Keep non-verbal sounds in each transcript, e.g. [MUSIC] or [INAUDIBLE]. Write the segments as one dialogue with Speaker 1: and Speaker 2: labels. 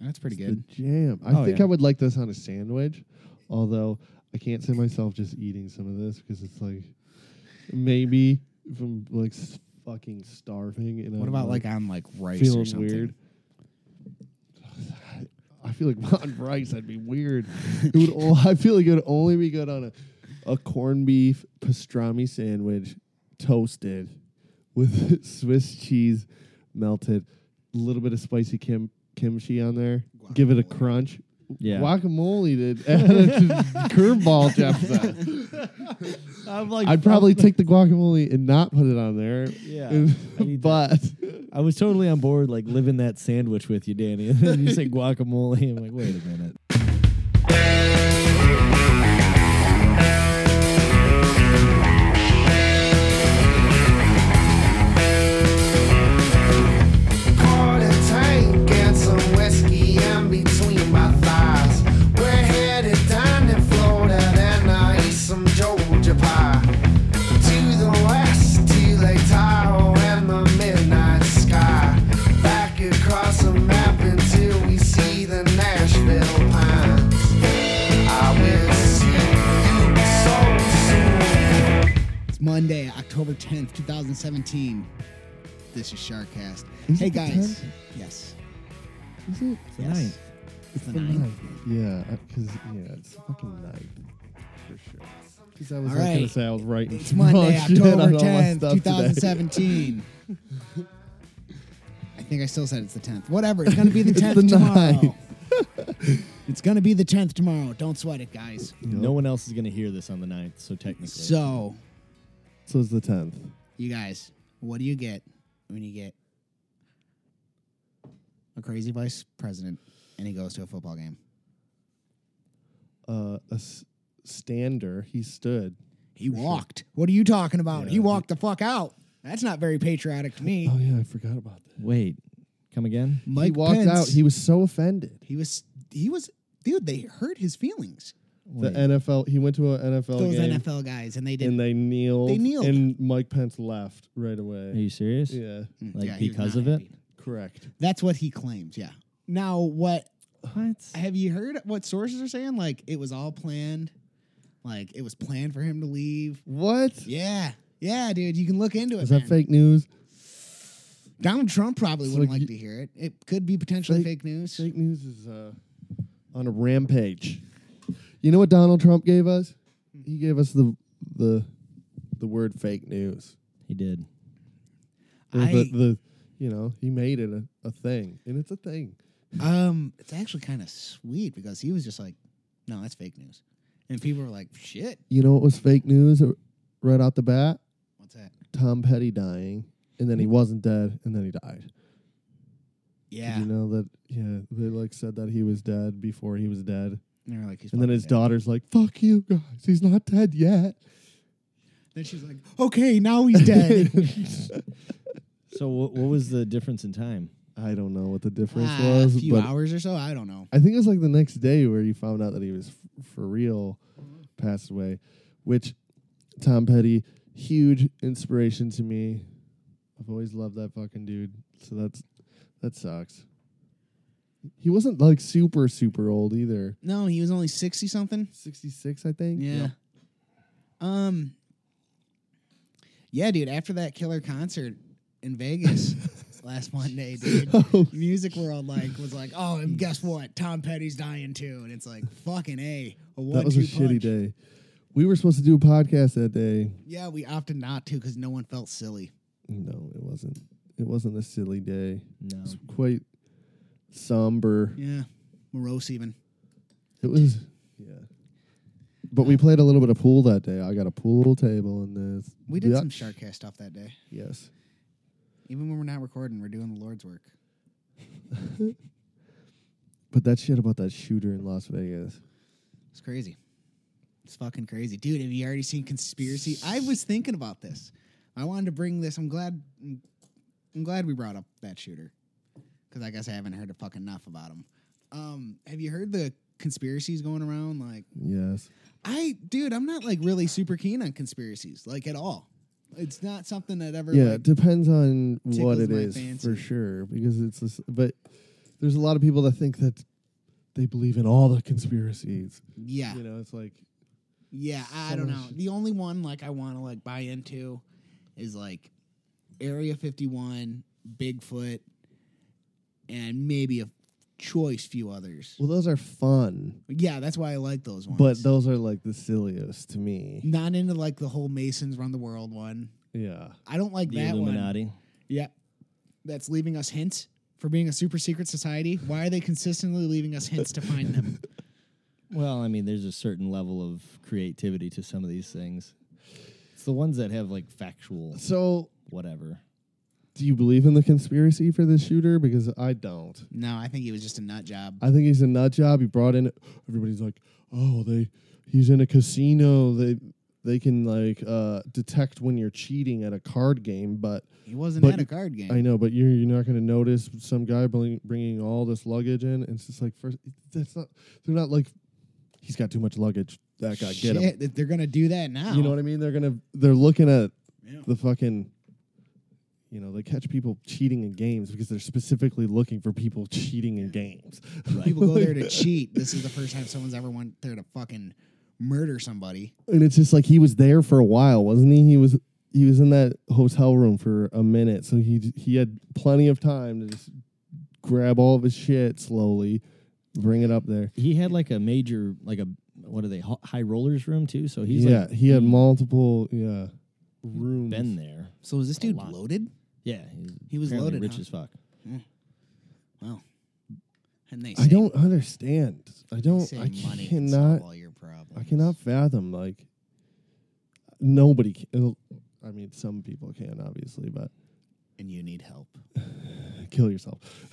Speaker 1: That's pretty
Speaker 2: It's
Speaker 1: good.
Speaker 2: The jam. I
Speaker 3: Oh,
Speaker 2: think
Speaker 3: yeah.
Speaker 2: I would like this on a sandwich, although I can't see myself just eating some of this because it's like maybe if I'm like s- fucking starving. And
Speaker 1: What
Speaker 2: I'm,
Speaker 1: about like on like rice or
Speaker 2: feeling
Speaker 1: something?
Speaker 2: Uh, weird? [SIGHS] I feel like on rice that'd be weird. It would. o- [LAUGHS] I feel like it would only be good on a a corned beef pastrami sandwich, toasted with [LAUGHS] Swiss cheese melted, a little bit of spicy kim kimchi on there. Give it a
Speaker 1: Guacamole.
Speaker 2: crunch.
Speaker 3: Yeah.
Speaker 2: Guacamole [LAUGHS] did added to the curveball, Jeff
Speaker 1: [LAUGHS]
Speaker 2: said.
Speaker 3: I'm like,
Speaker 2: I'd probably take the guacamole and not put it on there.
Speaker 3: [LAUGHS] Yeah, I
Speaker 1: [LAUGHS]
Speaker 3: need
Speaker 2: but
Speaker 3: I was totally on board, like living that sandwich with you, Danny. [LAUGHS] And then you say guacamole. I'm like, [LAUGHS] wait a minute.
Speaker 4: Pour the tank and some whiskey in between my thighs. We're headed down in Florida, then I eat some Georgia pie. To the west, to Lake Tahoe and the midnight sky. Back across the map until we see the Nashville pines. I will see you so soon.
Speaker 1: It's Monday, October 10th, 2017. This is Sharkcast.
Speaker 2: Is
Speaker 1: hey
Speaker 2: it the
Speaker 1: guys.
Speaker 2: 10th?
Speaker 1: Yes.
Speaker 2: is it Oh,
Speaker 3: It's the
Speaker 1: Yes.
Speaker 3: ninth.
Speaker 1: It's the ninth.
Speaker 2: Yeah, because yeah, it's fucking night for sure. Because I was
Speaker 1: All
Speaker 2: not gonna
Speaker 1: right.
Speaker 2: say I was writing.
Speaker 1: It's
Speaker 2: too
Speaker 1: Monday,
Speaker 2: much [LAUGHS] shit on
Speaker 1: October
Speaker 2: all my
Speaker 1: 10th,
Speaker 2: stuff today. [LAUGHS]
Speaker 1: 2017. I think I still said it's the 10th. Whatever. It's going to be the
Speaker 2: It's
Speaker 1: 10th
Speaker 2: the
Speaker 1: tomorrow.
Speaker 2: ninth. [LAUGHS]
Speaker 1: it's going to be the 10th tomorrow. Don't sweat it, guys.
Speaker 3: No one else is going to hear this on the ninth, so technically.
Speaker 1: So,
Speaker 2: So it's the tenth.
Speaker 1: you guys, what do you get when you get a crazy vice president and he goes to a football game?
Speaker 2: Uh, a s- stander. He stood.
Speaker 1: He walked. What are you talking about?
Speaker 2: Yeah.
Speaker 1: He walked the fuck out. That's not very patriotic to me.
Speaker 2: Oh yeah, I forgot about that.
Speaker 3: wait, come again?
Speaker 1: Mike
Speaker 2: he walked
Speaker 1: Pence,
Speaker 2: out. He was so offended.
Speaker 1: he was he was dude. They hurt his feelings.
Speaker 2: The NFL. He went to an NFL
Speaker 1: Those
Speaker 2: game
Speaker 1: NFL guys and they did.
Speaker 2: and they kneeled.
Speaker 1: They kneeled.
Speaker 2: And Mike Pence left right
Speaker 3: Are
Speaker 2: away.
Speaker 3: you serious?
Speaker 2: Yeah,
Speaker 1: Mm,
Speaker 3: like,
Speaker 1: he was
Speaker 3: because
Speaker 1: not
Speaker 3: of it?
Speaker 1: happy.
Speaker 2: correct.
Speaker 1: That's what he claims. Yeah. Now what?
Speaker 3: What?
Speaker 1: Have you heard what sources are saying? Like it was all planned. Like it was planned for him to leave.
Speaker 2: What?
Speaker 1: Yeah. Yeah, dude, you can look into it.
Speaker 2: Is that
Speaker 1: man.
Speaker 2: fake news?
Speaker 1: Donald Trump probably
Speaker 2: It's
Speaker 1: wouldn't
Speaker 2: like
Speaker 1: like, to hear it. It could be potentially
Speaker 2: fake-
Speaker 1: fake, news.
Speaker 2: Fake news is uh, on a rampage. You know what Donald Trump gave us?
Speaker 1: Hmm.
Speaker 2: He gave us the the the word fake news.
Speaker 3: He did.
Speaker 2: Or
Speaker 1: I-
Speaker 2: the, the you know he made it a, a thing, and it's a thing.
Speaker 1: Um, it's actually kind of sweet because he was just like, "No, that's fake news," and people were like, "Shit,
Speaker 2: You know what was fake news uh, right out the bat?
Speaker 1: what's that?"
Speaker 2: Tom Petty dying, and then he wasn't dead, and then he died.
Speaker 1: Yeah,
Speaker 2: Did you know that? Yeah, they like said that he was dead before he was dead,
Speaker 1: and they were like, He's
Speaker 2: and then
Speaker 1: fucking
Speaker 2: his
Speaker 1: dead."
Speaker 2: daughter's like, "Fuck you guys, he's not dead yet."
Speaker 1: Then she's like, "Okay, now
Speaker 2: [LAUGHS]
Speaker 1: he's dead."
Speaker 3: So, what, what was the difference in time?
Speaker 2: I don't know what the difference
Speaker 1: Ah,
Speaker 2: was,
Speaker 1: a few
Speaker 2: but
Speaker 1: hours or so. I don't know.
Speaker 2: I think it was like the next day where you found out that he was f- for real passed away, which Tom Petty, huge inspiration to me. I've always loved that fucking dude. So that's that sucks. He wasn't like super super old either.
Speaker 1: No, he was only sixty something.
Speaker 2: 66, I think.
Speaker 1: Yeah. Um. Yeah, dude. After that killer concert in
Speaker 2: [LAUGHS]
Speaker 1: Vegas last Monday, dude,
Speaker 2: Oh.
Speaker 1: Music World like was like, "Oh, and guess what? Tom Petty's dying too." And it's like, "Fucking a." a
Speaker 2: That was
Speaker 1: one-two
Speaker 2: a shitty
Speaker 1: punch.
Speaker 2: day. We were supposed to do a podcast that day.
Speaker 1: Yeah, we opted not to because no one felt silly.
Speaker 2: No, it wasn't. It wasn't a silly day.
Speaker 3: No.
Speaker 2: It was quite somber.
Speaker 1: Yeah, morose even.
Speaker 2: It was, yeah. But we played a little bit of pool that day. I got a pool table in this.
Speaker 1: We did
Speaker 2: Yeah.
Speaker 1: some Sharkcast stuff that day.
Speaker 2: Yes.
Speaker 1: Even when we're not recording, we're doing the Lord's work.
Speaker 2: But that shit about that shooter in Las Vegas.
Speaker 1: It's crazy. It's fucking crazy, dude. Have you already seen conspiracy? I was thinking about this. I wanted to bring this. I'm glad. I'm, I'm glad we brought up that shooter because I guess I haven't heard a fuck enough about him. Um, have you heard the conspiracies going around? Like,
Speaker 2: Yes.
Speaker 1: I, dude, I'm not like really super keen on conspiracies, like at all. It's not something that ever.
Speaker 2: Yeah,
Speaker 1: like,
Speaker 2: it depends on what
Speaker 1: tickles
Speaker 2: it
Speaker 1: my
Speaker 2: is
Speaker 1: fancy.
Speaker 2: for sure. Because it's, this, but there's a lot of people that think that they believe in all the conspiracies.
Speaker 1: Yeah.
Speaker 2: You know, it's like
Speaker 1: Yeah, I, I
Speaker 2: So
Speaker 1: don't know.
Speaker 2: much-
Speaker 1: The only one like I want to like buy into is like Area 51, Bigfoot, and maybe a choice few others.
Speaker 2: well, those are fun,
Speaker 1: Yeah, that's why I like those ones.
Speaker 2: but those are like the silliest to me.
Speaker 1: not into like the whole Masons run the world one.
Speaker 2: Yeah.
Speaker 1: I don't like
Speaker 3: The
Speaker 1: that one.
Speaker 3: Illuminati.
Speaker 1: Yeah. That's leaving us hints for being a super secret society. Why are they consistently leaving us hints to find
Speaker 2: [LAUGHS]
Speaker 1: them?
Speaker 3: Well, I mean, there's a certain level of creativity to some of these things. It's the ones that have like factual
Speaker 2: So,
Speaker 3: whatever.
Speaker 2: do you believe in the conspiracy for this shooter? Because I don't.
Speaker 1: No, I think he was just a nut job.
Speaker 2: I think he's a nut job. He brought in everybody's like, oh, they he's in a casino. They they can like uh, detect when you're cheating at a card game, but
Speaker 1: He wasn't
Speaker 2: But
Speaker 1: at a card game.
Speaker 2: I know, but you're you're not going to notice some guy bring, bringing all this luggage in. And it's just like first, that's not they're not like he's got too much luggage. That guy get him.
Speaker 1: Shit, that they're gonna do that now.
Speaker 2: You know what I mean? They're gonna they're looking at
Speaker 1: Yeah.
Speaker 2: the fucking. You know, they catch people cheating in games because they're specifically looking for people cheating in games.
Speaker 1: People go
Speaker 2: [LAUGHS]
Speaker 1: there to cheat. This is the first time someone's ever went there to fucking murder somebody.
Speaker 2: and it's just like he was there for a while, wasn't he? He was he was in that hotel room for a minute, so he he had plenty of time to just grab all of his shit slowly, bring it up there.
Speaker 3: He had like a major, like a what are they ho- high rollers room too? So he's
Speaker 2: yeah,
Speaker 3: like
Speaker 2: he had multiple yeah rooms.
Speaker 3: been there.
Speaker 1: So was this
Speaker 3: dude lot.
Speaker 1: loaded?
Speaker 3: Yeah,
Speaker 1: He was
Speaker 3: apparently
Speaker 1: loaded,
Speaker 3: rich
Speaker 1: huh?
Speaker 3: as
Speaker 1: [LAUGHS]
Speaker 3: fuck.
Speaker 1: Wow. And they
Speaker 2: I don't understand. I don't.
Speaker 1: say
Speaker 2: I
Speaker 1: money can
Speaker 2: cannot.
Speaker 1: solve all your problems.
Speaker 2: I cannot fathom like nobody. Can, I mean, some people can obviously, but
Speaker 1: And you need help.
Speaker 2: kill yourself. [LAUGHS]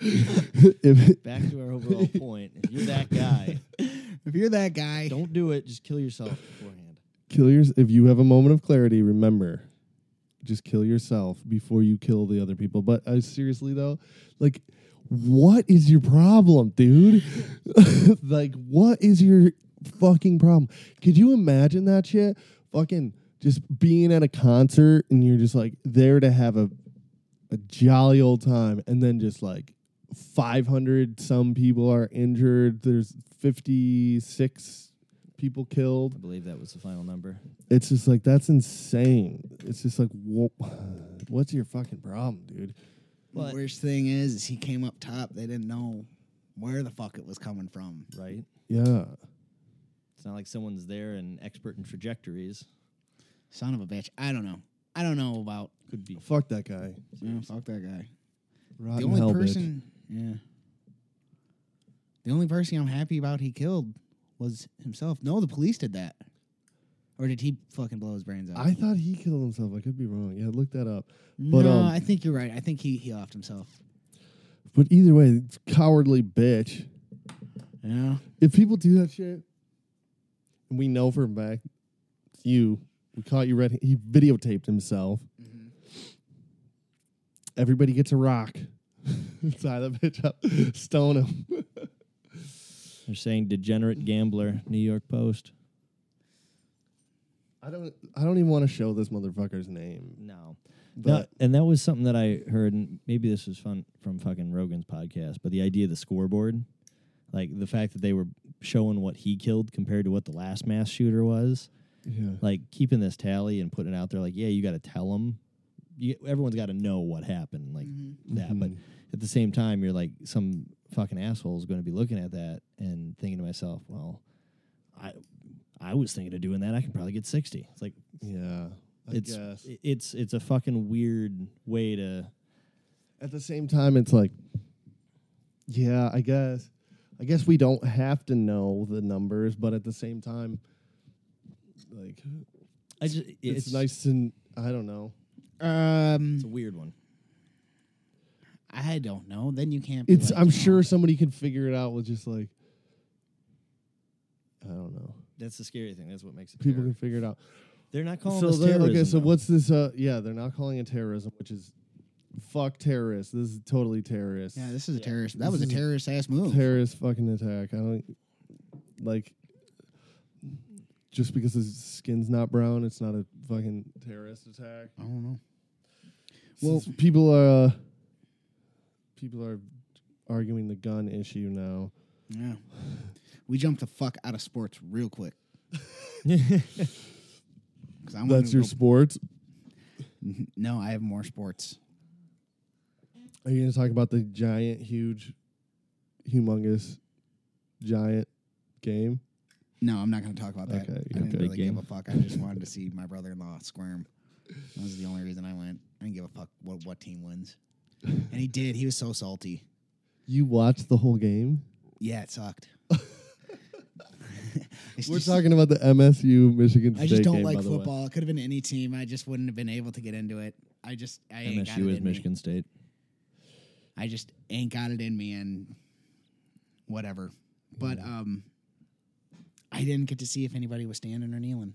Speaker 2: If-
Speaker 3: Back to our overall point. If you're that guy,
Speaker 1: If you're that guy,
Speaker 3: don't do it. Just kill yourself beforehand.
Speaker 2: kill your if you have a moment of clarity remember just kill yourself before you kill the other people but uh, seriously though like what is your problem dude [LAUGHS] like what is your fucking problem could you imagine that shit fucking just being at a concert and you're just like there to have a a jolly old time and then just like 500 some people are injured there's 56 people killed
Speaker 3: I believe that was the final number.
Speaker 2: it's just like that's insane. It's just like wha- [SIGHS] what's your fucking problem, dude?
Speaker 1: the worst thing is, is he came up top. They didn't know where the fuck it was coming from.
Speaker 3: Right?
Speaker 2: Yeah.
Speaker 3: It's not like someone's there and expert in trajectories.
Speaker 1: Son of a bitch. I don't know. I don't know about.
Speaker 3: Could be.
Speaker 2: Fuck that guy.
Speaker 1: Yeah, fuck that guy.
Speaker 2: Rotten
Speaker 1: the only
Speaker 2: hell, bitch.
Speaker 1: person, yeah. The only person I'm happy about he killed was himself. No, the police did that, or did he fucking blow his brains out?
Speaker 2: I thought he killed himself. I could be wrong. Yeah, look that up.
Speaker 1: no,
Speaker 2: But um,
Speaker 1: I think you're right. I think he he offed himself.
Speaker 2: but either way, it's cowardly bitch.
Speaker 1: Yeah,
Speaker 2: If people do that shit, and we know for a fact it's you, we caught you red. He videotaped himself.
Speaker 1: Mm-hmm.
Speaker 2: Everybody gets a rock. [LAUGHS] Tie that bitch up. Stone him.
Speaker 3: They're saying degenerate gambler, New York Post.
Speaker 2: I don't. I don't even want to show this motherfucker's name.
Speaker 3: No.
Speaker 2: But-
Speaker 3: No, and that was something that I heard, and maybe this was fun from fucking Rogan's podcast, but the idea of the scoreboard, like the fact that they were showing what he killed compared to what the last mass shooter was,
Speaker 2: Yeah.
Speaker 3: like keeping this tally and putting it out there, like, yeah, you got to tell them. You, everyone's got to know what happened, like that. But at the same time, you're like, some fucking asshole is going to be looking at that and thinking to myself, well, I, I was thinking of doing that. I can probably get 60. It's like,
Speaker 2: Yeah. I
Speaker 3: it's
Speaker 2: guess.
Speaker 3: i- it's it's a fucking weird way to
Speaker 2: At the same time, it's like, yeah, I guess. I guess we don't have to know the numbers, but at the same time, like,
Speaker 3: I just
Speaker 2: it's, nice to, I don't know.
Speaker 1: um,
Speaker 3: It's a weird one.
Speaker 1: I don't know. Then you can't. Be
Speaker 2: It's,
Speaker 1: like, "Oh."
Speaker 2: I'm
Speaker 1: "No."
Speaker 2: sure somebody can figure it out with just like, I don't know.
Speaker 3: That's the scary thing. That's what makes it.
Speaker 2: People
Speaker 3: People,
Speaker 2: can figure it out.
Speaker 3: they're not calling
Speaker 2: so
Speaker 3: this
Speaker 2: they're-
Speaker 3: terrorism.
Speaker 2: okay, so
Speaker 3: though.
Speaker 2: what's this? Uh, yeah, they're not calling it terrorism, which is fuck terrorists. This is totally terrorist.
Speaker 1: Yeah, this is a
Speaker 3: Yeah.
Speaker 1: terrorist. That
Speaker 2: This
Speaker 1: was a
Speaker 2: is-
Speaker 1: terrorist ass move.
Speaker 2: terrorist fucking attack. I don't like just because his skin's not brown, it's not a
Speaker 1: Hmm.
Speaker 2: fucking terrorist attack.
Speaker 1: I don't know.
Speaker 2: Well, people are. Uh, people are arguing the gun issue now.
Speaker 1: [LAUGHS] Yeah. We jumped the fuck out of sports real quick. 'Cause I'm
Speaker 2: That's
Speaker 1: gonna
Speaker 2: your
Speaker 1: go-
Speaker 2: sports.
Speaker 1: No, I have more sports.
Speaker 2: Are you going to talk about the giant, huge, humongous, giant game?
Speaker 1: No, I'm not going to talk about that.
Speaker 2: Okay,
Speaker 1: I didn't
Speaker 2: okay.
Speaker 1: really
Speaker 3: Big
Speaker 1: give
Speaker 3: game.
Speaker 1: a fuck. I just wanted to see my brother-in-law squirm. That was the only reason I went. I didn't give a fuck what what team wins. And
Speaker 2: [LAUGHS]
Speaker 1: he did. He was so salty.
Speaker 2: You watched the whole game.
Speaker 1: Yeah, it
Speaker 2: [LAUGHS]
Speaker 1: sucked. [LAUGHS] It's
Speaker 2: We're
Speaker 1: just-
Speaker 2: talking about the MSU Michigan State
Speaker 1: I just don't
Speaker 2: game,
Speaker 1: like
Speaker 2: by the way.
Speaker 1: football. It could have been any team. I just wouldn't have been able to get into it. I just I ain't got it
Speaker 3: MSU is
Speaker 1: in me.
Speaker 3: Michigan State.
Speaker 1: I just ain't got it in me and whatever. But
Speaker 2: Mm.
Speaker 1: um I didn't get to see if anybody was standing or kneeling.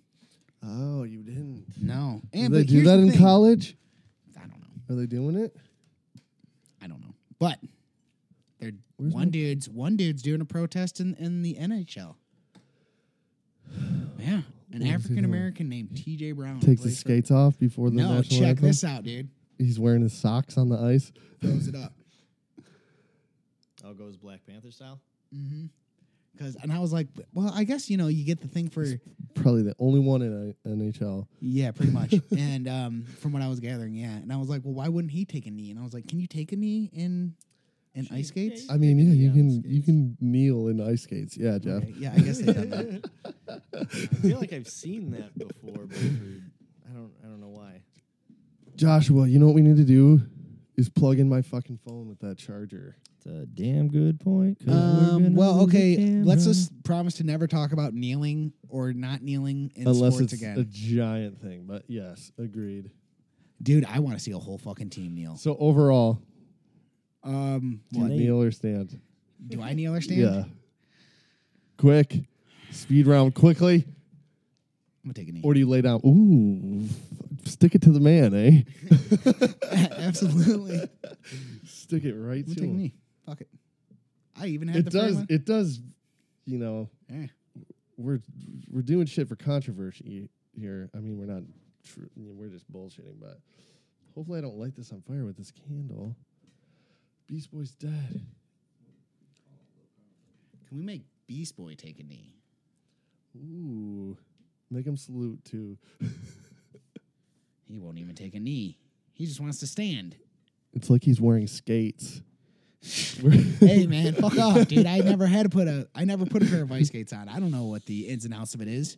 Speaker 2: Oh, you didn't.
Speaker 1: No.
Speaker 2: Do
Speaker 1: And
Speaker 2: they
Speaker 1: but
Speaker 2: do
Speaker 1: here's
Speaker 2: that
Speaker 1: the
Speaker 2: in
Speaker 1: thing.
Speaker 2: college?
Speaker 1: I don't know.
Speaker 2: Are they doing it?
Speaker 1: I don't know. But they're
Speaker 2: Where's
Speaker 1: one
Speaker 2: my-
Speaker 1: dude's one dude's doing a protest in, in the NHL. Yeah. An
Speaker 2: doing?
Speaker 1: African American named TJ Brown.
Speaker 2: Takes
Speaker 1: plays
Speaker 2: his
Speaker 1: for-
Speaker 2: skates off before the
Speaker 1: No,
Speaker 2: national
Speaker 1: check
Speaker 2: anthem?
Speaker 1: this out, dude.
Speaker 2: He's wearing his socks on the ice.
Speaker 1: Throws it up.
Speaker 3: Oh, goes Black Panther style.
Speaker 1: Cause, and I was like, well, I guess you know you get the thing for
Speaker 2: Probably the only one in uh, NHL.
Speaker 1: yeah, pretty
Speaker 2: [LAUGHS]
Speaker 1: much. and um, from what I was gathering, yeah. And I was like, well, why wouldn't he take a knee? And I was like, can you take a knee in in ice skates?
Speaker 2: I mean, yeah,
Speaker 3: could be
Speaker 2: you
Speaker 3: on
Speaker 2: can
Speaker 3: skates.
Speaker 2: you can kneel in ice skates. Yeah, Jeff.
Speaker 1: Okay, yeah, I guess [LAUGHS] they done that.
Speaker 3: I feel like I've seen that before, but I don't. I don't know why.
Speaker 2: Joshua, you know what we need to do is plug in my fucking phone with that charger.
Speaker 3: It's a damn good point. 'cause we're
Speaker 1: Um,
Speaker 3: gonna
Speaker 1: well,
Speaker 3: lose the
Speaker 1: okay. Let's
Speaker 3: camera.
Speaker 1: just promise to never talk about kneeling or not kneeling in
Speaker 2: Unless
Speaker 1: sports
Speaker 2: it's
Speaker 1: again.
Speaker 2: a giant thing, but yes, agreed.
Speaker 1: Dude, I want to see a whole fucking team kneel.
Speaker 2: So overall,
Speaker 1: Um,
Speaker 2: do you
Speaker 1: what?
Speaker 3: they-
Speaker 2: kneel or stand?
Speaker 1: do I kneel or stand?
Speaker 2: Yeah. Quick, speed round quickly,
Speaker 1: I'm gonna take a knee.
Speaker 2: or do you lay down? Ooh, stick it to the man, eh?
Speaker 1: [LAUGHS]
Speaker 2: [LAUGHS]
Speaker 1: Absolutely, I'm
Speaker 2: stick it right
Speaker 1: gonna
Speaker 2: to
Speaker 1: take a
Speaker 2: him.
Speaker 1: knee. Fuck it. I even had
Speaker 2: It
Speaker 1: the
Speaker 2: does.
Speaker 1: Frame
Speaker 2: It does. You know,
Speaker 1: one. Eh.
Speaker 2: we're we're doing shit for controversy here. I mean, we're not. Tr- I mean, we're just bullshitting, but hopefully, I don't light this on fire with this candle. Beast Boy's dead.
Speaker 1: Can we make Beast Boy take a knee?
Speaker 2: Ooh, make him salute too.
Speaker 1: He won't even take a knee. He just wants to stand.
Speaker 2: It's like he's wearing skates.
Speaker 1: hey
Speaker 2: [LAUGHS]
Speaker 1: man, fuck off, dude. I never had to put a I never put a pair of ice skates on. I don't know what the ins and outs of it is.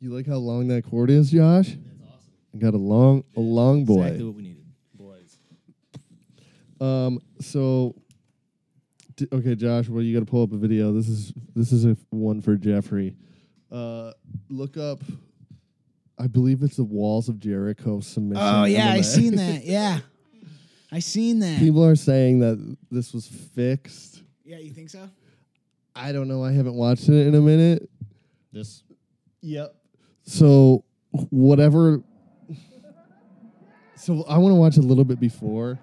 Speaker 2: You like how long that cord is, Josh? That's awesome. I got a long, a long boy.
Speaker 3: Exactly what we needed, boys.
Speaker 2: Um. So, d- okay, Josh, well, you got to pull up a video. This is this is a f- one for Jeffrey. Uh, look up. I believe it's the walls of Jericho submission.
Speaker 1: Oh yeah, I
Speaker 2: MMA.
Speaker 1: seen that. Yeah. I seen that.
Speaker 2: People are saying that this was fixed.
Speaker 1: Yeah, you think so?
Speaker 2: I don't know. I haven't watched it in a minute.
Speaker 3: This
Speaker 2: Yep. So whatever. So I want to watch a little bit before.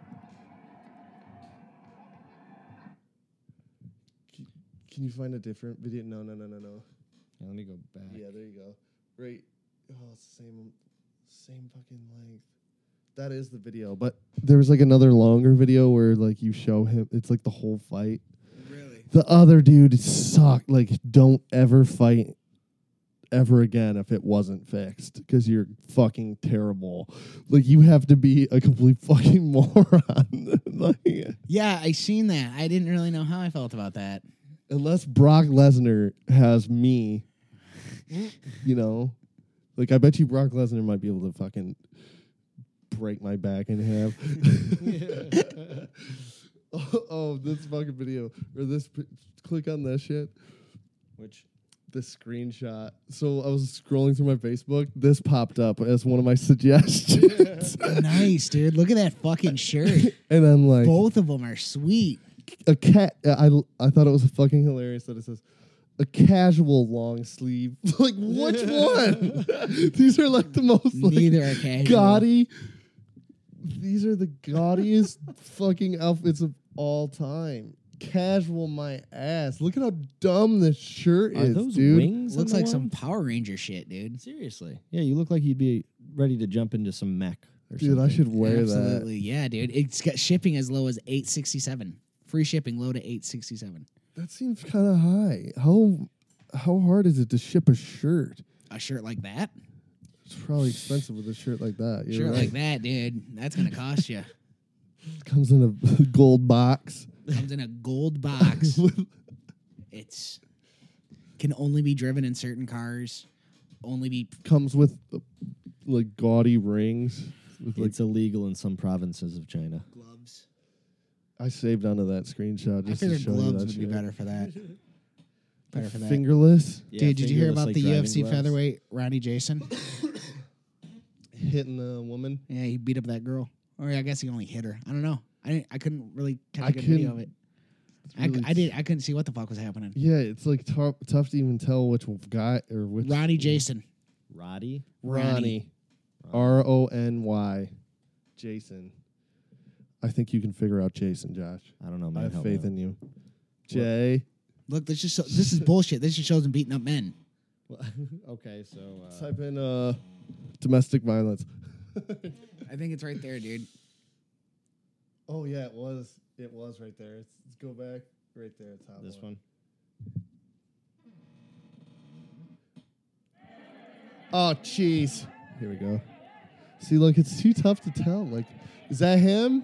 Speaker 2: C- Can you find a different video? No, no, no, no, no.
Speaker 3: Yeah, let me go back.
Speaker 2: Yeah, there you go. Right. Oh, same, same fucking length. That is the video, but there was like another longer video where like you show him. It's like the whole fight.
Speaker 1: Really?
Speaker 2: The other dude sucked. Like, don't ever fight ever again if it wasn't fixed because you're fucking terrible. Like, you have to be a complete fucking [LAUGHS] moron. [LAUGHS] like,
Speaker 1: Yeah, I seen that. I didn't really know how I felt about that.
Speaker 2: unless Brock Lesnar has me, you know, like, I bet you Brock Lesnar might be able to fucking break my back in half. oh, [LAUGHS] oh, this fucking video or this, pi- click on this shit.
Speaker 3: Which
Speaker 2: the screenshot. So I was scrolling through my Facebook. This popped up as one of my [LAUGHS] suggestions.
Speaker 1: nice, dude. Look at that fucking shirt.
Speaker 2: and I'm [LAUGHS] like,
Speaker 1: Both of them are sweet.
Speaker 2: a cat. I, I thought it was fucking hilarious that it says, a casual long sleeve. [LAUGHS] like,
Speaker 1: [LAUGHS]
Speaker 2: which one? These are like the most like,
Speaker 1: Neither are casual.
Speaker 2: gaudy. These are the gaudiest [LAUGHS] fucking outfits of all time. Casual, my ass. Look at how dumb this shirt
Speaker 3: are
Speaker 2: is,
Speaker 3: those
Speaker 2: dude.
Speaker 3: wings?
Speaker 1: Looks
Speaker 3: on the
Speaker 1: like some
Speaker 3: one?
Speaker 1: Power Ranger shit, dude.
Speaker 3: Seriously, yeah. You look like you'd be ready to jump into some mech or
Speaker 2: Dude,
Speaker 3: something.
Speaker 2: I should wear that.
Speaker 1: Absolutely, yeah, dude. It's got shipping as low as eight sixty seven. Free shipping low to eight sixty seven.
Speaker 2: That seems kind of high. How how hard is it to ship a shirt?
Speaker 1: A shirt like that,
Speaker 2: It's probably expensive with a shirt like that. You're
Speaker 1: shirt
Speaker 2: right.
Speaker 1: like that, dude. That's gonna cost you.
Speaker 2: It comes in a [LAUGHS] gold box.
Speaker 1: Comes in a gold box. it's can only be driven in certain cars. Only be
Speaker 2: [LAUGHS] comes with uh, like gaudy rings. With, like,
Speaker 3: it's illegal in some provinces of China.
Speaker 1: gloves.
Speaker 2: I saved onto that screenshot just
Speaker 1: I
Speaker 2: to
Speaker 1: figured
Speaker 2: show you
Speaker 1: gloves
Speaker 2: that
Speaker 1: would
Speaker 2: shit.
Speaker 1: be better for that. better
Speaker 2: [LAUGHS]
Speaker 1: for that.
Speaker 2: Fingerless,
Speaker 3: Yeah,
Speaker 1: Dude, did you hear
Speaker 3: fingerless,
Speaker 1: about
Speaker 3: like,
Speaker 1: the
Speaker 3: driving
Speaker 1: UFC
Speaker 3: gloves.
Speaker 1: featherweight Ronnie Jason?
Speaker 2: hitting a woman.
Speaker 1: yeah, he beat up that girl. Or I guess he only hit her. I don't know. I didn't, I couldn't really catch
Speaker 2: I
Speaker 1: a good video of it.
Speaker 2: couldn't-
Speaker 1: I,
Speaker 2: really
Speaker 1: I did. I couldn't see what the fuck was happening.
Speaker 2: Yeah, it's like tough, tough to even tell which guy or which
Speaker 1: Ronnie Jason.
Speaker 3: Roddy?
Speaker 2: Ronnie, R O N Y, Jason. I think you can figure out Jason, Josh.
Speaker 3: I don't know, man.
Speaker 2: I have
Speaker 3: help
Speaker 2: faith
Speaker 3: me out.
Speaker 2: in you. Jay,
Speaker 1: Look, this just this
Speaker 2: [LAUGHS]
Speaker 1: is bullshit. This just shows him beating up men.
Speaker 3: Well, [LAUGHS] okay, so uh,
Speaker 2: type in uh, domestic violence.
Speaker 1: I think it's right there, dude.
Speaker 2: Oh yeah, it was. It was right there. It's, it's go back right there. It's how
Speaker 3: this one.
Speaker 2: Oh jeez. Here we go. See, look, it's too tough to tell. Like, is that him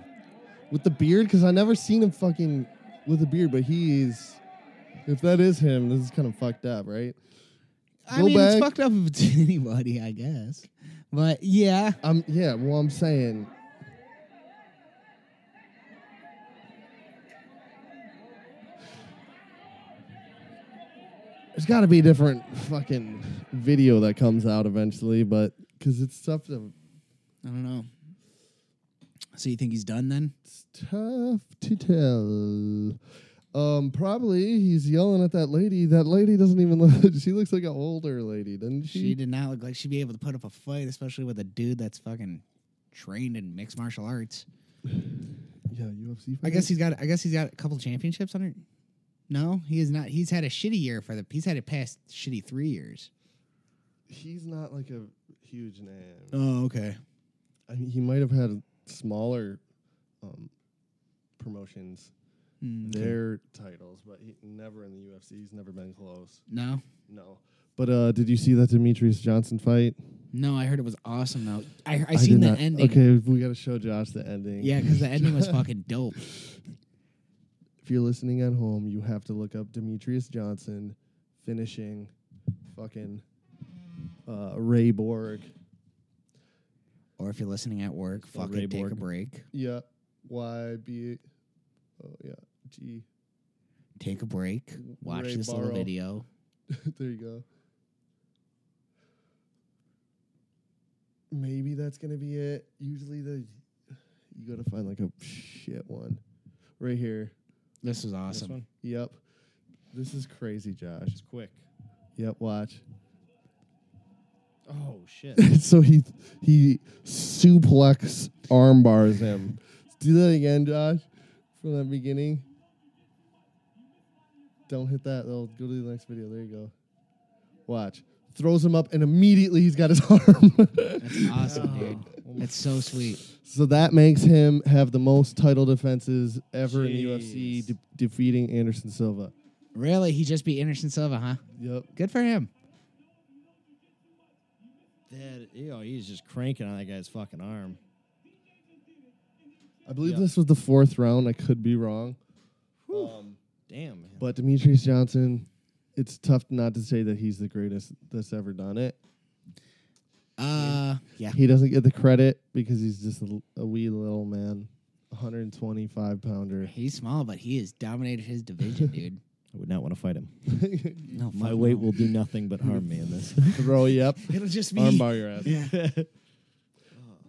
Speaker 2: with the beard? Because I never seen him fucking with a beard, but he's. If that is him, this is kind of fucked up, right?
Speaker 1: I
Speaker 2: Go
Speaker 1: mean, it's
Speaker 2: back.
Speaker 1: fucked up if it's [LAUGHS] anybody, I guess. But yeah,
Speaker 2: I'm yeah. Well, I'm saying. There's got to be a different fucking video that comes out eventually, but because it's tough to
Speaker 1: I don't know. So you think he's done then?
Speaker 2: it's tough to tell. Um, probably he's yelling at that lady. That lady doesn't even look. [LAUGHS] She looks like an older lady, doesn't she?
Speaker 1: She did not look like she'd be able to put up a fight, especially with a dude that's fucking trained in mixed martial arts.
Speaker 2: yeah, UFC.
Speaker 1: I guess he's got. I guess he's got a couple championships under. No, he is not. He's had a shitty year for the. He's had a past shitty three years.
Speaker 2: he's not like a huge name.
Speaker 1: Oh, okay.
Speaker 2: I mean, he might have had smaller um, promotions,
Speaker 1: Mm,
Speaker 2: their titles, but he never in the UFC. He's never been close.
Speaker 1: No,
Speaker 2: No. But uh, did you see that Demetrius Johnson fight?
Speaker 1: no. I heard it was awesome though. I I seen
Speaker 2: did
Speaker 1: the
Speaker 2: not-
Speaker 1: ending.
Speaker 2: Okay, we got to show Josh the ending.
Speaker 1: Yeah, because the ending
Speaker 2: [LAUGHS]
Speaker 1: was fucking dope.
Speaker 2: if you're listening at home, you have to look up Demetrius Johnson finishing fucking uh, Ray Borg.
Speaker 1: Or if you're listening at work,
Speaker 3: Ray
Speaker 1: fucking take a
Speaker 3: Borg.
Speaker 1: break.
Speaker 2: Yeah. Y B. Oh, yeah. G.
Speaker 1: Take a break. Watch
Speaker 2: Ray
Speaker 1: this little
Speaker 2: Borrow.
Speaker 1: video.
Speaker 2: there you go. Maybe that's gonna be it. Usually the you gotta find like a shit one. Right here.
Speaker 1: This is
Speaker 3: This
Speaker 1: awesome.
Speaker 3: one?
Speaker 2: Yep. This is crazy, Josh.
Speaker 3: It's quick.
Speaker 2: Yep, watch. [LAUGHS]
Speaker 3: Oh, shit.
Speaker 2: so he he suplex arm bars him. Do that again, Josh. From that beginning. Don't hit that. They'll go to the next video. There you go. Watch. Throws him up and immediately he's got his [LAUGHS] arm.
Speaker 1: That's
Speaker 3: [LAUGHS]
Speaker 1: awesome, dude.
Speaker 3: Oh.
Speaker 1: That's so sweet.
Speaker 2: so that makes him have the most title defenses ever in the UFC,
Speaker 3: Jeez.
Speaker 2: de- defeating Anderson Silva.
Speaker 1: Really, he just beat Anderson Silva, huh?
Speaker 2: Yep.
Speaker 1: Good for him.
Speaker 3: That, you know, he's just cranking on that guy's fucking arm.
Speaker 2: I believe
Speaker 3: Yep.
Speaker 2: this was the fourth round. I could be wrong. Um,
Speaker 3: Damn, man.
Speaker 2: But Demetrius Johnson, it's tough not to say that he's the greatest that's ever done it.
Speaker 1: Uh, yeah.
Speaker 2: He doesn't get the credit because he's just a, l- a wee little man, 125 pounder.
Speaker 1: He's small, but he has dominated his
Speaker 3: [LAUGHS]
Speaker 1: division, dude.
Speaker 3: I would not want to fight him.
Speaker 1: No,
Speaker 3: My
Speaker 1: fuck
Speaker 3: weight
Speaker 1: no.
Speaker 3: will do nothing but harm me
Speaker 2: [LAUGHS]
Speaker 3: in this. [LAUGHS]
Speaker 2: Throw you up,
Speaker 1: It'll just be.
Speaker 2: armbar your ass.
Speaker 1: Yeah.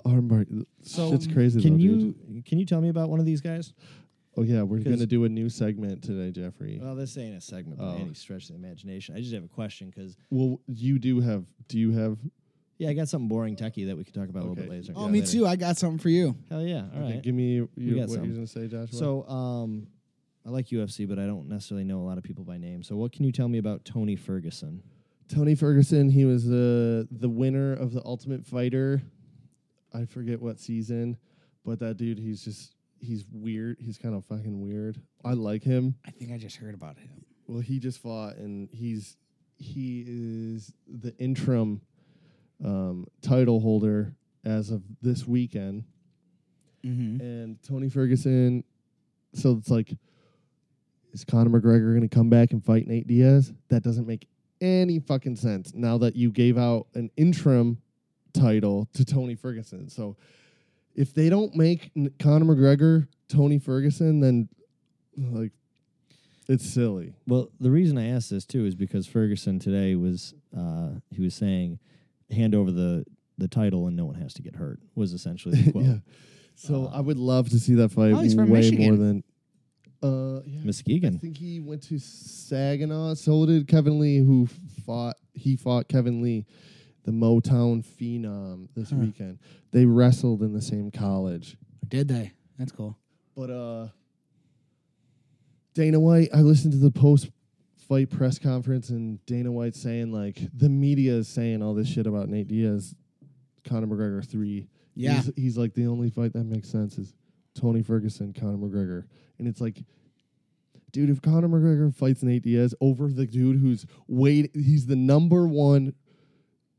Speaker 2: Armbar.
Speaker 3: So,
Speaker 2: Shit's crazy.
Speaker 3: Can
Speaker 2: though,
Speaker 3: you
Speaker 2: Dude.
Speaker 3: can you tell me about one of these guys?
Speaker 2: Oh yeah, we're
Speaker 3: 'Cause- Uh,
Speaker 2: gonna do a new segment today, Jeffrey.
Speaker 3: Well, this ain't a segment by
Speaker 2: Oh.
Speaker 3: any stretch of the imagination. I just have a question because
Speaker 2: well, you do have. Do you have?
Speaker 3: yeah, I got something boring techie that we could talk about a little bit
Speaker 2: Okay.
Speaker 3: later.
Speaker 1: Oh, me
Speaker 3: later.
Speaker 1: too. I got something for you.
Speaker 3: Hell yeah! All right.
Speaker 2: okay, Give me your,
Speaker 3: got
Speaker 2: what
Speaker 3: some.
Speaker 2: you're gonna say, Joshua.
Speaker 3: So, um, I like UFC, but I don't necessarily know a lot of people by name. So, what can you tell me about Tony Ferguson?
Speaker 2: Tony Ferguson, he was the the winner of the Ultimate Fighter. I forget what season, but that dude, he's just he's weird. He's kind of fucking weird. I like him.
Speaker 1: I think I just heard about him.
Speaker 2: Well, he just fought, and he's he is the interim um, title holder as of this weekend.
Speaker 1: Mm-hmm.
Speaker 2: And Tony Ferguson, so it's like, is Conor McGregor going to come back and fight Nate Diaz? That doesn't make any fucking sense now that you gave out an interim title to Tony Ferguson. So if they don't make N- Conor McGregor Tony Ferguson, then like it's silly.
Speaker 3: Well, the reason I asked this too is because Ferguson today was uh, he was saying, hand over the the title and no one has to get hurt was essentially [LAUGHS] the quote.
Speaker 2: yeah. So I would love to see that fight
Speaker 1: Oh, he's from
Speaker 2: way more
Speaker 1: Michigan.
Speaker 2: than. Uh, yeah. I
Speaker 3: Muskegon.
Speaker 2: think he went to Saginaw. So did Kevin Lee, who fought. He fought Kevin Lee, the Motown phenom, this weekend. They wrestled in the same college.
Speaker 1: Did they? That's cool.
Speaker 2: But uh, Dana White, I listened to the post fight press conference, and Dana White saying like the media is saying all this shit about Nate Diaz, Conor McGregor three.
Speaker 1: Yeah.
Speaker 2: he's, he's like the only fight that makes sense is Tony Ferguson, Conor McGregor, and it's like. Dude, if Conor McGregor fights Nate Diaz over the dude who's wait, he's the number one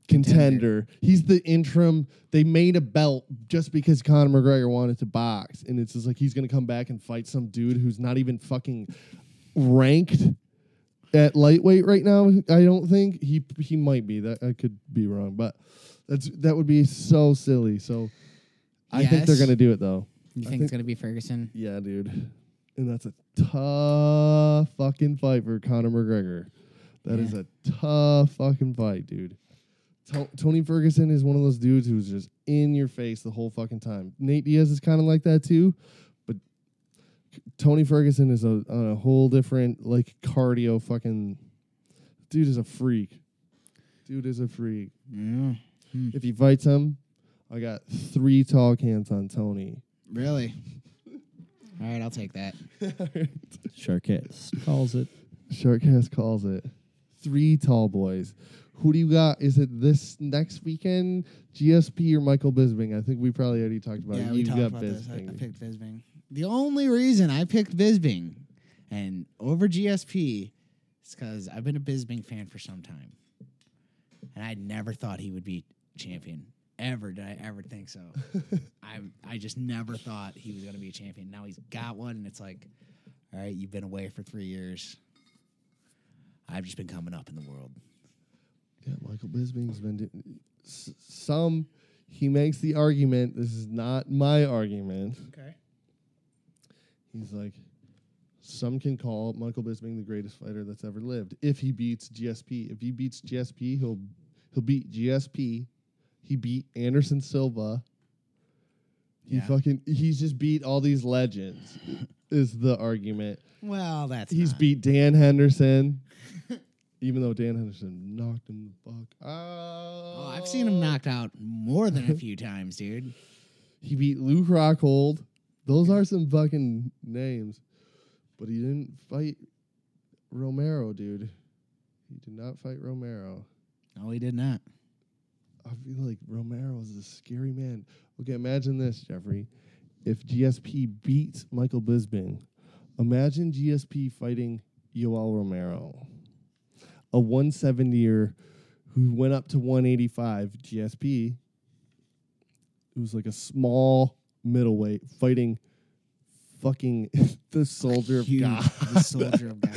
Speaker 2: contender. He's the interim. They made a belt just because Conor McGregor wanted to box, and it's just like he's gonna come back and fight some dude who's not even fucking ranked at lightweight right now. I don't think he he might be that. I could be wrong, but that's that would be so silly. So I think they're
Speaker 1: Yes.
Speaker 2: gonna do it though.
Speaker 1: You
Speaker 2: I
Speaker 1: think,
Speaker 2: think-
Speaker 1: it's gonna be Ferguson?
Speaker 2: Yeah, dude. And that's a tough fucking fight for Conor McGregor. That is a tough fucking fight, dude. To- Tony Ferguson is one of those dudes who's just in your face the whole fucking time. Nate Diaz is kind of like that too, but Tony Ferguson is a, on a whole different like cardio fucking dude is a freak. Dude is a freak.
Speaker 1: Yeah.
Speaker 2: If he fights him, I got three tall cans on Tony.
Speaker 1: Really? All right, I'll take that.
Speaker 3: Sharkette calls it.
Speaker 2: Sharkcast calls it three tall boys. Who do you got? Is it this next weekend? GSP or Michael Bisping? I think we probably already talked about
Speaker 1: yeah,
Speaker 2: it.
Speaker 1: we
Speaker 2: You've
Speaker 1: talked
Speaker 2: got
Speaker 1: about this. I, I
Speaker 2: Bisping.
Speaker 1: picked Visbing. The only reason I picked Visbing and over GSP is because I've been a Bisbing fan for some time, and I never thought he would be champion. Ever did I ever think
Speaker 2: [LAUGHS]
Speaker 1: so? I I just never thought he was going to be a champion. Now he's got one, and it's like, all right, you've been away for three years. I've just been coming up in the world.
Speaker 2: Yeah, Michael Bisping's been do- s- some. He makes the argument. This is not my argument.
Speaker 1: Okay.
Speaker 2: He's like, some can call Michael Bisping the greatest fighter that's ever lived if he beats GSP. If he beats GSP, he'll he'll beat GSP. He beat Anderson Silva. He
Speaker 1: Yeah.
Speaker 2: fucking he's just beat all
Speaker 1: [LAUGHS]
Speaker 2: these legends. is the argument.
Speaker 1: Well, that's
Speaker 2: He's
Speaker 1: not.
Speaker 2: beat Dan Henderson.
Speaker 1: [LAUGHS]
Speaker 2: Even though Dan Henderson knocked him the fuck out.
Speaker 1: Oh, I've seen him knocked out more than a
Speaker 2: [LAUGHS]
Speaker 1: few times, dude.
Speaker 2: He beat Luke Rockhold. Those are some fucking names. But he didn't fight Romero, dude. He did not fight Romero.
Speaker 1: No, he did not.
Speaker 2: I feel like Romero is a scary man. Okay, imagine this, Jeffrey. If GSP beats Michael Bisping, imagine GSP fighting Yoel Romero, a 170er who went up to 185. GSP, it was like a small middleweight fighting fucking [LAUGHS] the soldier of
Speaker 1: Huge,
Speaker 2: God,
Speaker 1: the soldier of
Speaker 2: [LAUGHS]
Speaker 1: God.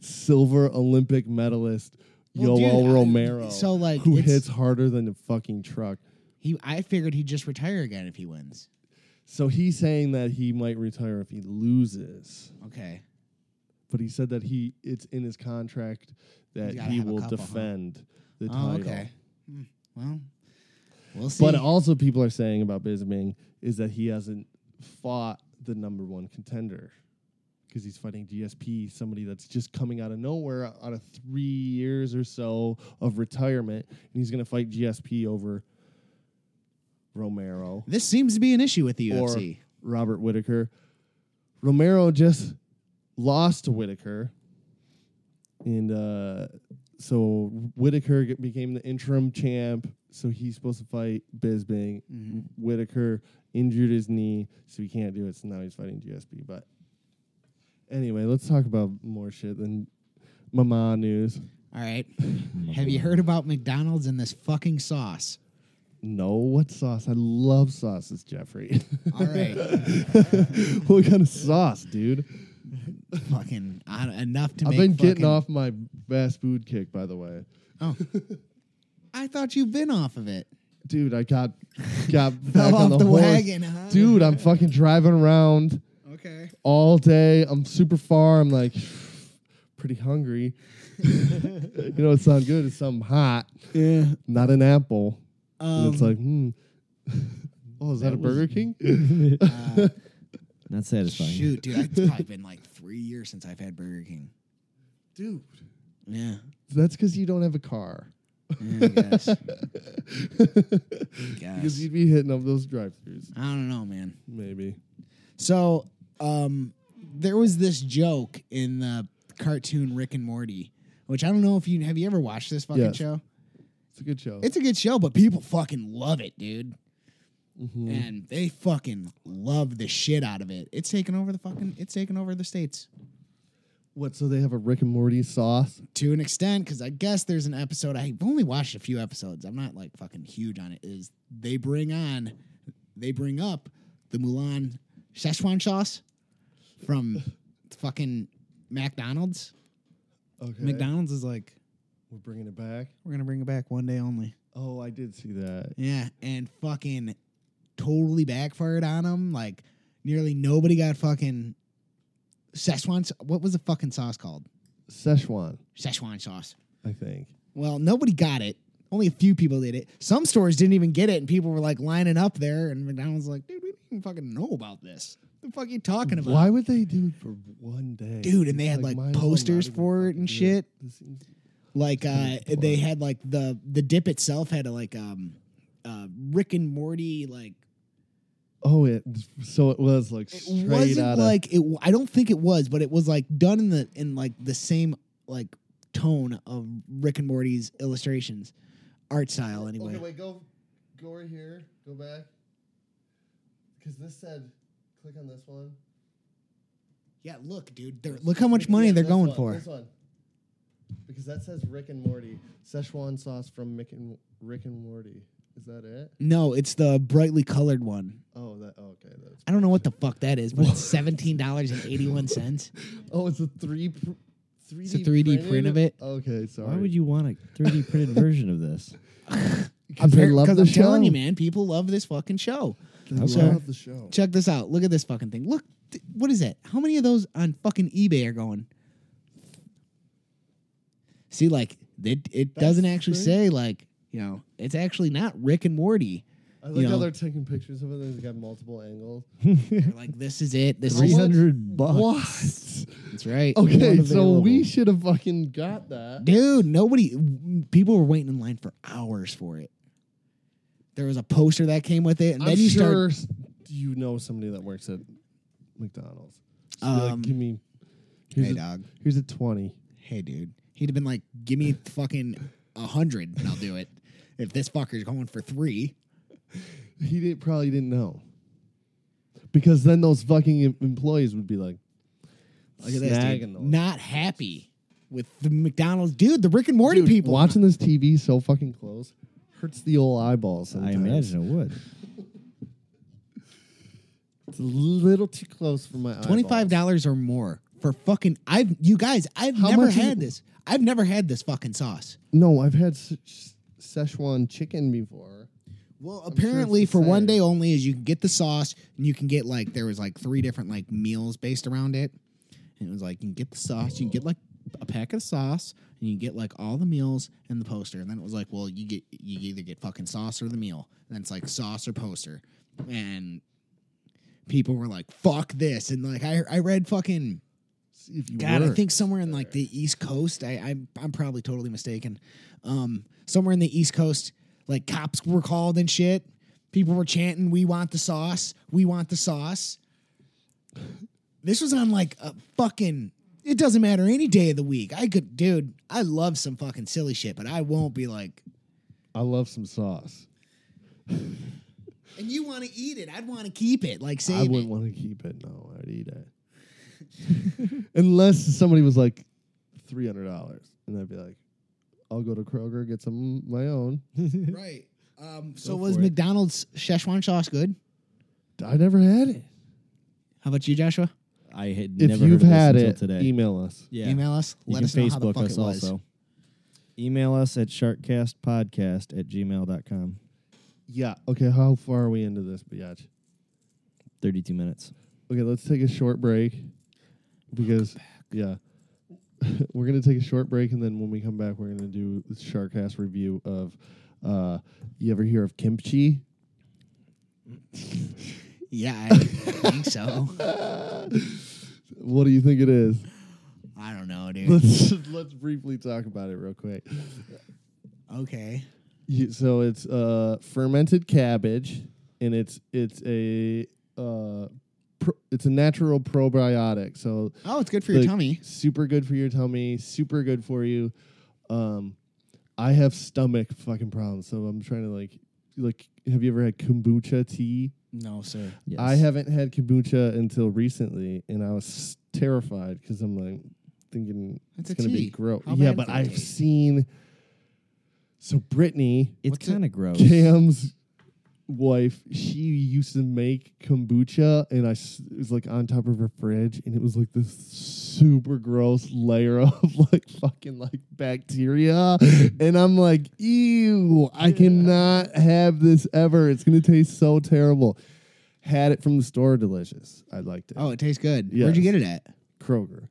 Speaker 2: silver Olympic medalist.
Speaker 1: Well, dude,
Speaker 2: Yoel
Speaker 1: I-
Speaker 2: Romero,
Speaker 1: so, like,
Speaker 2: who
Speaker 1: it's-
Speaker 2: hits harder than a fucking truck.
Speaker 1: He, I figured he'd just retire again if he wins.
Speaker 2: So he's saying that he might retire if he loses,
Speaker 1: Okay,
Speaker 2: but he said that he it's in his contract that
Speaker 1: He's gotta
Speaker 2: he
Speaker 1: have a
Speaker 2: will
Speaker 1: couple, huh?
Speaker 2: defend the
Speaker 1: oh,
Speaker 2: title.
Speaker 1: okay. Hmm, Well, we'll see.
Speaker 2: But uh, also, people are saying about Bisping is that he hasn't fought the number one contender because he's fighting GSP, somebody that's just coming out of nowhere out of three years or so of retirement, and he's going to fight GSP over Romero.
Speaker 1: this seems to be an issue with the
Speaker 2: or
Speaker 1: UFC.
Speaker 2: Robert Whitaker. Romero just lost to Whitaker, and uh, so Whitaker get- became the interim champ. so he's supposed to fight Bisbing. Whitaker injured his knee, so he can't do it. So now he's fighting GSP. But anyway, let's talk about more shit than Mama news.
Speaker 1: All
Speaker 2: [LAUGHS]
Speaker 1: right. Have you heard about McDonald's and this fucking sauce?
Speaker 2: No, what sauce? I love sauces, Jeffrey. [LAUGHS]
Speaker 1: All right.
Speaker 2: what kind of sauce, dude?
Speaker 1: fucking I don't- enough to
Speaker 2: I've
Speaker 1: make
Speaker 2: been getting
Speaker 1: fucking-
Speaker 2: off my fast food kick, by the way. [LAUGHS]
Speaker 1: Oh. I thought you'd been off of it.
Speaker 2: Dude,
Speaker 1: [LAUGHS]
Speaker 2: I got got
Speaker 1: Fell
Speaker 2: back on
Speaker 1: off
Speaker 2: the,
Speaker 1: the
Speaker 2: horse.
Speaker 1: wagon, huh?
Speaker 2: Dude, I'm fucking driving around
Speaker 1: Okay.
Speaker 2: all day. I'm super far. I'm like [SIGHS] pretty hungry. [LAUGHS] you know, it sounds good. It's something hot,
Speaker 1: Yeah.
Speaker 2: not an apple. And it's
Speaker 1: Um,
Speaker 2: like, hmm.
Speaker 1: [LAUGHS]
Speaker 2: Oh, is that, a
Speaker 3: was-
Speaker 2: Burger King? [LAUGHS]
Speaker 3: Not satisfying.
Speaker 1: Uh, Shoot, dude, it's probably been like three years since I've had Burger King.
Speaker 2: Dude,
Speaker 1: [LAUGHS] Yeah.
Speaker 2: that's because you don't have a car.
Speaker 1: yeah I guess.
Speaker 2: [LAUGHS] Because
Speaker 1: guess.
Speaker 2: you'd be hitting up those drive-throughs,
Speaker 1: I don't know, man.
Speaker 2: maybe.
Speaker 1: So, um, there was this joke in the cartoon Rick and Morty, which I don't know if you have you ever watched this fucking
Speaker 2: Yes.
Speaker 1: show.
Speaker 2: It's a good show.
Speaker 1: It's a good show, but people fucking love it, dude. And they fucking love the shit out of it. It's taken over the fucking. It's taken over the states
Speaker 2: what? So they have a Rick and Morty sauce?
Speaker 1: to an extent, because I guess there's an episode. I've only watched a few episodes. I'm not like fucking huge on it. Is they bring on, they bring up the Mulan Szechuan sauce from fucking McDonald's.
Speaker 2: Okay.
Speaker 1: McDonald's is like,
Speaker 2: We're bringing it back.
Speaker 1: we're gonna bring it back one day only.
Speaker 2: Oh, I did see that.
Speaker 1: Yeah, and fucking totally backfired on them. Like nearly nobody got fucking Szechuan. s- What was the fucking sauce called?
Speaker 2: Szechuan,
Speaker 1: Szechuan sauce.
Speaker 2: I think.
Speaker 1: Well, nobody got it. Only a few people did it. Some stores didn't even get it, and people were like lining up there. And McDonald's like, dude, we didn't even fucking know about this. The fuck you talking about?
Speaker 2: Why would they do it for one day?
Speaker 1: Dude, and they
Speaker 2: It's
Speaker 1: had, like,
Speaker 2: might as well not
Speaker 1: posters
Speaker 2: even
Speaker 1: for it
Speaker 2: fucking
Speaker 1: and
Speaker 2: do
Speaker 1: shit.
Speaker 2: This seems-
Speaker 1: Like uh, they had like the the dip itself had a like um uh Rick and Morty like
Speaker 2: Oh, it. So it was like
Speaker 1: it
Speaker 2: straight out
Speaker 1: wasn't
Speaker 2: of.
Speaker 1: like it i don't think it was but it was like done in the in like the same like tone of rick and morty's illustrations art style anyway
Speaker 2: wait, go, go right here. Go back. Because this said, click on this one.
Speaker 1: yeah look dude they're, look how much money they're going for
Speaker 2: one. Because that says Rick and Morty. Szechuan sauce from Mick and, Rick and Morty. Is that it?
Speaker 1: no it's the brightly colored one
Speaker 2: Oh, that. Okay, that's.
Speaker 1: i don't know what the fuck that is but it's
Speaker 2: [LAUGHS]
Speaker 1: $17.81
Speaker 2: Oh, it's a three. Pr- 3D
Speaker 1: a 3D print
Speaker 2: printed-
Speaker 1: of it.
Speaker 2: Okay, sorry.
Speaker 3: Why would you want a 3D printed version of this?
Speaker 2: I
Speaker 1: Appar-
Speaker 2: love the
Speaker 1: i'm
Speaker 2: show.
Speaker 1: telling you man people love this fucking show
Speaker 2: I
Speaker 3: Okay.
Speaker 2: love the show.
Speaker 1: check this out look at this fucking thing look th- what is that how many of those on fucking ebay are going see like it, it
Speaker 2: That's
Speaker 1: doesn't actually
Speaker 2: great.
Speaker 1: say like you know it's actually not rick and morty
Speaker 2: I like
Speaker 1: you
Speaker 2: how
Speaker 1: know.
Speaker 2: they're taking pictures of it. and They've got
Speaker 1: [LAUGHS]
Speaker 2: multiple angles.
Speaker 1: They're like this is it this
Speaker 2: Three
Speaker 1: is
Speaker 2: hundred-
Speaker 3: 300 bucks.
Speaker 1: that's right
Speaker 2: Okay, so we
Speaker 3: Unavailable.
Speaker 2: should have fucking got that.
Speaker 1: dude nobody w- people were waiting in line for hours for it there was a poster that came with it and
Speaker 2: I'm
Speaker 1: then you start
Speaker 2: sure s- you know somebody that works at McDonald's. So you're like,
Speaker 1: Um,
Speaker 2: give me. Here's
Speaker 1: hey,
Speaker 2: a,
Speaker 1: dog.
Speaker 2: Here's a twenty.
Speaker 1: hey dude he'd have been like give me fucking a hundred and i'll do it if this fucker's going for three
Speaker 2: He didn't, probably didn't know. Because then those fucking em- employees would be like,
Speaker 1: Look at this,
Speaker 2: snagging
Speaker 1: dude.
Speaker 2: those.
Speaker 1: Not happy with the McDonald's, dude. The Rick and Morty
Speaker 3: [LAUGHS]
Speaker 2: Dude,
Speaker 1: people.
Speaker 2: watching this TV so fucking close hurts the old eyeballs.
Speaker 3: I
Speaker 2: Sometimes.
Speaker 3: imagine it would.
Speaker 2: it's a little too close for my
Speaker 1: twenty five
Speaker 2: eyeballs.
Speaker 1: dollars or more for fucking. I've you guys. I've
Speaker 2: How
Speaker 1: never
Speaker 2: much is
Speaker 1: had
Speaker 2: it?
Speaker 1: this. I've never had this fucking sauce.
Speaker 2: No, I've had Se- Szechuan chicken before.
Speaker 1: Well,
Speaker 2: sure it's
Speaker 1: apparently
Speaker 2: the
Speaker 1: for one
Speaker 2: same.
Speaker 1: day only is you can get the sauce and you can get like there was like three different like meals based around it. And it was like you can get the sauce, you can get like a pack of sauce, and you can get like all the meals and the poster. And then it was like, well, you get you either get fucking sauce or the meal. And then it's like sauce or poster. And people were like, fuck this. And like I I read fucking
Speaker 2: See if you
Speaker 1: God, I
Speaker 2: work.
Speaker 1: think somewhere in like the East Coast, I, I'm I'm probably totally mistaken. Um, somewhere in the East Coast, like cops were called and shit. People were chanting, "We want the sauce! We want the sauce!" This was on like a fucking. It doesn't matter any day of the week. I could, dude. I love some fucking silly shit, but I won't be like,
Speaker 2: I love some sauce.
Speaker 1: And you want to eat it. I'd want to keep it. Like
Speaker 2: I
Speaker 1: save
Speaker 2: wouldn't
Speaker 1: it.
Speaker 2: want to keep it. No, I'd eat it. [LAUGHS] Unless somebody was like three hundred dollars, and I'd be like, I'll go to Kroger get some of my own.
Speaker 1: Right. Um, so was
Speaker 3: for it.
Speaker 1: McDonald's Szechuan sauce good?
Speaker 2: I never had it.
Speaker 1: How about you, Joshua?
Speaker 3: I had
Speaker 2: If
Speaker 3: never
Speaker 2: you've
Speaker 3: heard of this
Speaker 2: had
Speaker 3: until
Speaker 2: it,
Speaker 3: today.
Speaker 2: email us.
Speaker 3: yeah.
Speaker 1: Email us.
Speaker 3: You
Speaker 1: let
Speaker 3: can
Speaker 1: us know how the
Speaker 3: Facebook
Speaker 1: fuck
Speaker 3: us
Speaker 1: it was.
Speaker 3: also. Email us at sharkcastpodcast at gmail.com.
Speaker 2: Yeah. Okay. How far are we into this, biatch?
Speaker 3: 32 minutes.
Speaker 2: Okay, let's take a short break because yeah, [LAUGHS] we're gonna take a short break, and then when we come back, we're gonna do the Sharkass review of. Uh, you ever hear of kimchi? [LAUGHS]
Speaker 1: Yeah, I think so. [LAUGHS]
Speaker 2: What do you think it is? [LAUGHS]
Speaker 1: I don't know, dude.
Speaker 2: let's let's briefly talk about it real quick.
Speaker 1: Okay.
Speaker 2: You- so it's uh, fermented cabbage, and it's it's a uh, pro, it's a natural probiotic. So
Speaker 1: Oh, it's good for your
Speaker 2: like,
Speaker 1: tummy.
Speaker 2: super good for your tummy, super good for you. Um, I have stomach fucking problems, so I'm trying to like like. Have you ever had kombucha tea?
Speaker 1: No, sir.
Speaker 3: Yes.
Speaker 2: I haven't had kombucha until recently, and I was terrified because I'm like thinking
Speaker 1: It's
Speaker 2: it's,
Speaker 1: a
Speaker 2: gonna
Speaker 1: tea.
Speaker 2: be gross.
Speaker 1: How
Speaker 2: yeah,
Speaker 1: bad
Speaker 2: but
Speaker 1: is it gonna
Speaker 2: I've
Speaker 1: be?
Speaker 2: seen. So Brittany,
Speaker 3: It's
Speaker 1: What's it-
Speaker 3: kind of gross.
Speaker 2: Cam's wife, she used to make kombucha, and I s- it was like on top of her fridge, and it was like this super gross layer [LAUGHS] of like fucking like bacteria, and I'm like, ew, I cannot have this ever. It's gonna taste so terrible. Had it from the store, delicious. I liked it.
Speaker 1: Oh, it tastes good.
Speaker 2: Yes.
Speaker 1: Where'd you get it at?
Speaker 2: Kroger.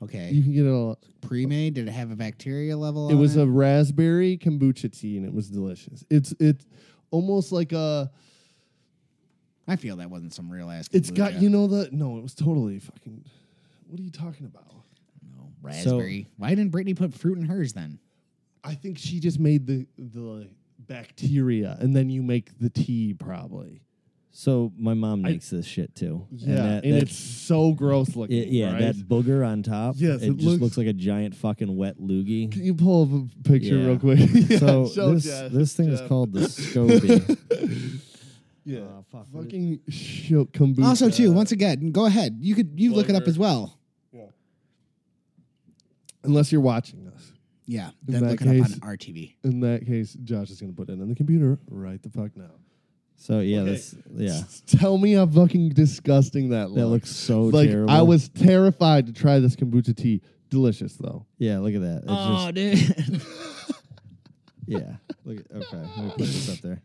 Speaker 2: You
Speaker 1: Okay.
Speaker 2: can get it all.
Speaker 1: Pre-made? Did it have a bacteria level?
Speaker 2: It
Speaker 1: on
Speaker 2: was a raspberry kombucha tea, and it was delicious. It's it's almost like a.
Speaker 1: I feel that wasn't some real ass.
Speaker 2: It's got
Speaker 1: kombucha.
Speaker 2: you know the no. It was totally fucking. What are you talking about?
Speaker 1: No, raspberry. Why didn't Brittany put fruit in hers then?
Speaker 2: I think she just made the the bacteria, and then you make the tea probably.
Speaker 3: So my mom
Speaker 2: I-
Speaker 3: makes this shit too.
Speaker 2: Yeah, and,
Speaker 3: and, that, that-
Speaker 2: it's so gross looking.
Speaker 3: it- yeah,
Speaker 2: right?
Speaker 3: that booger on top.
Speaker 2: Yes,
Speaker 3: it,
Speaker 2: it
Speaker 3: just looks,
Speaker 2: looks-
Speaker 3: like a giant fucking wet loogie.
Speaker 2: Can you pull up a picture
Speaker 3: Yeah.
Speaker 2: real quick? [LAUGHS] Yeah,
Speaker 3: so
Speaker 2: show
Speaker 3: this,
Speaker 2: Jeff,
Speaker 3: this thing
Speaker 2: Jeff.
Speaker 3: is called the SCOBY.
Speaker 2: yeah.
Speaker 3: Oh, fuck, what is-
Speaker 2: fucking show kombucha.
Speaker 1: Also, too, once again, go ahead. You could you look it up
Speaker 2: Flavor.
Speaker 1: as well.
Speaker 2: unless you're watching us.
Speaker 1: Yeah,
Speaker 2: In
Speaker 1: then
Speaker 2: that
Speaker 1: look it up
Speaker 2: case-
Speaker 1: on RTV.
Speaker 2: In that case, Josh is gonna put it on the computer right the fuck now.
Speaker 3: so yeah,
Speaker 2: Okay.
Speaker 3: that's yeah.
Speaker 2: [LAUGHS] Tell me how fucking disgusting that looks.
Speaker 3: That looks so
Speaker 2: like
Speaker 3: Oh, terrible.
Speaker 2: I was terrified to try this kombucha tea. Delicious though.
Speaker 3: yeah. Look at that. It's
Speaker 1: Oh, [LAUGHS]
Speaker 3: just,
Speaker 1: dude.
Speaker 3: yeah. Look at, okay. Let me put this up there.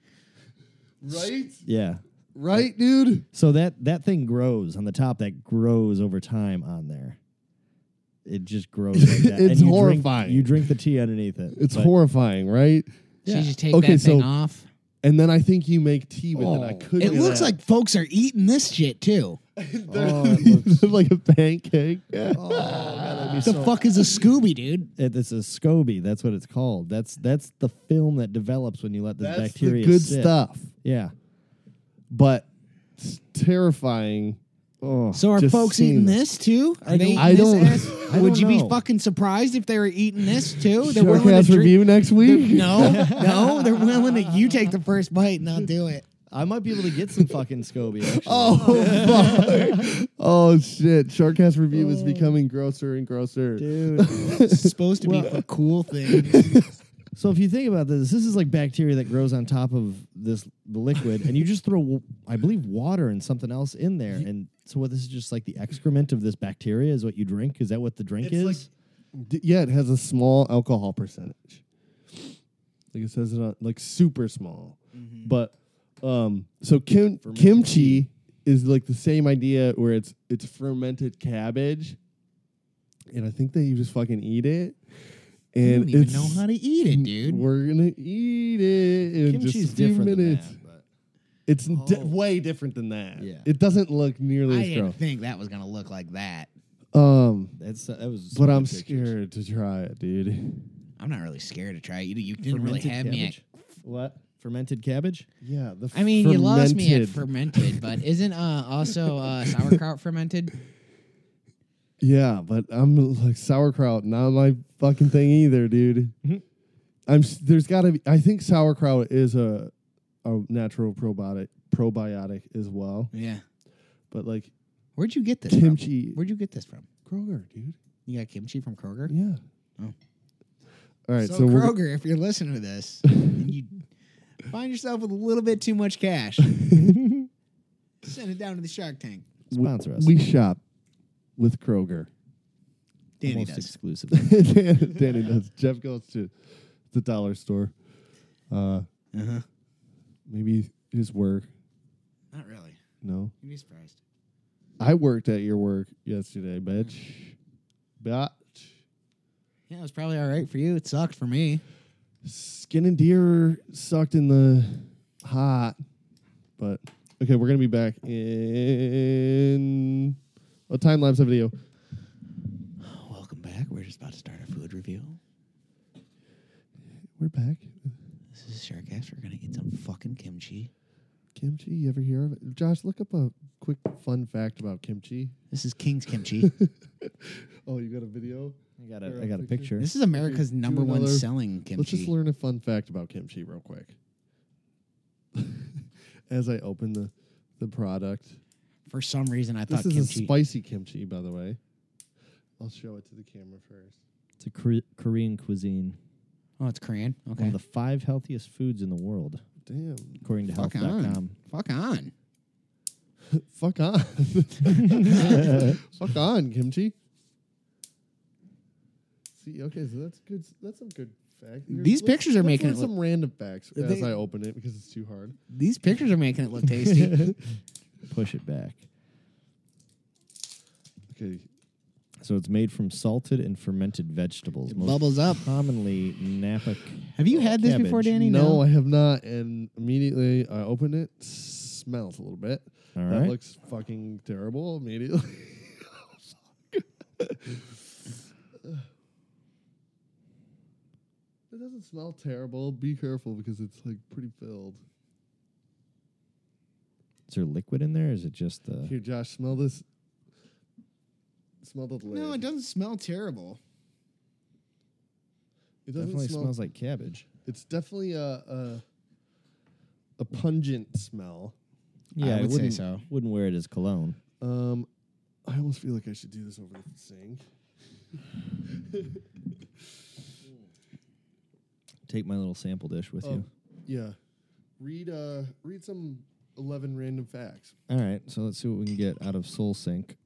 Speaker 2: Right?
Speaker 3: Yeah.
Speaker 2: Right, dude?
Speaker 3: So that that thing grows on the top. That grows over time on there. It just
Speaker 2: [LAUGHS]
Speaker 3: grows like
Speaker 2: It's
Speaker 3: that. And you drink-
Speaker 2: horrifying.
Speaker 3: you drink the tea underneath it.
Speaker 2: It's
Speaker 3: but-
Speaker 2: horrifying, right?
Speaker 1: She
Speaker 3: Yeah.
Speaker 1: should take
Speaker 2: Okay,
Speaker 1: that thing
Speaker 2: so-
Speaker 1: off.
Speaker 2: And then I think you make tea with it. I
Speaker 3: Oh.
Speaker 2: couldn't.
Speaker 1: It looks
Speaker 2: [LAUGHS]
Speaker 1: like folks are eating this shit too.
Speaker 3: Oh, it looks-
Speaker 2: like a pancake.
Speaker 1: Oh, The fuck is a Scooby, dude?
Speaker 3: It, it's a SCOBY. That's what it's called. That's that's the film that develops when you let this
Speaker 2: That's the
Speaker 3: bacteria.
Speaker 2: good
Speaker 3: sit.
Speaker 2: stuff.
Speaker 3: Yeah.
Speaker 2: But it's terrifying. Oh,
Speaker 1: So are
Speaker 2: just
Speaker 1: folks
Speaker 2: seeing
Speaker 1: eating this too? Are they eating
Speaker 2: I don't-
Speaker 1: this? ass?
Speaker 3: I
Speaker 1: Would
Speaker 3: don't
Speaker 1: you be
Speaker 3: know.
Speaker 1: fucking surprised if they were eating this too? They're willing to
Speaker 2: Sharkass
Speaker 1: drink-
Speaker 2: review next week?
Speaker 1: No, no, they're willing to. You take the first bite and I'll do it.
Speaker 3: I might be able to get some fucking
Speaker 2: [LAUGHS]
Speaker 3: SCOBY. Actually.
Speaker 2: Oh, fuck. oh, shit. Sharkass review
Speaker 1: Oh.
Speaker 2: is becoming grosser and grosser.
Speaker 3: dude.
Speaker 1: It's supposed to be for cool things.
Speaker 3: So if you think about this, this is like bacteria that grows on top of this the liquid, and you just throw, w- I believe, water and something else in there, and so what? This is just like the excrement of this bacteria is what you drink. Is that what the drink
Speaker 2: It's
Speaker 3: is?
Speaker 2: like- D- yeah, it has a small alcohol percentage. Like it says it on, like super small.
Speaker 1: Mm-hmm.
Speaker 2: But um so kim- kimchi is like the same idea where it's it's fermented cabbage. And I think that you just fucking eat it.
Speaker 1: you
Speaker 2: And
Speaker 1: don't even
Speaker 2: it's,
Speaker 1: know how to eat it, dude.
Speaker 2: we're gonna eat it in
Speaker 3: Kimchi's
Speaker 2: just a few
Speaker 3: different than
Speaker 2: minutes.
Speaker 3: that. But
Speaker 2: It's di- way different than that.
Speaker 3: Yeah.
Speaker 2: It doesn't look nearly
Speaker 1: Oh. I
Speaker 2: as
Speaker 1: didn't
Speaker 2: gross.
Speaker 1: think that was gonna look like that.
Speaker 2: Um
Speaker 3: that's uh, that was. some
Speaker 2: but
Speaker 3: good
Speaker 2: I'm
Speaker 3: pictures.
Speaker 2: scared to try it, dude.
Speaker 1: I'm not really scared to try it. You, you didn't really
Speaker 3: Fermented
Speaker 1: have me. At,
Speaker 3: cabbage. What? Fermented cabbage?
Speaker 2: Yeah, the
Speaker 1: I mean, you lost me at
Speaker 2: fermented-
Speaker 1: fermented, but isn't uh, also uh, sauerkraut fermented? Mm-hmm.
Speaker 2: Yeah, but I'm like sauerkraut, not my fucking thing either, dude. I'm s- there's got to be. I think sauerkraut is a a natural probiotic probiotic as well.
Speaker 1: Yeah.
Speaker 2: But like
Speaker 1: Where'd you get this?
Speaker 2: Kimchi-
Speaker 1: From? Where'd you get this from?
Speaker 2: Kroger, dude.
Speaker 1: You got kimchi from Kroger.
Speaker 2: Yeah.
Speaker 1: Oh.
Speaker 2: All right.
Speaker 1: so,
Speaker 2: So,
Speaker 1: Kroger,
Speaker 2: we're,
Speaker 1: if you're listening to [LAUGHS] this, and you find yourself with a little bit too much [LAUGHS] cash, send it down to the Shark Tank.
Speaker 3: Sponsor us.
Speaker 2: we shop with [LAUGHS] Kroger.
Speaker 1: Danny
Speaker 3: Almost
Speaker 1: does.
Speaker 3: exclusively.
Speaker 1: [LAUGHS]
Speaker 2: Danny does. Jeff goes to the dollar store. Uh,
Speaker 1: Uh-huh.
Speaker 2: maybe his work.
Speaker 1: Not really.
Speaker 2: No,
Speaker 1: You'd be surprised.
Speaker 2: I worked at your work yesterday, bitch. Bitch.
Speaker 1: Yeah, it was probably all right for you. It sucked for me.
Speaker 2: Skin and deer sucked in the hot, but okay, we're gonna be back in a time lapse video.
Speaker 1: [SIGHS] Welcome back. We're just about to start our food review.
Speaker 2: We're back.
Speaker 1: This is Sharkass. We're gonna eat some fucking kimchi.
Speaker 2: Kimchi, you ever hear of it? Josh, look up a quick fun fact about kimchi.
Speaker 1: This is King's [LAUGHS] kimchi.
Speaker 2: Oh, you got a video?
Speaker 3: I got a, I got a picture.
Speaker 1: this is America's
Speaker 2: Do
Speaker 1: number one
Speaker 2: another-
Speaker 1: selling kimchi.
Speaker 2: Let's just learn a fun fact about kimchi real quick. [LAUGHS] As I open the the product,
Speaker 1: For some reason, I
Speaker 2: this
Speaker 1: thought
Speaker 2: is
Speaker 1: kimchi.
Speaker 2: a spicy kimchi, by the way. I'll show it to the camera first.
Speaker 3: It's a Kore- Korean cuisine.
Speaker 1: oh, it's Korean. Okay.
Speaker 3: One of the five healthiest foods in the world,
Speaker 2: Damn,
Speaker 3: according to
Speaker 1: Fuck
Speaker 3: health.com.
Speaker 1: on. Fuck on.
Speaker 2: fuck on, [LAUGHS]
Speaker 1: [LAUGHS]
Speaker 2: fuck on, kimchi. See, okay, so that's good. That's some good fact. Here,
Speaker 1: These
Speaker 2: let's-
Speaker 1: pictures are
Speaker 2: let's
Speaker 1: making
Speaker 2: learn
Speaker 1: it look-
Speaker 2: some random facts as
Speaker 1: They-
Speaker 2: I open it because it's too hard.
Speaker 1: These pictures are making [LAUGHS] it look tasty.
Speaker 3: [LAUGHS] Push it back.
Speaker 2: Okay,
Speaker 3: So it's made from salted and fermented vegetables.
Speaker 1: It
Speaker 3: most
Speaker 1: bubbles up.
Speaker 3: Commonly, Napa.
Speaker 1: Have you had this
Speaker 3: Cabbage.
Speaker 1: before, Danny?
Speaker 2: no, I have not. And immediately I open it, smells a little bit.
Speaker 3: All
Speaker 2: that
Speaker 3: right.
Speaker 2: looks fucking terrible. Immediately, [LAUGHS] it doesn't smell terrible. Be careful because it's like pretty filled.
Speaker 3: Is there liquid in there? Or is it just uh, the?
Speaker 2: Here, Josh, smell this. Smell the lid.
Speaker 1: No, it doesn't smell terrible.
Speaker 2: It doesn't
Speaker 3: Definitely
Speaker 2: smell.
Speaker 3: smells like cabbage.
Speaker 2: it's definitely a, a a pungent smell.
Speaker 1: I would say
Speaker 3: wouldn't,
Speaker 1: so.
Speaker 3: Wouldn't wear it as cologne.
Speaker 2: Um, I almost feel like I should do this over the sink.
Speaker 3: Take my little sample dish with you.
Speaker 2: Um, yeah. Read uh read some eleven random facts.
Speaker 1: Oh.
Speaker 3: All right, so let's see what we can get out of Seoul Sync.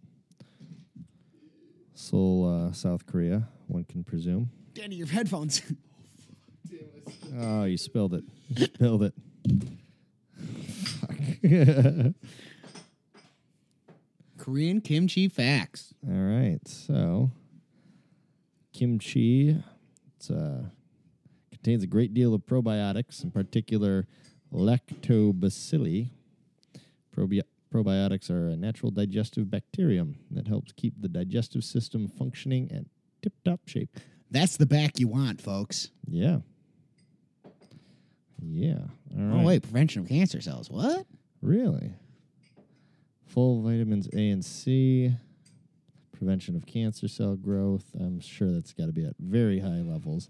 Speaker 3: Seoul, uh, South Korea, one can presume.
Speaker 1: Danny, your headphones. [LAUGHS]
Speaker 3: Oh, you spilled it. [LAUGHS] You spilled it.
Speaker 1: Korean kimchi facts.
Speaker 3: All right, so kimchi it's, uh, contains a great deal of probiotics, in particular lactobacilli. Probi- probiotics are a natural digestive bacterium that helps keep the digestive system functioning at tip-top shape.
Speaker 1: That's the back you want, folks.
Speaker 3: Yeah. Yeah. All right.
Speaker 1: Oh wait, prevention of cancer cells. What?
Speaker 3: Really? Full vitamins A and C, prevention of cancer cell growth. I'm sure that's got to be at very high levels.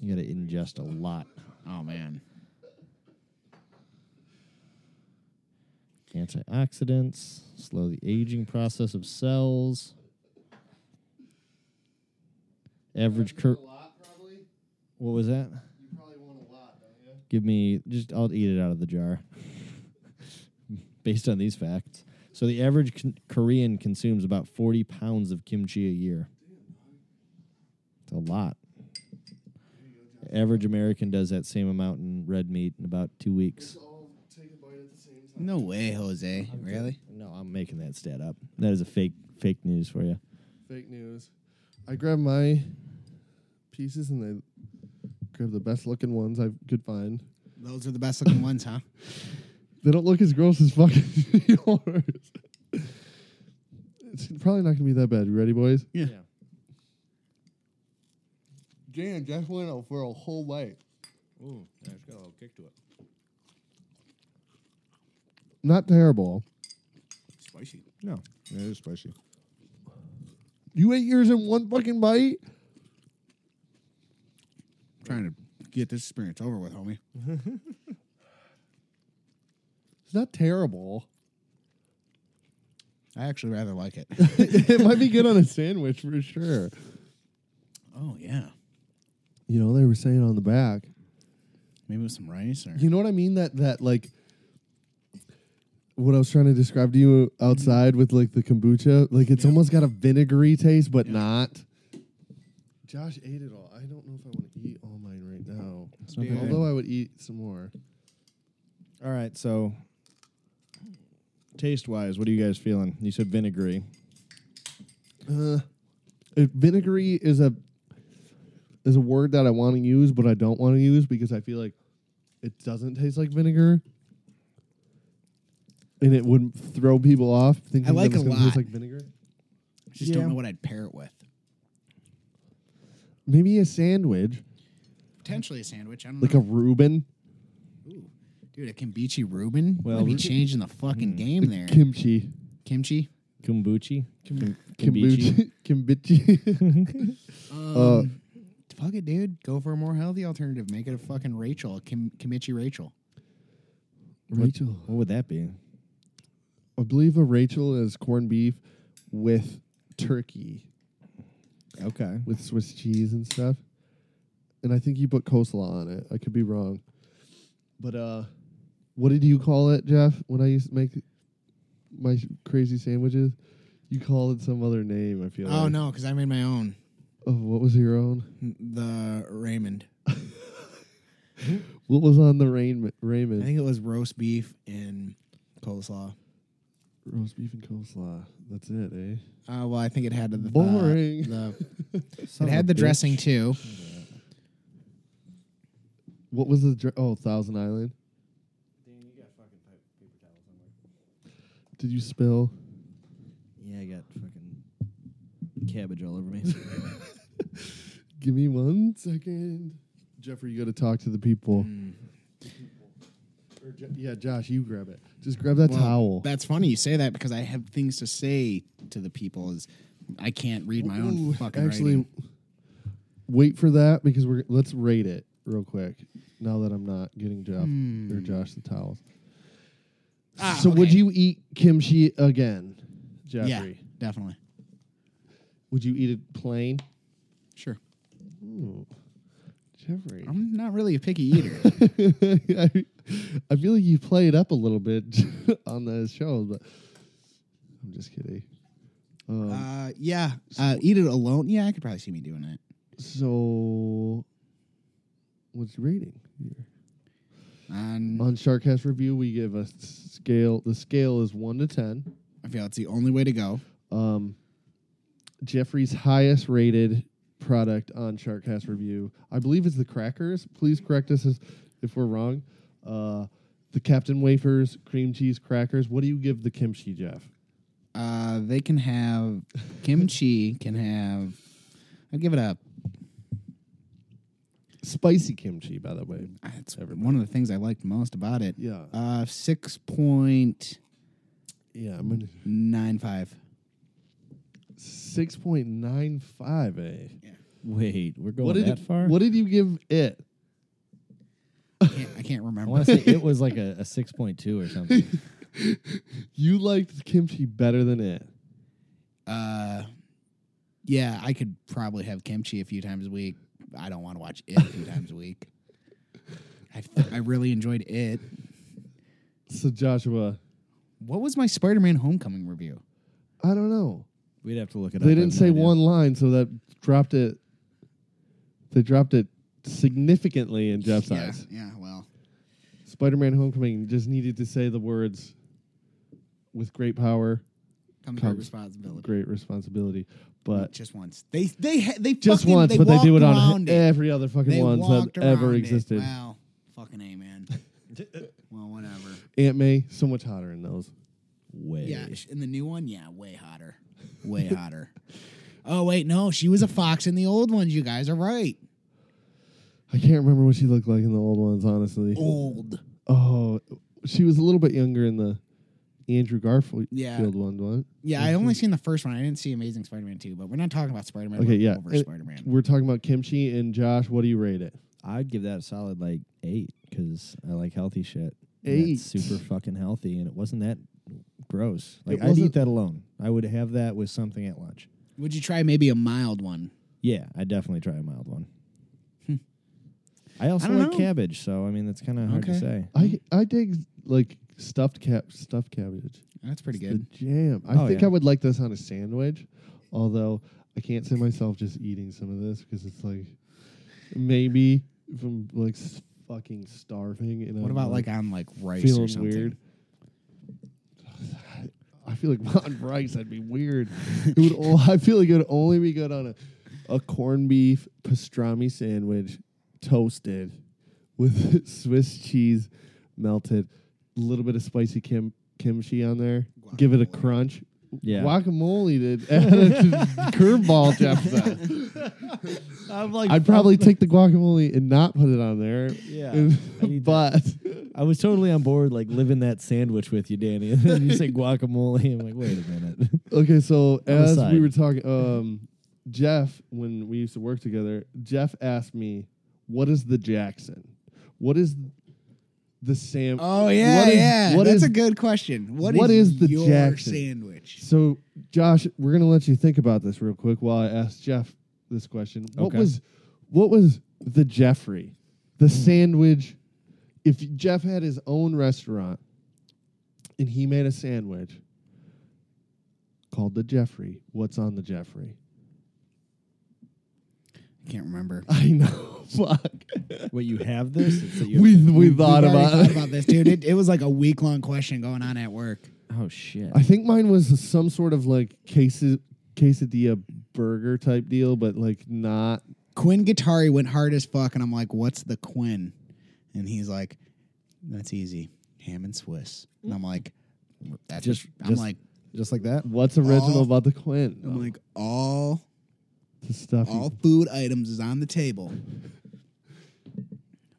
Speaker 3: You got to ingest a lot.
Speaker 1: Oh man.
Speaker 3: Antioxidants, slow the aging process of cells. Average cur-
Speaker 2: lot probably. You
Speaker 3: What was that?
Speaker 2: probably want a lot, don't you?
Speaker 3: Give me just I'll eat it out of the jar. [LAUGHS] Based on these facts. So the average con- Korean consumes about 40 pounds of kimchi a year. It's a lot. Average American does that same amount in red meat in about 2 weeks.
Speaker 2: all take a bite at the same time.
Speaker 1: No way, Jose. Really?
Speaker 3: No, I'm making that stat up. That is a fake fake news for you.
Speaker 2: Fake news. I grabbed my pieces and I grabbed the best looking ones I could find.
Speaker 1: Those are the best looking ones, huh?
Speaker 2: They don't look as gross as fucking [LAUGHS] yours. It's probably not gonna be that bad. You ready, boys?
Speaker 1: Yeah.
Speaker 2: Damn, Jeff went out for a whole life.
Speaker 3: Ooh, that's got a little kick to it.
Speaker 2: Not terrible.
Speaker 1: Spicy.
Speaker 3: No. It is spicy.
Speaker 2: You ate yours in one fucking bite?
Speaker 1: get this experience over with, homie.
Speaker 2: It's not terrible.
Speaker 1: I actually rather like [LAUGHS] it.
Speaker 2: [LAUGHS] it might be good on a sandwich for sure.
Speaker 1: oh yeah,
Speaker 2: You know, they were saying on the back.
Speaker 1: maybe with some rice [LAUGHS] or
Speaker 2: You know what I mean? That that like what I was trying to describe to you outside with like the kombucha, like it's almost got a vinegary taste, but not. Josh ate it all. I don't know if I want to eat all mine right now.
Speaker 3: not
Speaker 1: bad.
Speaker 2: Although I would eat some more.
Speaker 3: All right, so taste wise, what are you guys feeling? You said vinegary.
Speaker 2: Uh, it- vinegary is a is a word that I want to use, but I don't want to use because I feel like it doesn't taste like vinegar, and it would throw people off thinking
Speaker 1: I like
Speaker 2: that it's
Speaker 1: a
Speaker 2: gonna
Speaker 1: lot.
Speaker 2: taste like vinegar.
Speaker 1: I just
Speaker 3: Yeah.
Speaker 1: don't know what I'd pair it with.
Speaker 2: Maybe a sandwich,
Speaker 1: Potentially a sandwich. I don't
Speaker 2: like a
Speaker 1: know.
Speaker 2: Reuben,
Speaker 1: Dude, a kimchi Reuben
Speaker 3: Well,
Speaker 1: well, be [LAUGHS]
Speaker 3: Reuben-
Speaker 1: changing the fucking game there.
Speaker 2: kimchi,
Speaker 1: kimchi.
Speaker 3: Kombucha.
Speaker 2: kombucha, [LAUGHS]
Speaker 1: [LAUGHS]
Speaker 2: kimchi.
Speaker 3: [LAUGHS]
Speaker 1: Um, fuck it, dude. Go for a more healthy alternative. Make it a fucking Rachel, a kim- kimchi Rachel.
Speaker 2: Rachel,
Speaker 3: What would that be?
Speaker 2: I believe a Rachel is corned beef with turkey,
Speaker 3: Okay.
Speaker 2: with Swiss cheese and stuff. And I think you put coleslaw on it. I could be wrong. But uh what did you call it, Jeff, when I used to make my sh- crazy sandwiches? You called it some other name, I feel
Speaker 1: Oh
Speaker 2: like.
Speaker 1: no, because I made my own.
Speaker 2: Oh, what was your own?
Speaker 1: The Raymond.
Speaker 2: What was on the Raymond?
Speaker 1: I
Speaker 2: Raymond?
Speaker 1: think it was roast beef and coleslaw.
Speaker 2: Roast beef and coleslaw. That's it, eh?
Speaker 1: Uh, well, I think it had the the-
Speaker 2: Boring. [LAUGHS]
Speaker 1: the- it had the dressing too.
Speaker 2: What was the dr- oh Thousand Island? Did you spill?
Speaker 3: Yeah, I got fucking cabbage all over [LAUGHS] me.
Speaker 2: Give me one second. Jeffrey, you got to talk to the people.
Speaker 1: Mm.
Speaker 2: Or Jo- yeah, Josh, you grab it. Just grab that
Speaker 1: Well,
Speaker 2: towel.
Speaker 1: That's funny you say that because I have things to say to the people. Is I can't read my own
Speaker 2: Ooh,
Speaker 1: fucking
Speaker 2: Actually,
Speaker 1: writing.
Speaker 2: wait for that because we're let's rate it real quick. Now that I'm not getting Jeff or Josh the towels.
Speaker 1: Hmm. Ah,
Speaker 2: so would
Speaker 1: okay.
Speaker 2: you eat kimchi again,
Speaker 1: Yeah,
Speaker 2: Jeffrey?
Speaker 1: definitely.
Speaker 2: Would you eat it plain?
Speaker 1: Sure.
Speaker 2: Ooh, Jeffrey.
Speaker 1: I'm not really a [LAUGHS] picky eater.
Speaker 2: [LAUGHS] I, I feel like you play it up a little bit [LAUGHS] on the show, but I'm just kidding. Um,
Speaker 1: uh, yeah. Uh, eat it alone. Yeah, I could probably see me doing it.
Speaker 2: so, what's your rating? here?
Speaker 1: And
Speaker 2: On Sharkcast review, we give a s- scale. The scale is one to ten.
Speaker 1: I feel it's the only way to go.
Speaker 2: Um, Jeffrey's highest rated product on Sharkcast review, I believe, is the crackers. Please correct us as- if we're wrong. Uh, the Captain Wafers, cream cheese crackers. What do you give the kimchi, Jeff?
Speaker 1: Uh, they can have kimchi. Can have. I'd give it a.
Speaker 2: Spicy kimchi, by the way.
Speaker 1: It's one of the things I liked most about it.
Speaker 2: Yeah.
Speaker 1: Uh, six point
Speaker 2: Yeah, I'm gonna
Speaker 1: nine five.
Speaker 2: six point nine five. Eh.
Speaker 3: Wait, we're going
Speaker 2: What did
Speaker 3: that
Speaker 2: it-
Speaker 3: far?
Speaker 2: What did you give it?
Speaker 1: I can't, I can't
Speaker 3: I
Speaker 1: remember.
Speaker 3: want to say it was like a, a six point two or [LAUGHS] something.
Speaker 2: You liked kimchi better than it.
Speaker 1: [LAUGHS] uh, yeah, I could probably have kimchi a few times a week. I don't want to watch it a few times a week. I, I really enjoyed it.
Speaker 2: So Joshua,
Speaker 1: What was my Spider-Man Homecoming review?
Speaker 2: I don't know.
Speaker 3: We'd have to look it up.
Speaker 2: They didn't
Speaker 3: I have
Speaker 2: say
Speaker 3: no idea.
Speaker 2: one line, so that dropped it. They dropped it significantly in Jeff's
Speaker 1: Yeah,
Speaker 2: eyes.
Speaker 1: yeah, well,
Speaker 2: Spider-Man: Homecoming just needed to say the words, "With great power,
Speaker 1: comes
Speaker 2: Comes
Speaker 1: great responsibility.
Speaker 2: great responsibility." But
Speaker 1: just once. They they ha- they
Speaker 2: just
Speaker 1: fucking,
Speaker 2: once,
Speaker 1: they
Speaker 2: but they do
Speaker 1: walked
Speaker 2: it on
Speaker 1: around
Speaker 2: every other fucking
Speaker 1: They
Speaker 2: ones
Speaker 1: walked
Speaker 2: that ever
Speaker 1: around it.
Speaker 2: existed.
Speaker 1: Wow, fucking a man. well, whatever.
Speaker 2: Aunt May, so much hotter in those.
Speaker 3: Way.
Speaker 1: Yeah, sh- in the new one, yeah, way hotter, way hotter. Oh wait, no, she was a fox in the old ones. You guys are right.
Speaker 2: I can't remember what she looked like in the old ones, honestly.
Speaker 1: Old.
Speaker 2: Oh, she was a little bit younger in the Andrew Garfield
Speaker 1: Yeah.
Speaker 2: one, was
Speaker 1: Yeah, I only seen the first one. I didn't see Amazing Spider-Man two, but we're not talking about Spider-Man.
Speaker 2: Okay,
Speaker 1: we're
Speaker 2: yeah.
Speaker 1: over
Speaker 2: And
Speaker 1: Spider-Man.
Speaker 2: We're talking about kimchi and Josh. What do you rate it?
Speaker 3: I'd give that a solid like eight because I like healthy shit. And
Speaker 2: Eight.
Speaker 3: That's super fucking healthy, and it wasn't that gross.
Speaker 2: It
Speaker 3: Like I'd
Speaker 2: wasn't-
Speaker 3: eat that alone. I would have that with something at lunch.
Speaker 1: Would you try maybe a mild one?
Speaker 3: Yeah, I definitely try a mild one. I also
Speaker 1: I don't
Speaker 3: like
Speaker 1: know.
Speaker 3: cabbage, so I mean that's kind of hard to
Speaker 1: Okay.
Speaker 3: say.
Speaker 2: I I dig like stuffed cap stuffed cabbage.
Speaker 1: That's pretty
Speaker 2: The
Speaker 1: good.
Speaker 2: jam. I
Speaker 3: Oh,
Speaker 2: think
Speaker 3: yeah.
Speaker 2: I would like this on a sandwich, although I can't see myself just eating some of this because it's like maybe if I'm like s- fucking starving. And
Speaker 1: What
Speaker 2: I'm,
Speaker 1: about like on like rice
Speaker 2: feeling
Speaker 1: or something?
Speaker 2: weird? [SIGHS] I feel like [LAUGHS] on rice, that'd be weird. It would. o- [LAUGHS] I feel like it would only be good on a a corned beef pastrami sandwich, toasted with [LAUGHS] Swiss cheese melted, a little bit of spicy kim kimchi on there. Give it a
Speaker 1: Guacamole.
Speaker 2: crunch.
Speaker 3: Yeah.
Speaker 2: Guacamole did [LAUGHS] add a curveball,
Speaker 3: [LAUGHS]
Speaker 2: Jeff.
Speaker 3: I'm like
Speaker 2: I'd probably [LAUGHS] take the guacamole and not put it on there.
Speaker 3: [LAUGHS] Yeah,
Speaker 2: And-
Speaker 3: I
Speaker 2: [LAUGHS]
Speaker 3: need
Speaker 2: but
Speaker 3: I was totally on board, like living that sandwich with you, Danny. And then you say guacamole. I'm like, wait a minute.
Speaker 2: Okay, so
Speaker 3: the
Speaker 2: as
Speaker 3: side.
Speaker 2: we were talking, um, Jeff, when we used to work together, Jeff asked me, "What is the Jackson? What is the Sam?"
Speaker 1: Oh yeah,
Speaker 2: What is-
Speaker 1: yeah.
Speaker 2: what
Speaker 1: That's
Speaker 2: is-
Speaker 1: a good question.
Speaker 2: what is the
Speaker 1: your
Speaker 2: Jackson?
Speaker 1: sandwich?
Speaker 2: So, Josh, we're gonna let you think about this real quick while I ask Jeff this question. What
Speaker 3: Okay. Hmm.
Speaker 2: was, what was the Jeffrey, the sandwich? If Jeff had his own restaurant and he made a sandwich called the Jeffrey, what's on the Jeffrey?
Speaker 1: I can't remember.
Speaker 2: [LAUGHS] I know. Fuck.
Speaker 3: What you have this? It's that you
Speaker 2: We we
Speaker 1: We've
Speaker 2: thought
Speaker 1: already
Speaker 2: about [LAUGHS]
Speaker 1: thought
Speaker 2: it.
Speaker 1: about this, dude. It, it was like a week long question going on at work.
Speaker 3: oh shit.
Speaker 2: I think mine was some sort of like quesad- quesadilla burger type deal, but like not.
Speaker 1: Quinn Guitari went hard as fuck, and I'm like, "What's the Quinn?" And he's like, "That's easy, ham and Swiss." And I'm like, "That's
Speaker 3: Just-
Speaker 1: just." I'm
Speaker 3: just-
Speaker 1: like,
Speaker 3: Just like that.
Speaker 2: What's original
Speaker 1: Oh.
Speaker 2: about the Quinn?
Speaker 1: I'm like, all
Speaker 2: the stuff. you-
Speaker 1: all food items is on the table.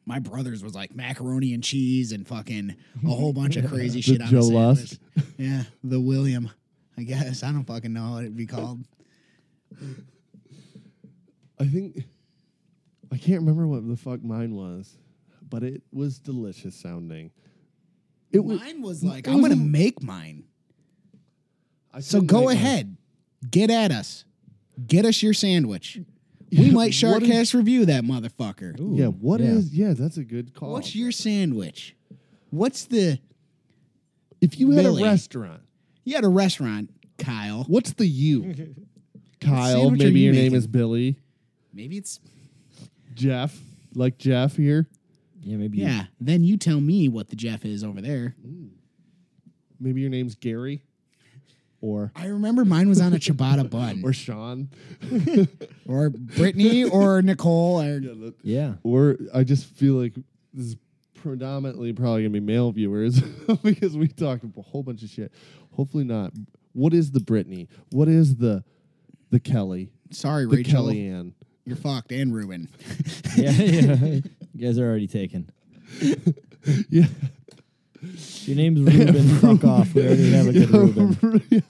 Speaker 1: My brother's was like macaroni and cheese and fucking a whole bunch of
Speaker 2: [LAUGHS]
Speaker 1: crazy shit on
Speaker 2: Joe
Speaker 1: the sandwich.
Speaker 2: Lust.
Speaker 1: Yeah, the William, I guess. I don't fucking know what it'd be called.
Speaker 2: I think I can't remember what the fuck mine was, but it was delicious sounding. It was.
Speaker 1: Mine was like,
Speaker 2: it
Speaker 1: I'm
Speaker 2: was
Speaker 1: gonna
Speaker 2: a-
Speaker 1: make mine.
Speaker 2: I
Speaker 1: So
Speaker 2: couldn't
Speaker 1: go
Speaker 2: make mine.
Speaker 1: ahead, get at us, get us your sandwich. We
Speaker 2: [LAUGHS]
Speaker 1: might
Speaker 2: What is-
Speaker 1: Sharkcast review that motherfucker.
Speaker 3: Ooh,
Speaker 2: Yeah. What is?
Speaker 3: yeah.
Speaker 2: yeah. that's a good call.
Speaker 1: What's your sandwich? What's the
Speaker 2: If you had
Speaker 1: Billy?
Speaker 2: a restaurant,
Speaker 1: you had a restaurant, Kyle?
Speaker 2: what's the
Speaker 1: [LAUGHS]
Speaker 2: you? Kyle.
Speaker 1: sandwich are
Speaker 2: Maybe
Speaker 1: you
Speaker 2: your name
Speaker 1: making?
Speaker 2: is Billy.
Speaker 1: Maybe it's
Speaker 2: Jeff, like Jeff here.
Speaker 3: Yeah, maybe. you-
Speaker 1: yeah. Then you tell me what the Jeff is over there.
Speaker 2: Maybe your name's Gary or
Speaker 1: I remember mine was on a [LAUGHS] ciabatta bun,
Speaker 2: or Sean.
Speaker 1: or Brittany, or Nicole, or
Speaker 3: yeah.
Speaker 2: Or I just feel like this is predominantly probably gonna be male viewers [LAUGHS] because we talked a whole bunch of shit. Hopefully not. What is the Brittany? What is the the Kelly?
Speaker 1: sorry,
Speaker 2: The
Speaker 1: Rachel,
Speaker 2: Kellyanne. [LAUGHS]
Speaker 1: you're fucked, and Ruben.
Speaker 3: [LAUGHS] yeah, yeah. You guys are already taken.
Speaker 2: Yeah. [LAUGHS]
Speaker 3: Your name's [LAUGHS] Ruben. Fuck off. We already have a good Ruben.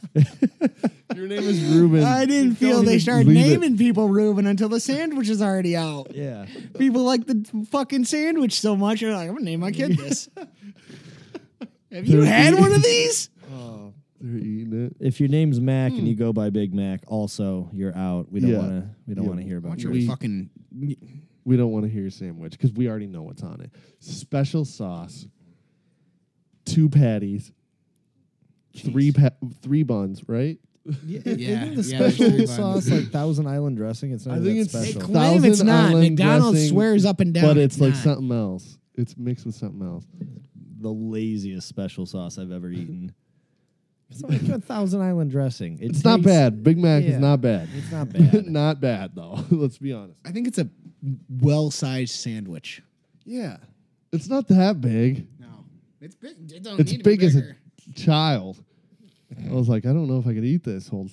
Speaker 2: Your name is Ruben.
Speaker 1: I didn't feel
Speaker 2: don't
Speaker 1: they
Speaker 2: even
Speaker 1: started
Speaker 2: leave it.
Speaker 1: naming people Ruben until the sandwich is already out.
Speaker 3: Yeah.
Speaker 1: People like the fucking sandwich so much, they're like, I'm gonna name my kid [LAUGHS] this. Have you
Speaker 2: They're
Speaker 1: had
Speaker 2: eating-
Speaker 1: one of [LAUGHS] these?
Speaker 2: Oh, they're eating it.
Speaker 3: If your name's Mac and you go by Big Mac, also you're out. We don't
Speaker 2: Yeah.
Speaker 3: want to. We don't
Speaker 2: Yeah.
Speaker 3: want to hear
Speaker 1: I
Speaker 3: about
Speaker 1: want
Speaker 3: you.
Speaker 1: your
Speaker 2: We-
Speaker 1: fucking
Speaker 2: We don't want to hear your sandwich because we already know what's on it. Special sauce, two patties, three pa- three buns, right?
Speaker 3: Yeah,
Speaker 1: [LAUGHS] Yeah,
Speaker 3: Isn't the
Speaker 1: yeah, there's
Speaker 3: special
Speaker 1: three
Speaker 3: sauce like Thousand Island dressing? It's not
Speaker 2: I
Speaker 3: even
Speaker 2: think
Speaker 3: that
Speaker 2: it's-
Speaker 1: They
Speaker 3: special.
Speaker 2: Thousand
Speaker 1: claim it's not.
Speaker 2: Island
Speaker 1: McDonald's
Speaker 2: dressing,
Speaker 1: swears up and down.
Speaker 2: but it's like
Speaker 1: not.
Speaker 2: something else. It's mixed with something else.
Speaker 3: the laziest special sauce I've ever [LAUGHS] eaten. It's like a Thousand Island dressing. It
Speaker 2: It's not
Speaker 3: tastes-
Speaker 2: bad. Big Mac
Speaker 3: yeah.
Speaker 2: is not bad.
Speaker 3: It's
Speaker 2: [LAUGHS]
Speaker 3: not bad.
Speaker 2: not bad though. [LAUGHS] Let's be honest.
Speaker 1: I think it's a well-sized sandwich.
Speaker 2: Yeah, it's not that big.
Speaker 1: No, it's big. It don't
Speaker 2: It's
Speaker 1: need to
Speaker 2: big
Speaker 1: be
Speaker 2: as a
Speaker 1: bigger.
Speaker 2: child. I was like, I don't know if I could eat this whole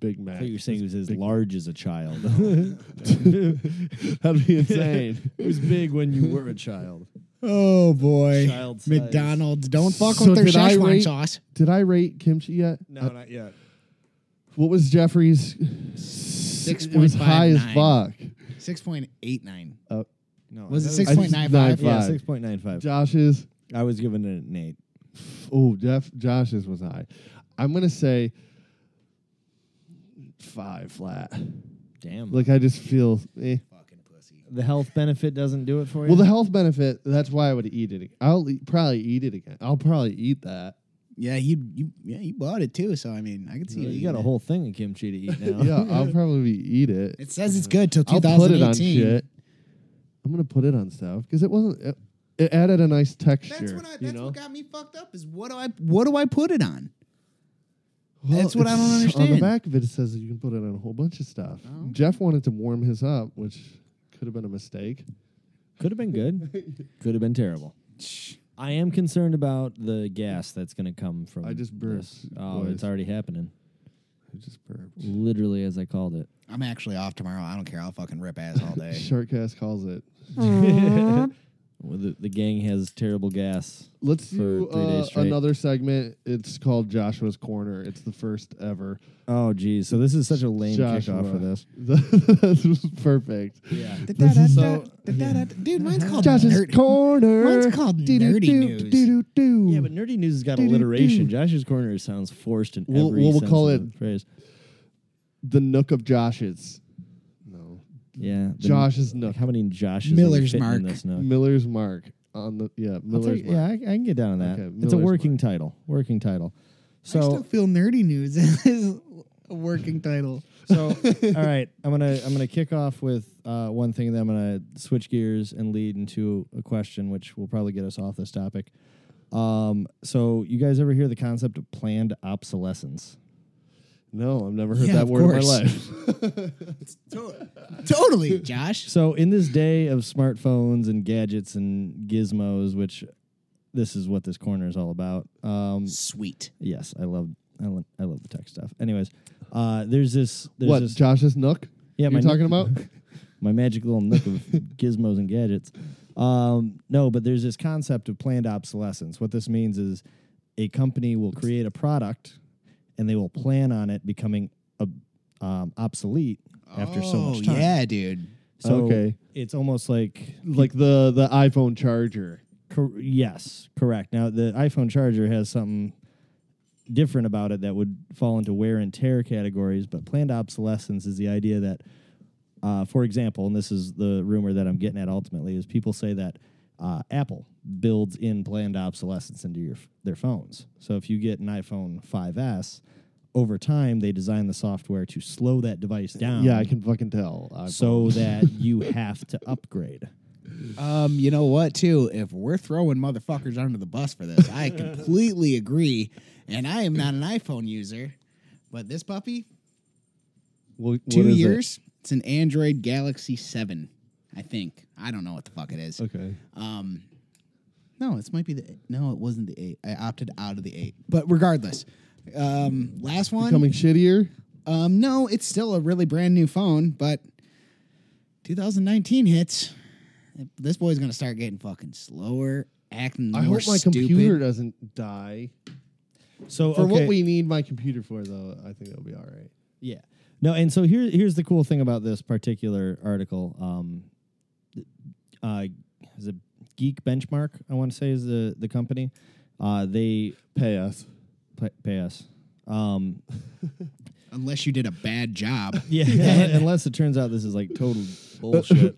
Speaker 2: Big
Speaker 3: I
Speaker 2: Mac.
Speaker 3: thought you were saying it was as
Speaker 2: Big-
Speaker 3: large as a [LAUGHS] child.
Speaker 2: [LAUGHS] That'd be insane.
Speaker 3: it was big when you were a child.
Speaker 1: Oh boy,
Speaker 3: Child size.
Speaker 1: McDonald's! Don't fuck
Speaker 2: So
Speaker 1: with their
Speaker 2: did I
Speaker 1: Szechuan
Speaker 2: rate-
Speaker 1: sauce.
Speaker 2: [LAUGHS] Did I rate kimchi yet? Uh,
Speaker 3: not yet.
Speaker 2: What was Jeffrey's? It was high as
Speaker 1: 6.59.
Speaker 2: fuck.
Speaker 1: Six point eight nine.
Speaker 3: No,
Speaker 1: Was it
Speaker 3: I-
Speaker 1: six point nine five?
Speaker 2: I-
Speaker 3: Yeah,
Speaker 2: five?
Speaker 3: six point nine five.
Speaker 2: Josh's.
Speaker 3: I was giving it an eight.
Speaker 2: Oh, Jeff. Josh's was high. I'm gonna say five flat.
Speaker 3: Damn.
Speaker 2: Like I just feel. Eh.
Speaker 1: Fucking pussy.
Speaker 3: the health benefit doesn't do it for you.
Speaker 2: Well, the health benefit. That's why I would eat it. I'll eat, probably eat it again. I'll probably eat that.
Speaker 1: Yeah, you you yeah you bought it too. So I mean, I can see
Speaker 3: you,
Speaker 1: you
Speaker 3: got
Speaker 1: eating
Speaker 3: a
Speaker 1: it.
Speaker 3: whole thing of kimchi to
Speaker 2: [LAUGHS]
Speaker 3: eat now.
Speaker 2: Yeah, I'll probably eat it.
Speaker 1: It says it's good till
Speaker 2: I'll put it
Speaker 1: 2018.
Speaker 2: on shit. I'm gonna put it on stuff because it wasn't. It, it added a nice texture.
Speaker 1: That's what I, that's
Speaker 2: you know?
Speaker 1: what got me fucked up. Is what do I what do I put it on?
Speaker 2: Well,
Speaker 1: That's what I don't
Speaker 2: it's- On
Speaker 1: understand.
Speaker 2: the back of it, it says that you can put it on a whole bunch of stuff.
Speaker 1: Oh.
Speaker 2: Jeff wanted to warm his up, which could have been a mistake.
Speaker 3: Could have
Speaker 2: [LAUGHS]
Speaker 3: been good. Could have been terrible. I am concerned about the gas that's going to come from.
Speaker 2: I just burped,
Speaker 3: this. Oh,
Speaker 2: boys.
Speaker 3: it's already happening.
Speaker 2: I just burped.
Speaker 3: Literally as I called it.
Speaker 1: I'm actually off tomorrow. I don't care. I'll fucking rip ass all [LAUGHS] day.
Speaker 2: Sharkcast calls it.
Speaker 3: Well, The, the gang has terrible gas.
Speaker 2: Let's
Speaker 3: For
Speaker 2: do
Speaker 3: three days
Speaker 2: uh,
Speaker 3: straight.
Speaker 2: another segment. It's called Joshua's Corner. It's the first ever.
Speaker 3: Oh, geez. So this is such a lame
Speaker 2: Joshua.
Speaker 3: kickoff for this.
Speaker 2: [LAUGHS] this was perfect.
Speaker 3: Yeah.
Speaker 2: so-
Speaker 1: Dude, mine's called
Speaker 2: Josh's
Speaker 1: nerdy.
Speaker 2: Corner.
Speaker 1: Mine's called
Speaker 2: Do-do-do,
Speaker 1: Nerdy News.
Speaker 2: do-do-do.
Speaker 3: Yeah, but nerdy news has got
Speaker 2: Do, do, do.
Speaker 3: alliteration. Josh's corner sounds forced in
Speaker 2: We'll-
Speaker 3: every
Speaker 2: we'll
Speaker 3: sense
Speaker 2: call
Speaker 3: of
Speaker 2: it-
Speaker 3: the phrase.
Speaker 2: the Nook of Josh's. No.
Speaker 3: Yeah, the-
Speaker 2: Josh's
Speaker 3: Like
Speaker 2: Nook.
Speaker 3: how many Joshes?
Speaker 1: Miller's
Speaker 3: are
Speaker 1: Mark.
Speaker 3: In this nook?
Speaker 2: Miller's Mark on the yeah
Speaker 3: I'll
Speaker 2: Miller's
Speaker 3: take-
Speaker 2: Mark.
Speaker 3: yeah, I, I can get down on that.
Speaker 2: Okay,
Speaker 3: it's a
Speaker 2: Miller's
Speaker 3: working
Speaker 2: Mark.
Speaker 3: title. Working title.
Speaker 1: I still
Speaker 3: So,
Speaker 1: feel nerdy news [LAUGHS] is a working title. [LAUGHS]
Speaker 3: so all right. I'm gonna I'm gonna kick off with uh, one thing, and then I'm gonna switch gears and lead into a question, which will probably get us off this topic. Um, so you guys ever hear the concept of planned obsolescence?
Speaker 2: No, I've never heard
Speaker 1: Yeah,
Speaker 2: that
Speaker 1: of
Speaker 2: word in
Speaker 1: course.
Speaker 2: my life.
Speaker 1: totally, Josh.
Speaker 3: So in this day of smartphones and gadgets and gizmos, which this is what this corner is all about. Um,
Speaker 1: Sweet.
Speaker 3: yes, I love I love, I love the tech stuff. Anyways, uh, there's this there's
Speaker 2: what
Speaker 3: this,
Speaker 2: Josh's Nook?
Speaker 3: Yeah,
Speaker 2: you're
Speaker 3: my
Speaker 2: talking
Speaker 3: nook-
Speaker 2: about.
Speaker 3: [LAUGHS]
Speaker 2: [LAUGHS]
Speaker 3: my magic little nook of [LAUGHS] gizmos and gadgets. Um, no, but there's this concept of planned obsolescence. What this means is a company will create a product and they will plan on it becoming ob um, obsolete after so much time.
Speaker 1: Oh, yeah, dude.
Speaker 3: So
Speaker 2: Oh, Okay.
Speaker 3: it's almost like
Speaker 2: like the the iPhone charger.
Speaker 3: Cor- yes, correct. Now the iPhone charger has something different about it that would fall into wear and tear categories, but planned obsolescence is the idea that, uh, for example, and this is the rumor that I'm getting at ultimately is people say that uh, Apple builds in planned obsolescence into your their phones. So if you get an iPhone 5s, over time they design the software to slow that device down.
Speaker 2: yeah, I can fucking tell. iPhone.
Speaker 3: Um, So that you have to upgrade.
Speaker 1: Um, you know what, too? If we're throwing motherfuckers under the bus for this,
Speaker 2: [LAUGHS]
Speaker 1: I completely agree. And I am not an iPhone user, but this puppy,
Speaker 2: Wha- what
Speaker 1: two
Speaker 2: is it?
Speaker 1: years, it's an Android Galaxy 7, I think. I don't know what the fuck it is.
Speaker 2: Okay.
Speaker 1: Um, no, this might be the no. It wasn't the eight. I opted out of the eight. But regardless, um, last one.
Speaker 2: Becoming shittier.
Speaker 1: Um, no, it's still a really brand new phone, but 2019 hits. This boy's gonna start getting fucking slower, acting
Speaker 2: I
Speaker 1: more
Speaker 2: hope my
Speaker 1: stupid.
Speaker 2: computer doesn't die.
Speaker 3: So
Speaker 2: For what
Speaker 3: okay.
Speaker 2: we need my computer for, though, I think it'll be all right.
Speaker 3: Yeah. No, and so here, here's the cool thing about this particular article. Um, uh, is it Geek Benchmark? I want to say is the the company. Uh, they
Speaker 2: Pay us.
Speaker 3: pay, pay us. Um,
Speaker 1: Unless you did a bad [LAUGHS] job.
Speaker 3: [LAUGHS] yeah, unless it turns out this is like total bullshit.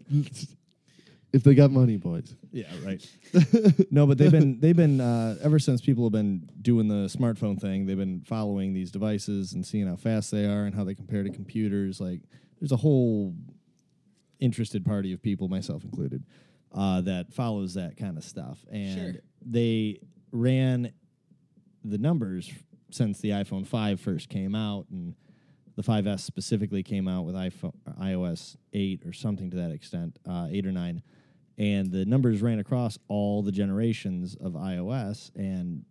Speaker 2: if they got money, boys.
Speaker 3: [LAUGHS] Yeah, right. [LAUGHS] no, but they've been they've been uh, ever since people have been doing the smartphone thing. They've been following these devices and seeing how fast they are and how they compare to computers. Like, there's a whole interested party of people, myself included, uh, that follows that kind of stuff. And
Speaker 1: Sure.
Speaker 3: they ran the numbers since the iPhone 5 first came out and the 5S specifically came out with iPhone or iOS 8 or something to that extent, uh, 8 or 9. And the numbers ran across all the generations of iOS and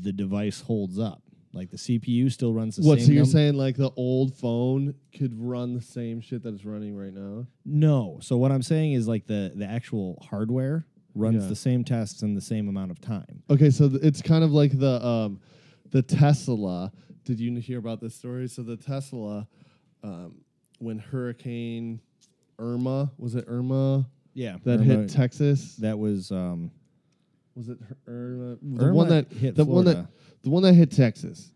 Speaker 3: the device holds up. Like the CPU still runs the
Speaker 2: What?
Speaker 3: same
Speaker 2: So you're
Speaker 3: num-
Speaker 2: saying like the old phone could run the same shit that it's running right now?
Speaker 3: No. So what I'm saying is like the the actual hardware runs
Speaker 2: Yeah.
Speaker 3: the same tests in the same amount of time.
Speaker 2: Okay, so th- it's kind of like the um, the Tesla. Did you hear about this story? So the Tesla, um, when Hurricane Irma was it Irma?
Speaker 3: Yeah,
Speaker 2: that
Speaker 3: Irma-
Speaker 2: hit Texas.
Speaker 3: That was um,
Speaker 2: was it Her- Irma? The
Speaker 3: Irma
Speaker 2: one that
Speaker 3: hit
Speaker 2: the one that
Speaker 3: Florida.
Speaker 2: the one that hit Texas.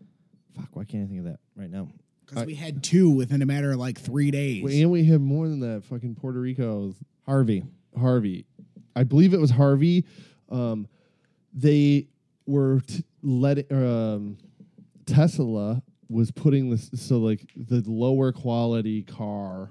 Speaker 3: fuck. Why can't I think of that right now?
Speaker 1: Because we had two within a matter of like three days.
Speaker 2: Wait, and we had more than that. Fucking Puerto Rico's
Speaker 3: Harvey.
Speaker 2: Harvey. I believe it was Harvey. Um, they were t- let um, Tesla was putting this so like the lower quality car,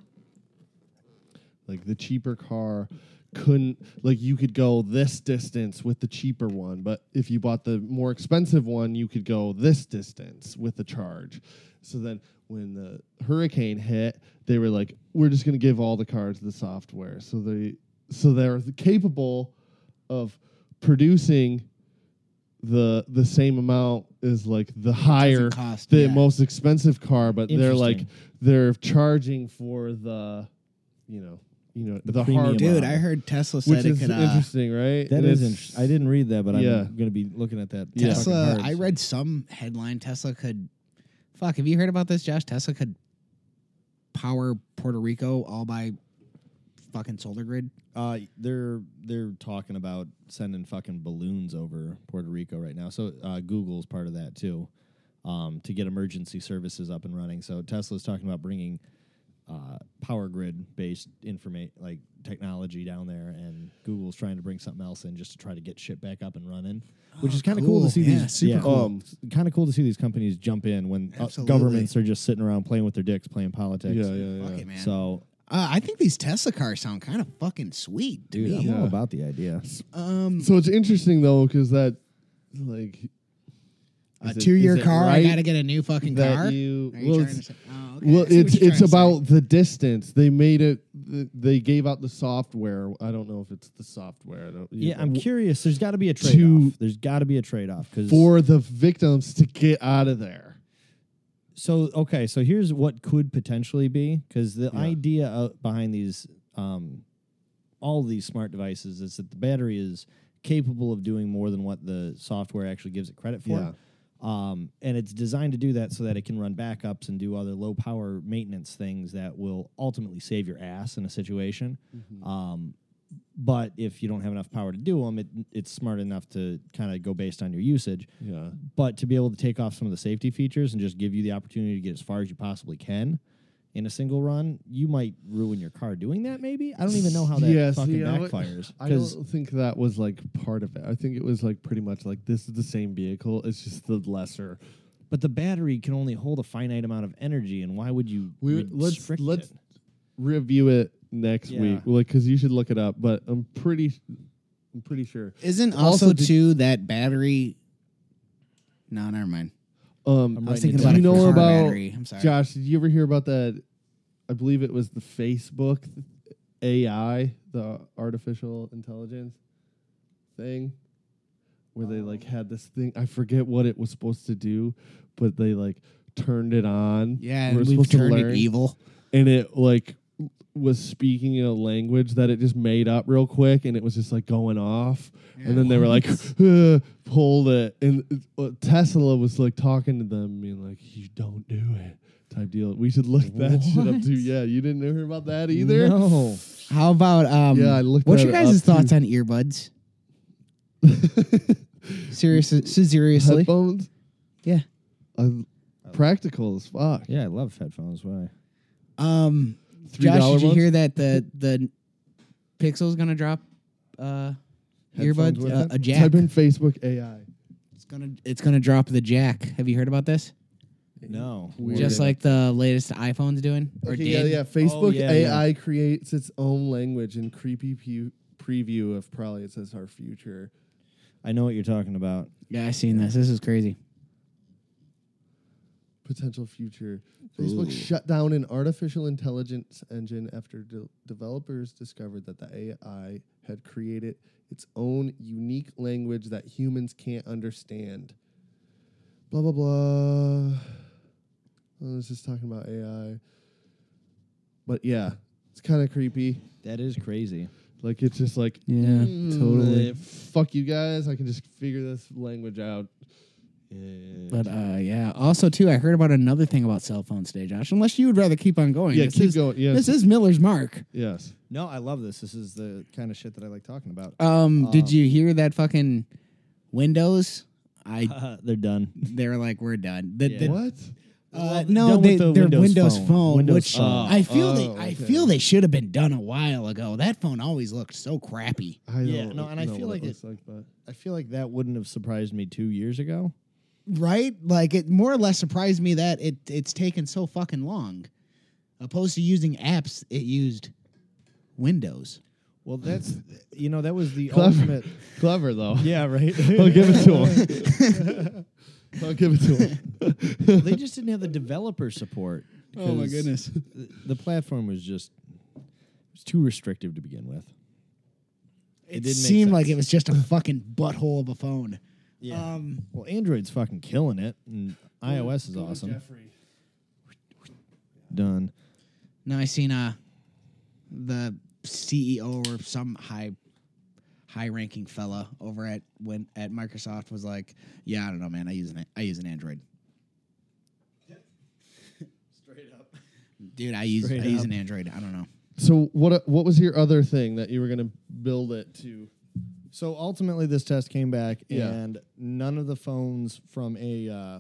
Speaker 2: like the cheaper car, couldn't like you could go this distance with the cheaper one, but if you bought the more expensive one, you could go this distance with the charge. So then when the hurricane hit, they were like, "We're just going to give all the cars the software." So they so they're capable of producing the the same amount as like the higher
Speaker 1: cost,
Speaker 2: the
Speaker 1: yeah.
Speaker 2: most expensive car, but they're like
Speaker 3: Interesting.
Speaker 2: they're charging for the you know you know the,
Speaker 3: premium
Speaker 2: hard
Speaker 3: model.
Speaker 1: Dude, I heard Tesla
Speaker 2: which
Speaker 1: said it
Speaker 2: is
Speaker 1: could. Uh,
Speaker 2: interesting, right?
Speaker 3: That
Speaker 2: And
Speaker 3: is.
Speaker 2: it's-
Speaker 3: Int- I didn't read that, but
Speaker 2: Yeah.
Speaker 3: I'm gonna be looking at that. fucking
Speaker 1: Tesla.
Speaker 3: hard.
Speaker 1: I read some headline. Tesla could. Fuck. Have you heard about this, Josh? Tesla could power Puerto Rico all by fucking solar grid.
Speaker 3: Uh, they're they're talking about sending fucking balloons over Puerto Rico right now. So uh, Google's part of that too, um, to get emergency services up and running. So Tesla's talking about bringing uh, power grid based information like technology down there, and Google's trying to bring something else in just to try to get shit back up and running, which is kind of cool.
Speaker 1: cool.
Speaker 3: to see
Speaker 1: Yeah,
Speaker 3: these
Speaker 1: super
Speaker 3: yeah,
Speaker 1: cool.
Speaker 3: um, kind of cool to see these companies jump in when uh,
Speaker 1: Absolutely.
Speaker 3: governments are just sitting around playing with their dicks, playing politics.
Speaker 2: yeah, yeah,
Speaker 1: Fuck
Speaker 2: yeah.
Speaker 1: it, man.
Speaker 3: So.
Speaker 1: Uh, I think these Tesla cars sound kind of fucking sweet, to
Speaker 3: Dude,
Speaker 1: me.
Speaker 3: I'm all about the idea.
Speaker 1: Um,
Speaker 2: So it's interesting though, because that like
Speaker 1: a
Speaker 2: is it-
Speaker 1: two year
Speaker 2: is it
Speaker 1: car. I
Speaker 2: right
Speaker 1: got to get a new fucking
Speaker 2: that
Speaker 1: car.
Speaker 2: you-
Speaker 1: Are you
Speaker 2: well,
Speaker 1: trying
Speaker 2: it's-
Speaker 1: to say- oh, okay,
Speaker 2: Well,
Speaker 1: I see what
Speaker 2: it's
Speaker 1: you're
Speaker 2: it's
Speaker 1: trying to say.
Speaker 2: about the distance. They made it. th- They gave out the software. I don't know if it's the software. I don't, you
Speaker 3: Yeah,
Speaker 2: know,
Speaker 3: I'm
Speaker 2: w-
Speaker 3: curious. There's got to be a trade
Speaker 2: to-
Speaker 3: off. There's got to be a trade off because
Speaker 2: for the victims to get out of there.
Speaker 3: so okay. So here's what could potentially be because the
Speaker 2: Yeah.
Speaker 3: idea uh, behind these, um, all these smart devices is that the battery is capable of doing more than what the software actually gives it credit for.
Speaker 2: Yeah.
Speaker 3: Um, and it's designed to do that so that it can run backups and do other low power maintenance things that will ultimately save your ass in a situation.
Speaker 2: Mm-hmm.
Speaker 3: Um, but if you don't have enough power to do them, it, it's smart enough to kind of go based on your usage.
Speaker 2: Yeah,
Speaker 3: But to be able to take off some of the safety features and just give you the opportunity to get as far as you possibly can in a single run, you might ruin your car doing that. Maybe I don't even know how that
Speaker 2: yeah,
Speaker 3: fucking
Speaker 2: see, I would-
Speaker 3: backfires.
Speaker 2: I
Speaker 3: 'cause-
Speaker 2: don't think that was like part of it. I think it was like pretty much like this is the same vehicle. It's just the lesser.
Speaker 3: but the battery can only hold a finite amount of energy, and why would you
Speaker 2: We let's
Speaker 3: restrict
Speaker 2: let's
Speaker 3: it?
Speaker 2: review it next
Speaker 3: Yeah.
Speaker 2: week. Like, cause you should look it up. But I'm pretty, I'm pretty sure.
Speaker 1: Isn't
Speaker 2: Also,
Speaker 1: also,
Speaker 2: did-
Speaker 1: too that battery? No, never mind.
Speaker 2: Um,
Speaker 3: I'm
Speaker 1: I was
Speaker 3: writing
Speaker 1: thinking
Speaker 3: it
Speaker 1: about
Speaker 2: Do
Speaker 3: down.
Speaker 2: you
Speaker 1: a
Speaker 2: know
Speaker 1: car
Speaker 2: about
Speaker 1: battery. I'm sorry.
Speaker 2: Josh? Did you ever hear about that? I believe it was the Facebook AI, the artificial intelligence thing, where they like had this thing. I forget what it was supposed to do, but they like turned it on.
Speaker 1: Yeah,
Speaker 2: We're
Speaker 1: and we've
Speaker 2: supposed to
Speaker 1: turned
Speaker 2: learn,
Speaker 1: it evil.
Speaker 2: and it like was speaking in a language that it just made up real quick, and it was just like going off.
Speaker 1: Yeah.
Speaker 2: And then they were like, [LAUGHS] "Uh, pulled it. And uh, Tesla was like talking to them, being like, you don't do it type deal. We should look that shit up
Speaker 3: What?
Speaker 2: too. Yeah, you didn't hear about that either? [LAUGHS]
Speaker 3: No.
Speaker 1: How about um?
Speaker 2: Yeah, I looked
Speaker 1: What's
Speaker 2: that
Speaker 1: your
Speaker 2: up,
Speaker 1: guys'
Speaker 2: too.
Speaker 1: thoughts on earbuds? Seriously, seriously,
Speaker 2: Headphones?
Speaker 1: yeah.
Speaker 2: Uh, practical as fuck.
Speaker 3: Yeah, I love headphones. Why?
Speaker 1: Um,
Speaker 2: Three
Speaker 1: Josh,
Speaker 2: dollar
Speaker 1: did you
Speaker 2: ones?
Speaker 1: hear that the the Pixel's gonna drop uh
Speaker 2: Headphones
Speaker 1: earbuds
Speaker 2: with
Speaker 1: uh,
Speaker 2: it?
Speaker 1: a jack?
Speaker 2: Type in Facebook AI.
Speaker 1: It's gonna it's gonna drop the jack. Have you heard about this?
Speaker 3: No.
Speaker 2: Weird.
Speaker 1: Just like the latest iPhone's doing or
Speaker 2: Okay, yeah,
Speaker 1: did.
Speaker 2: yeah. Facebook
Speaker 3: Oh, yeah, yeah.
Speaker 2: AI creates its own language and creepy pu- preview of probably it says our future.
Speaker 3: I know what you're talking about.
Speaker 1: Yeah, I seen this. This is crazy.
Speaker 2: potential future. Facebook shut down an artificial intelligence engine after de- developers discovered that the AI had created its own unique language that humans can't understand. Blah blah blah. I was just talking about AI, but yeah, it's kind of creepy.
Speaker 3: That is crazy.
Speaker 2: Like it's just like
Speaker 1: Yeah,
Speaker 2: "Mm, eh, fuck you guys. I can just figure this language out.
Speaker 1: But uh, yeah. Also, too, I heard about another thing about cell phones today, Josh. Unless you would rather keep on going.
Speaker 2: Yeah,
Speaker 1: this
Speaker 2: keep
Speaker 1: is,
Speaker 2: going. Yes.
Speaker 1: This is Miller's Mark.
Speaker 2: Yes.
Speaker 3: No, I love this. This is the kind of shit [LAUGHS] that I like talking about.
Speaker 1: Um,
Speaker 3: Um,
Speaker 1: did you hear that fucking Windows? I
Speaker 3: [LAUGHS] they're done.
Speaker 1: they're like we're done. The,
Speaker 3: Yeah.
Speaker 1: the-
Speaker 2: What?
Speaker 1: Uh,
Speaker 3: Well,
Speaker 1: no,
Speaker 3: done
Speaker 1: they,
Speaker 3: with the
Speaker 1: they're
Speaker 3: Windows
Speaker 1: Windows,
Speaker 3: Phone.
Speaker 1: Phone,
Speaker 3: Windows
Speaker 1: which
Speaker 3: Phone.
Speaker 1: I feel
Speaker 2: Oh,
Speaker 1: they I
Speaker 2: okay.
Speaker 1: feel they should have been done a while ago. That phone always looked so crappy.
Speaker 2: I
Speaker 3: Yeah,
Speaker 2: don't
Speaker 3: no, and I
Speaker 2: know
Speaker 3: feel
Speaker 2: what
Speaker 3: like it-
Speaker 2: looks like, but
Speaker 3: I feel like that wouldn't have surprised me two years ago.
Speaker 1: right? Like it more or less surprised me that it it's taken so fucking long. Opposed to using apps, it used Windows.
Speaker 3: Well,
Speaker 2: [LAUGHS]
Speaker 3: that's you know that was the
Speaker 2: clever,
Speaker 3: ultimate.
Speaker 2: [LAUGHS] clever though.
Speaker 3: [LAUGHS] Yeah,
Speaker 2: [LAUGHS]
Speaker 3: right.
Speaker 2: I'll give it to him. I'll give it to him.
Speaker 3: [LAUGHS]
Speaker 2: [LAUGHS]
Speaker 3: they just didn't have the developer support.
Speaker 2: Oh,
Speaker 3: because th- The platform was just it was too restrictive to begin with.
Speaker 1: It,
Speaker 3: didn't make
Speaker 1: seemed like
Speaker 3: sense.
Speaker 1: it was just a fucking butthole of a phone.
Speaker 3: Yeah.
Speaker 1: Um,
Speaker 3: Well, Android's fucking killing it, and iOS is awesome. Done.
Speaker 1: no, I seen uh the CEO or some high high ranking fella over at when at Microsoft was like, Yeah, I don't know, man, I use an I use an Android. [LAUGHS] Straight up. Dude, I use
Speaker 3: Straight
Speaker 1: I use
Speaker 3: up.
Speaker 1: an Android. I don't know.
Speaker 2: So what? uh, What was your other thing that you were gonna build it to?
Speaker 3: So ultimately, this test came back,
Speaker 2: Yeah.
Speaker 3: and none of the phones, from a uh,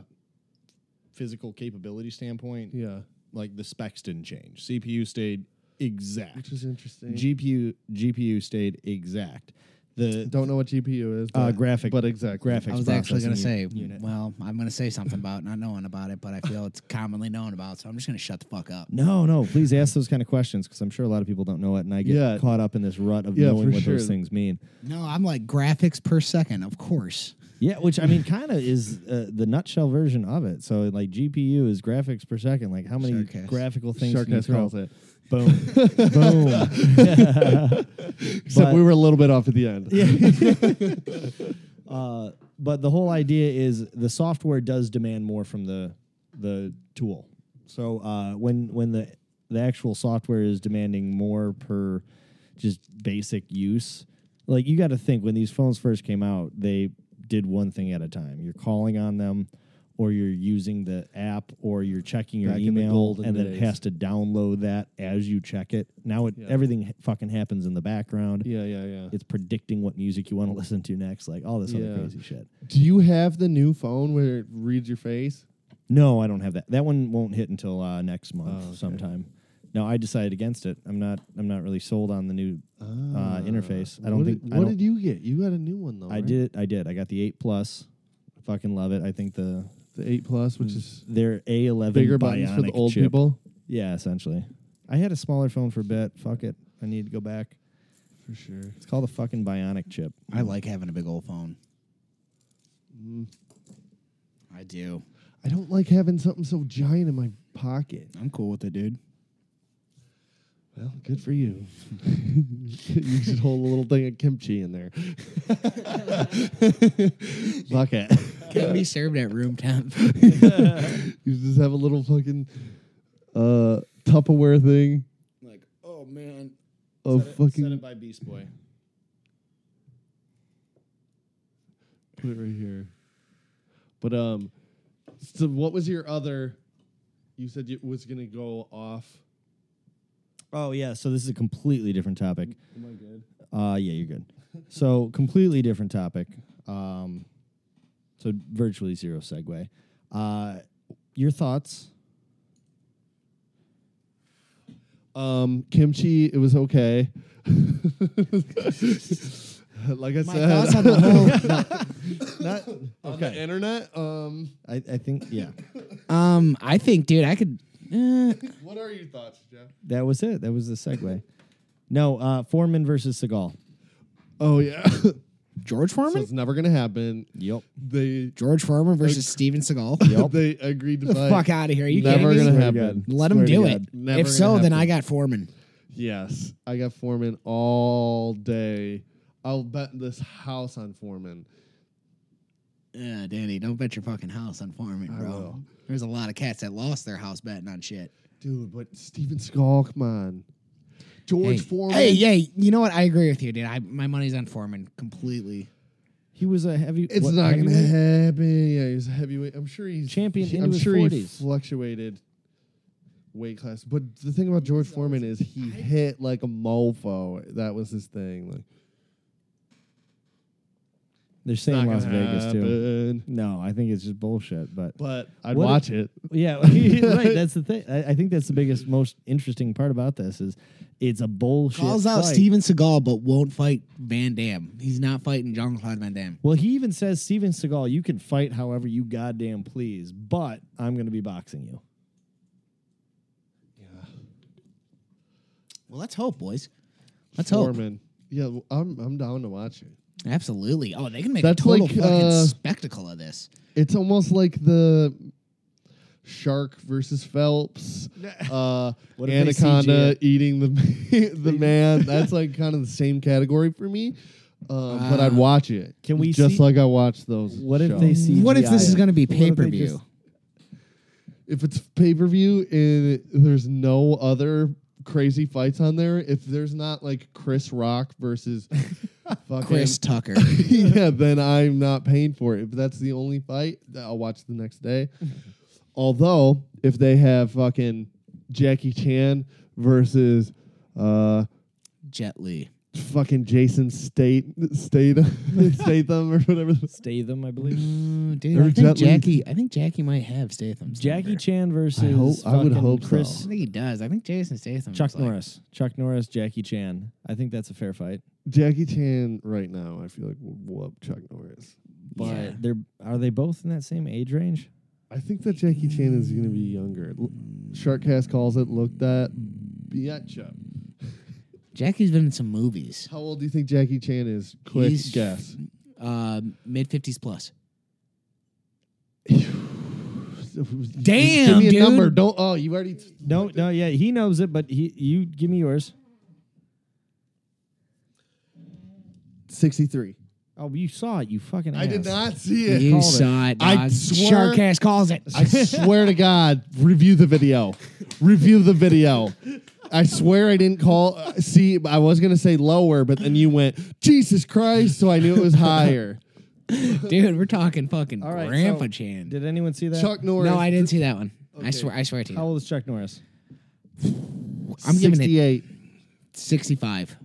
Speaker 3: physical capability standpoint,
Speaker 2: Yeah,
Speaker 3: like the specs didn't change. CPU stayed exact.
Speaker 2: which is interesting.
Speaker 3: GPU GPU stayed exact. The
Speaker 2: Don't know what GPU is. But,
Speaker 3: Uh, graphic-
Speaker 2: but exactly.
Speaker 3: graphics.
Speaker 1: I was actually going to say,
Speaker 3: processing u- unit.
Speaker 1: well, I'm going to say [LAUGHS] something about not knowing about it, but I feel it's commonly known about, so I'm just going to shut the fuck up.
Speaker 3: No, no. Please ask those kind of questions because I'm sure a lot of people don't know it, and I get
Speaker 2: Yeah.
Speaker 3: caught up in this rut of
Speaker 2: Yeah,
Speaker 3: knowing
Speaker 2: for
Speaker 3: what
Speaker 2: sure.
Speaker 3: those things mean.
Speaker 1: No, I'm like graphics per second, of course.
Speaker 3: Yeah, which I mean, kind of is uh, the nutshell version of it. So like GPU is graphics per second. Like how many
Speaker 1: Sharkcast.
Speaker 3: graphical things can you
Speaker 2: Sharkness
Speaker 3: throw?
Speaker 2: calls it.
Speaker 3: Boom, boom.
Speaker 2: Except
Speaker 3: But-
Speaker 2: we were a little bit off at the end.
Speaker 3: Uh, but the whole idea is the software does demand more from the the tool. So uh, when when the the actual software is demanding more per just basic use, like you got to think when these phones first came out, they did one thing at a time. You're calling on them, or you're using the app, or you're checking your
Speaker 2: Back in the
Speaker 3: email,
Speaker 2: golden
Speaker 3: and then it
Speaker 2: days.
Speaker 3: has to download that as you check it. Now it
Speaker 2: Yeah.
Speaker 3: everything ha- fucking happens in the background
Speaker 2: Yeah, yeah, yeah.
Speaker 3: it's predicting what music you want to listen to next, like all this
Speaker 2: Yeah.
Speaker 3: other crazy shit.
Speaker 2: Do you have the new phone where it reads your face?
Speaker 3: No, I don't have that. That one won't hit until uh, next month
Speaker 2: Oh, okay.
Speaker 3: sometime. No, I decided against it. I'm not. I'm not really sold on the new uh, interface. I don't
Speaker 2: what
Speaker 3: think.
Speaker 2: Did,
Speaker 3: I,
Speaker 2: what
Speaker 3: don't-
Speaker 2: did you get? You got a new one though.
Speaker 3: I
Speaker 2: right?
Speaker 3: did. I did. I got the eight plus. Fucking love it. I think the
Speaker 2: the eight plus, which is
Speaker 3: their A11
Speaker 2: bigger buttons
Speaker 3: Mm. bionic
Speaker 2: for the old
Speaker 3: chip.
Speaker 2: people.
Speaker 3: Yeah, essentially. I had a smaller phone for a bit. Fuck it. I need to go back.
Speaker 2: For sure.
Speaker 3: It's called the fucking bionic chip.
Speaker 1: I like having a big old phone. Mm. I do.
Speaker 2: I don't like having something so giant in my pocket.
Speaker 1: I'm cool with it, dude.
Speaker 2: Well, good for you. [LAUGHS] you should hold a little thing of kimchi in there. [LAUGHS] Fuck it.
Speaker 1: Can be served at room
Speaker 2: [LAUGHS]
Speaker 1: temp.
Speaker 2: You just have a little fucking uh, Tupperware thing
Speaker 1: like, oh man.
Speaker 2: of fucking.
Speaker 3: by Beast Boy.
Speaker 2: Put it right here. But um, so what was your other? You said it was gonna go off.
Speaker 3: Oh yeah. So this is a completely different topic.
Speaker 2: Am I good?
Speaker 3: Uh, yeah, you're good. So, [LAUGHS] completely different topic. Um, so, virtually zero segue. Uh, your thoughts?
Speaker 2: Um, kimchi. It was okay. [LAUGHS] like I
Speaker 1: My
Speaker 2: said,
Speaker 1: thoughts on the whole
Speaker 3: Not,
Speaker 2: on the internet. Um,
Speaker 3: I, I think, yeah,
Speaker 1: [LAUGHS] Um, I think dude, I could eh,
Speaker 2: what are your thoughts, Jeff?
Speaker 3: that was it. That was the segue. No, uh, Foreman versus Seagal.
Speaker 2: Oh yeah, [LAUGHS] so
Speaker 1: George Foreman?
Speaker 2: it's never gonna happen.
Speaker 3: Yep.
Speaker 1: [LAUGHS]
Speaker 2: They
Speaker 1: George Foreman versus Steven Seagal?
Speaker 2: they agreed to
Speaker 1: the
Speaker 2: fight.
Speaker 1: fuck out of here. Are you
Speaker 2: never
Speaker 1: kidding me?
Speaker 2: gonna
Speaker 3: Swear to
Speaker 2: happen.
Speaker 1: Let
Speaker 3: Swear
Speaker 1: him
Speaker 3: to
Speaker 1: do
Speaker 3: God.
Speaker 1: it.
Speaker 2: Never
Speaker 1: if
Speaker 2: gonna
Speaker 1: so, then
Speaker 2: happen.
Speaker 1: I got Foreman.
Speaker 2: Yes, I got Foreman all day. I'll bet this house on Foreman.
Speaker 1: Yeah, Danny, don't bet your fucking house on farming,
Speaker 2: I
Speaker 1: bro.
Speaker 2: will.
Speaker 1: There's a lot of cats that lost their house betting on shit.
Speaker 2: Dude, but Steven Skull, come on. George
Speaker 1: Hey,
Speaker 2: Foreman.
Speaker 1: hey, yeah, you know what? I agree with you, dude. I, my money's on Foreman completely.
Speaker 3: He was a heavy.
Speaker 2: It's
Speaker 3: what,
Speaker 2: not gonna
Speaker 3: heavyweight?
Speaker 2: happen. Yeah, he's a heavyweight. I'm sure he's
Speaker 3: Champion
Speaker 2: he-
Speaker 3: into
Speaker 2: I'm
Speaker 3: his
Speaker 2: sure he
Speaker 3: 40s.
Speaker 2: fluctuated weight class. But the thing about George Foreman is he hit like a mofo. That was his thing. Like
Speaker 3: They're
Speaker 2: not
Speaker 3: saying Las
Speaker 2: gonna
Speaker 3: Vegas too.
Speaker 2: happen.
Speaker 3: No, I think it's just bullshit. But
Speaker 2: But I'd
Speaker 3: What
Speaker 2: watch it.
Speaker 3: Yeah, [LAUGHS]
Speaker 2: [LAUGHS]
Speaker 3: right. That's the thing. I, I think that's the biggest, most interesting part about this is it's a bullshit.
Speaker 1: Calls out
Speaker 3: fight.
Speaker 1: Steven Seagal, but won't fight Van Damme. He's not fighting Jean Claude Van Damme.
Speaker 3: Well, he even says Steven Seagal, you can fight however you goddamn please, but I'm going to be boxing you.
Speaker 1: Well, let's hope, boys. Let's hope.
Speaker 2: Foreman. Yeah, well, I'm I'm down to watch it.
Speaker 1: Absolutely. Oh, they can make
Speaker 2: That's
Speaker 1: a total
Speaker 2: like,
Speaker 1: fucking
Speaker 2: uh,
Speaker 1: spectacle of this.
Speaker 2: It's almost like the shark versus Phelps, uh,
Speaker 3: What if they CG
Speaker 2: anaconda
Speaker 3: it?
Speaker 2: eating the [LAUGHS] the man. That's like kind of the same category for me. Um, but I'd
Speaker 1: Ah.
Speaker 2: watch it.
Speaker 3: Can we
Speaker 2: just
Speaker 3: see-
Speaker 2: like I watch those?
Speaker 3: What if they
Speaker 2: shows.
Speaker 3: see?
Speaker 1: What if this is going to be pay per [LAUGHS]
Speaker 3: just-
Speaker 1: view?
Speaker 2: if it's pay per view and there's no other crazy fights on there? If there's not like Chris Rock versus
Speaker 1: [LAUGHS]
Speaker 2: fucking
Speaker 1: Chris Tucker.
Speaker 2: [LAUGHS] yeah, then I'm not paying for it. If that's the only fight, th- I'll watch the next day. Although, if they have fucking Jackie Chan versus uh
Speaker 1: Jet Li.
Speaker 2: fucking Jason State [LAUGHS] Statham, Statham or whatever, the-
Speaker 3: stay them? I believe
Speaker 1: Mm, dude,
Speaker 2: Or
Speaker 1: I think
Speaker 2: Jet Li.
Speaker 1: Jackie. I think Jackie might have Statham's
Speaker 3: Jackie
Speaker 1: number.
Speaker 3: Chan versus
Speaker 2: I hope- I would
Speaker 3: fucking
Speaker 2: hope so.
Speaker 1: I
Speaker 3: Chris
Speaker 1: think he does. I think Jason Statham.
Speaker 3: Chuck
Speaker 1: is like-
Speaker 3: Norris, Chuck Norris, Jackie Chan. I think that's a fair fight.
Speaker 2: Jackie Chan right now, I feel like would whoop Chuck Norris.
Speaker 3: But
Speaker 1: Yeah.
Speaker 3: they're are they both in that same age range?
Speaker 2: I think that Jackie Chan is going to be younger. L- Sharkcast calls it looked at Biatcha.
Speaker 1: Jackie's been in some movies.
Speaker 2: How old do you think Jackie Chan is? Quick
Speaker 1: He's-
Speaker 2: guess.
Speaker 1: Uh, Mid fifties plus.
Speaker 2: Give
Speaker 1: Damn,
Speaker 2: me a
Speaker 1: dude.
Speaker 2: number. Don't. Oh, you already.
Speaker 3: No, no, yeah, he knows it, but he you give me yours.
Speaker 2: Sixty-three.
Speaker 3: Oh, you saw it, you fucking.
Speaker 2: I did
Speaker 3: ass.
Speaker 2: not see it.
Speaker 1: You
Speaker 3: Called it.
Speaker 1: saw it.
Speaker 2: I
Speaker 1: dog.
Speaker 2: swear-
Speaker 1: Sharkass calls it.
Speaker 2: [LAUGHS] I swear to God, review the video. Review the video. I swear I didn't call. uh, See, I was gonna say lower, but then you went Jesus Christ, so I knew it was higher.
Speaker 1: dude, we're talking fucking
Speaker 3: All right,
Speaker 1: Grandpa
Speaker 3: so
Speaker 1: Chan.
Speaker 3: Did anyone see
Speaker 2: [LAUGHS]
Speaker 3: that?
Speaker 2: Chuck Norris.
Speaker 1: no, I didn't see that one. I
Speaker 2: Okay.
Speaker 1: swear. I swear to you.
Speaker 3: How old is Chuck Norris?
Speaker 1: I'm giving it
Speaker 2: sixty-eight.
Speaker 1: sixty-five.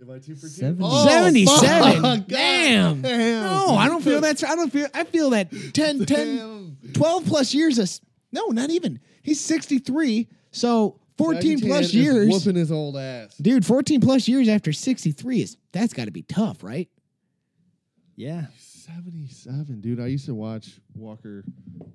Speaker 2: Am I two for two?
Speaker 3: Seventy.
Speaker 2: Oh,
Speaker 1: Seventy-seven.
Speaker 2: fuck. [LAUGHS]
Speaker 1: Damn.
Speaker 2: Damn.
Speaker 1: No, I don't feel that's. I don't feel. I feel that
Speaker 2: [LAUGHS]
Speaker 1: 10, 10,
Speaker 2: Damn.
Speaker 1: 12 plus years. Is, no, not even. He's sixty-three. So fourteen
Speaker 2: Jackie
Speaker 1: plus
Speaker 2: Chan is
Speaker 1: years.
Speaker 2: whooping his old ass.
Speaker 1: Dude, 14 plus years after 63 is that's got to be tough, right?
Speaker 3: Yeah.
Speaker 2: Seventy-seven, dude. I used to watch Walker,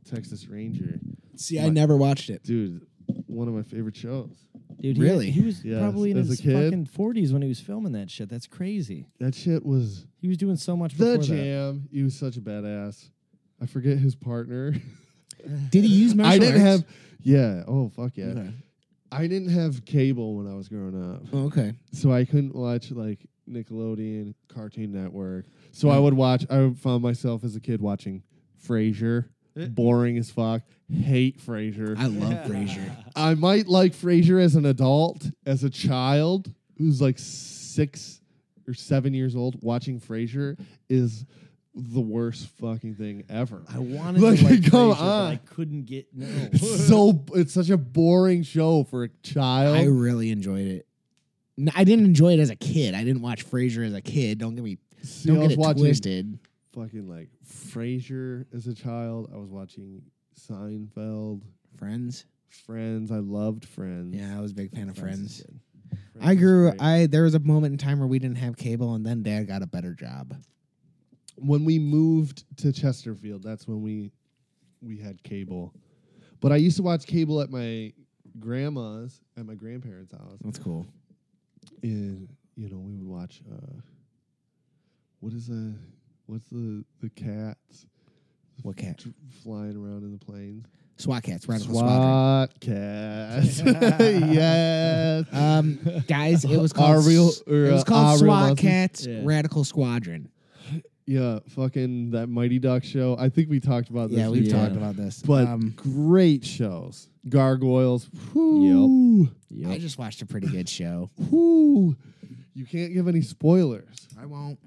Speaker 2: Texas Ranger.
Speaker 1: See, I never watched it.
Speaker 2: Dude, one of my favorite shows.
Speaker 3: Dude, he-
Speaker 1: Really?
Speaker 3: He, was
Speaker 2: Yeah,
Speaker 3: probably in
Speaker 2: as a
Speaker 3: his
Speaker 2: kid.
Speaker 3: fucking forties when he was filming that shit. That's crazy.
Speaker 2: That shit was
Speaker 3: He was doing so much
Speaker 2: the
Speaker 3: before that.
Speaker 2: jam. He was such a badass. I forget his partner. [LAUGHS]
Speaker 1: Did he use martial
Speaker 2: I didn't
Speaker 1: arts?
Speaker 2: have. Yeah. Oh fuck yeah.
Speaker 1: Okay.
Speaker 2: I didn't have cable when I was growing up,
Speaker 1: Oh, okay.
Speaker 2: so I couldn't watch like Nickelodeon, Cartoon Network. So I would watch. I found myself as a kid watching Frasier. Boring as fuck. Hate Frasier.
Speaker 1: I love Frasier.
Speaker 2: I might like Frasier as an adult, as a child who's like six or seven years old. Watching Frasier is the worst fucking thing ever.
Speaker 3: I wanted
Speaker 2: Like,
Speaker 3: to
Speaker 2: [LAUGHS]
Speaker 3: like
Speaker 2: come
Speaker 3: Frasier, but I
Speaker 2: on.
Speaker 3: couldn't get no.
Speaker 2: [LAUGHS]
Speaker 1: [LAUGHS]
Speaker 2: It's
Speaker 3: [LAUGHS]
Speaker 2: so it's such a boring show for a child.
Speaker 1: I really enjoyed it. N- I didn't enjoy it as a kid. I didn't watch Frasier as a kid. Don't get me
Speaker 2: See,
Speaker 1: don't
Speaker 2: I
Speaker 1: get
Speaker 2: was
Speaker 1: it
Speaker 2: watching
Speaker 1: twisted.
Speaker 2: fucking like Frasier as a child. I was watching Seinfeld,
Speaker 1: Friends.
Speaker 2: Friends. I loved Friends.
Speaker 1: Yeah, I was a big fan of
Speaker 2: Friends is
Speaker 1: Friends.
Speaker 2: good. Friends
Speaker 1: I
Speaker 2: is
Speaker 1: grew
Speaker 2: great.
Speaker 1: I there was a moment in time where we didn't have cable and then dad got a better job.
Speaker 2: when we moved to Chesterfield, that's when we we had cable. But I used to watch cable at my grandma's at my grandparents' house,
Speaker 1: That's cool.
Speaker 2: and you know we would watch. Uh, what is the what's the the cats
Speaker 1: What cat?
Speaker 2: tr- flying around in the planes?
Speaker 1: SWAT cats, Radical [LAUGHS] Squadron.
Speaker 2: SWAT cats. [LAUGHS] yes.
Speaker 1: Um, guys, it [LAUGHS] was
Speaker 2: Are
Speaker 1: called
Speaker 2: real-
Speaker 1: s-
Speaker 2: or,
Speaker 1: it was
Speaker 2: uh,
Speaker 1: called
Speaker 2: are real
Speaker 1: SWAT
Speaker 2: monsters?
Speaker 1: Cats
Speaker 3: Yeah.
Speaker 1: Radical Squadron.
Speaker 2: yeah, fucking that Mighty Duck show. I think we talked about this.
Speaker 1: Yeah, we've
Speaker 3: Yeah.
Speaker 1: talked about this.
Speaker 2: but
Speaker 1: um,
Speaker 2: great shows. Gargoyles. Whoo.
Speaker 1: I just watched a pretty good show.
Speaker 2: Whoo. You can't give any spoilers.
Speaker 1: I won't.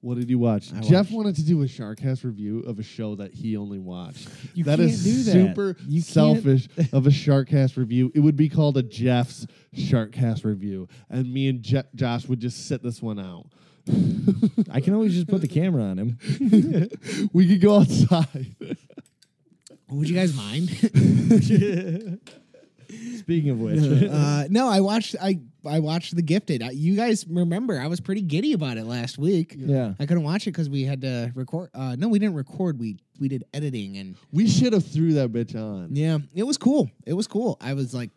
Speaker 2: What did you watch?
Speaker 3: I
Speaker 2: Jeff
Speaker 3: watched-
Speaker 2: wanted to do a Sharkcast review of a show that he only watched.
Speaker 3: You
Speaker 2: That is
Speaker 3: can't do that.
Speaker 2: super
Speaker 3: You can't-
Speaker 2: selfish of a Sharkcast review. It would be called a Jeff's Sharkcast review, and me and Je- Josh would just sit this one out.
Speaker 3: I can always just put the camera
Speaker 2: [LAUGHS]
Speaker 3: on him.
Speaker 2: we could go outside.
Speaker 1: Would you guys mind? [LAUGHS]
Speaker 3: Speaking of which,
Speaker 1: uh, no, I watched. I I watched The Gifted. I, you guys remember? I was pretty giddy about it last week.
Speaker 3: yeah.
Speaker 1: I couldn't watch it because we had to record. Uh, no, we didn't record. We we did editing and
Speaker 2: [LAUGHS] we should have threw that bitch on.
Speaker 1: yeah, it was cool. It was cool. I was like,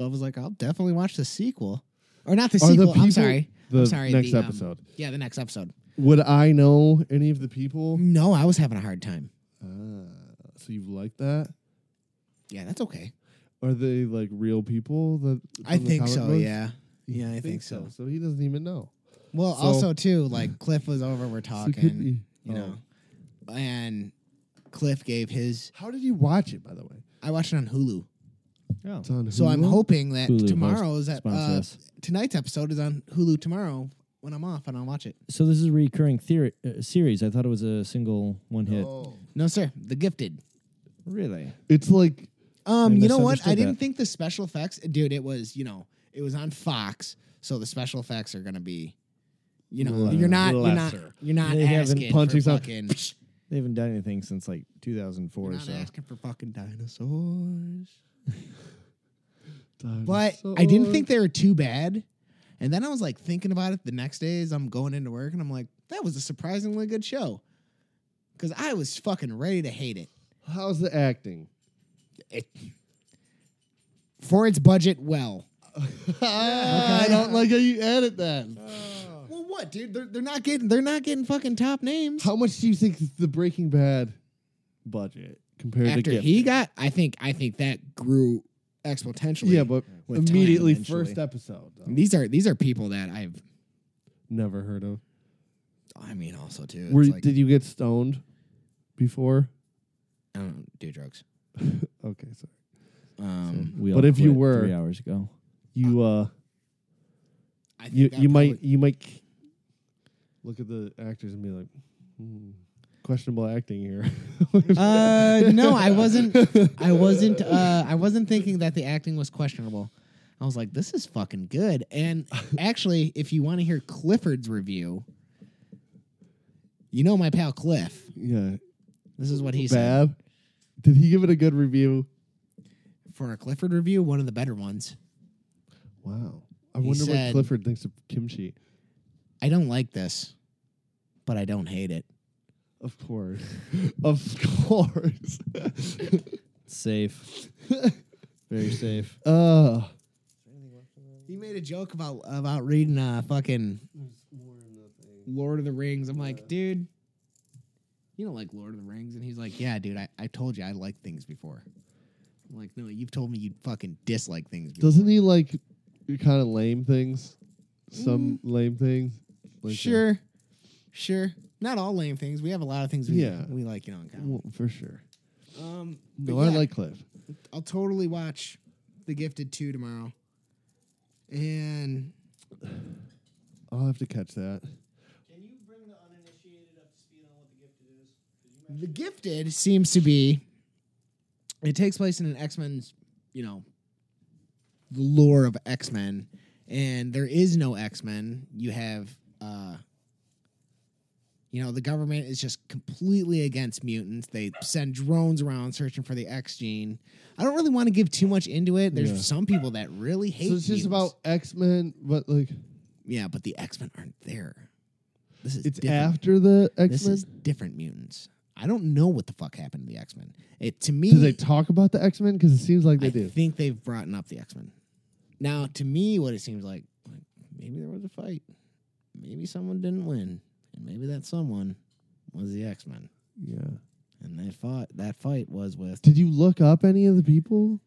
Speaker 1: I was like, I'll definitely watch the sequel, or not the
Speaker 2: Are the
Speaker 1: sequel.
Speaker 2: people-
Speaker 1: I'm sorry.
Speaker 2: the
Speaker 1: I'm sorry.
Speaker 2: next
Speaker 1: um,
Speaker 2: episode.
Speaker 1: yeah, the next episode.
Speaker 2: Would I know any of the people?
Speaker 1: No, I was having a hard time.
Speaker 2: Ah, so you like that?
Speaker 1: Yeah, that's okay.
Speaker 2: Are they like real people? That
Speaker 1: I
Speaker 2: from the
Speaker 1: think
Speaker 2: comic
Speaker 1: so.
Speaker 2: books?
Speaker 1: Yeah. Yeah, I think, so.
Speaker 2: So he doesn't even know.
Speaker 1: Well,
Speaker 2: So-
Speaker 1: also too,
Speaker 2: [SIGHS]
Speaker 1: like Cliff was over. We're
Speaker 2: So could
Speaker 1: talking.
Speaker 2: he-
Speaker 1: you
Speaker 2: Oh.
Speaker 1: know, and Cliff gave his.
Speaker 2: How did you watch it, by the way?
Speaker 1: I watched it on Hulu,
Speaker 3: Oh.
Speaker 2: It's on
Speaker 1: so I'm
Speaker 2: Hulu?
Speaker 1: hoping that
Speaker 3: Hulu,
Speaker 1: tomorrow's
Speaker 3: host-
Speaker 1: that
Speaker 3: sponsor
Speaker 1: uh,
Speaker 3: us.
Speaker 1: tonight's episode is on Hulu tomorrow when I'm off and I'll watch it.
Speaker 3: So this is a recurring theory uh, series. I thought it was a single one hit.
Speaker 2: Oh.
Speaker 1: No, sir, The Gifted.
Speaker 3: Really?
Speaker 2: It's like
Speaker 1: Um,
Speaker 3: I
Speaker 1: you know what?
Speaker 3: misunderstood
Speaker 1: I didn't
Speaker 3: that.
Speaker 1: think the special effects, dude. It was you know it was on Fox, so the special effects are gonna be. You know,
Speaker 2: Little-
Speaker 1: you're not,
Speaker 2: little
Speaker 1: you're not,
Speaker 2: lesser.
Speaker 1: you're not
Speaker 3: They haven't
Speaker 1: asking
Speaker 2: punching
Speaker 1: for
Speaker 2: some-
Speaker 3: [LAUGHS]
Speaker 1: fucking,
Speaker 3: They haven't done anything since like 2004.
Speaker 1: you're not
Speaker 3: so
Speaker 1: asking for fucking dinosaurs. But
Speaker 2: dinosaurs.
Speaker 1: I didn't think they were too bad. And then I was like thinking about it the next day as I'm going into work, and I'm like, that was a surprisingly good show. Cause I was fucking ready to hate it.
Speaker 2: how's the acting?
Speaker 1: it for its budget, well.
Speaker 2: I don't like how you edit that.
Speaker 1: Well, what, dude? They're, they're not getting they're not getting fucking top names.
Speaker 2: How much do you think is the Breaking Bad budget compared to
Speaker 1: After
Speaker 2: Gift?
Speaker 1: he got, I think I think that grew exponentially.
Speaker 2: yeah, but
Speaker 1: With time,
Speaker 2: immediately
Speaker 3: eventually.
Speaker 2: first episode. though.
Speaker 1: these are these are people that I've.
Speaker 2: Never heard of.
Speaker 1: I mean, also too. It's
Speaker 2: Were,
Speaker 1: like,
Speaker 2: did you get stoned before?
Speaker 1: I don't do drugs.
Speaker 2: Okay, sorry.
Speaker 1: Um,
Speaker 3: we
Speaker 2: But
Speaker 3: all
Speaker 2: if you
Speaker 3: quit
Speaker 2: were-
Speaker 3: three hours ago,
Speaker 2: You uh,
Speaker 1: I think
Speaker 2: you
Speaker 1: that
Speaker 2: you
Speaker 1: probably-
Speaker 2: might you might k- look at the actors and be like, hmm, questionable acting here.
Speaker 1: [LAUGHS]
Speaker 2: [LAUGHS]
Speaker 1: Uh, no, I wasn't. I wasn't. Uh, I wasn't thinking that the acting was questionable. I was like, this is fucking good. And actually, if you want to hear Clifford's review, you know my pal Cliff.
Speaker 2: yeah,
Speaker 1: This is what he said
Speaker 2: bad. Did he give it a good review?
Speaker 1: for a Clifford review, one of the better ones.
Speaker 2: Wow. I
Speaker 1: He
Speaker 2: wonder what
Speaker 1: said-
Speaker 2: Clifford thinks of kimchi.
Speaker 1: I don't like this, but I don't hate it.
Speaker 2: Of course. [LAUGHS] of
Speaker 1: [LAUGHS]
Speaker 2: course.
Speaker 3: safe, very safe.
Speaker 2: uh,
Speaker 1: He made a joke about about reading uh fucking Lord of the Rings. I'm like, dude, you don't like Lord of the Rings? And he's like, yeah, dude, I, I told you I liked things before. I'm like, no, you've told me you fucking dislike things before.
Speaker 2: doesn't he like kind of lame things? Some lame things? Like, uh,
Speaker 1: Mm. sure. Sure. Not all lame things. We have a lot of things we,
Speaker 2: Yeah.
Speaker 1: we like, you know, in common.
Speaker 2: well, for sure.
Speaker 1: Um, but
Speaker 2: No, I
Speaker 1: yeah,
Speaker 2: like Cliff.
Speaker 1: I'll totally watch The Gifted 2 tomorrow. And
Speaker 2: I'll have to catch that.
Speaker 5: Can you bring the uninitiated up to speed on what the gifted is?
Speaker 1: The Gifted seems to be. It takes place in an X Men's, you know, the lore of X Men, and there is no X Men. You have, uh, you know, the government is just completely against mutants. They send drones around searching for the X gene. I don't really want to give too much into it. There's
Speaker 2: Yeah.
Speaker 1: some people that really hate.
Speaker 2: So it's just
Speaker 1: mutants.
Speaker 2: about X Men, but like
Speaker 1: yeah, but the X Men aren't there. This is
Speaker 2: it's
Speaker 1: different.
Speaker 2: after the X
Speaker 1: This
Speaker 2: Men.
Speaker 1: is different mutants. I don't know what the fuck happened to the X Men. It to me,
Speaker 2: Do they talk about the X Men? Because it seems like they
Speaker 1: I
Speaker 2: do.
Speaker 1: think they've brought up the X Men. Now, to me, what it seems like, like, maybe there was a fight, maybe someone didn't win, and maybe that someone was the X Men,
Speaker 2: yeah.
Speaker 1: and they fought. That fight was with
Speaker 2: Did you look up any of the people?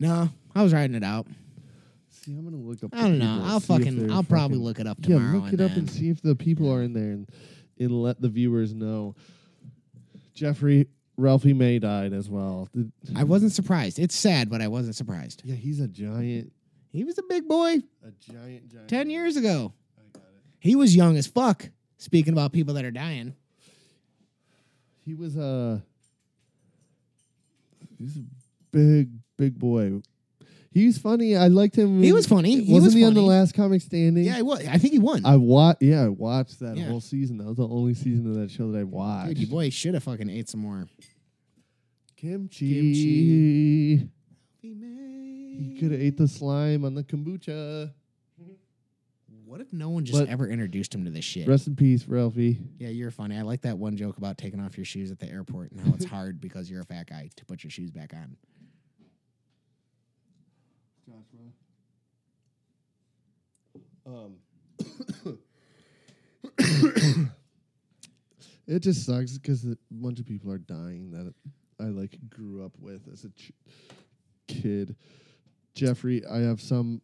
Speaker 1: no. I was writing it out.
Speaker 2: See, I'm gonna look up.
Speaker 1: I
Speaker 2: the
Speaker 1: don't know.
Speaker 2: people and
Speaker 1: I'll
Speaker 2: see if
Speaker 1: fucking.
Speaker 2: they're
Speaker 1: I'll probably
Speaker 2: fucking-
Speaker 1: look it up
Speaker 2: Yeah,
Speaker 1: tomorrow.
Speaker 2: look it up
Speaker 1: then-
Speaker 2: and see if the people are in there, and, and let the viewers know. Jeffrey Ralphie May died as well. Did-
Speaker 1: I wasn't surprised. It's sad, but I wasn't surprised.
Speaker 2: yeah, he's a giant,
Speaker 1: He was a big boy
Speaker 2: a giant, giant.
Speaker 1: ten years ago.
Speaker 2: I got it.
Speaker 1: He was young as fuck. Speaking about people that are dying,
Speaker 2: He was a he's a big big boy. He was funny. I liked him.
Speaker 1: He was funny. He
Speaker 2: Wasn't
Speaker 1: was
Speaker 2: he on the
Speaker 1: funny.
Speaker 2: last comic standing?
Speaker 1: yeah, I, wa- I think he won.
Speaker 2: I wa- Yeah, I watched that
Speaker 1: Yeah.
Speaker 2: whole season. That was the only season of that show that I watched.
Speaker 1: Dude, your boy should have fucking ate some more.
Speaker 2: Kimchi.
Speaker 1: Kimchi.
Speaker 2: He could have ate the slime on the kombucha.
Speaker 1: What if no one just
Speaker 2: But-
Speaker 1: ever introduced him to this shit?
Speaker 2: Rest in peace, Ralphie.
Speaker 1: yeah, you're funny. I like that one joke about taking off your shoes at the airport and how it's hard because you're a fat guy to put your shoes back on.
Speaker 2: Um, it just sucks because a bunch of people are dying that I like grew up with as a ch- kid. Jeffrey, I have some.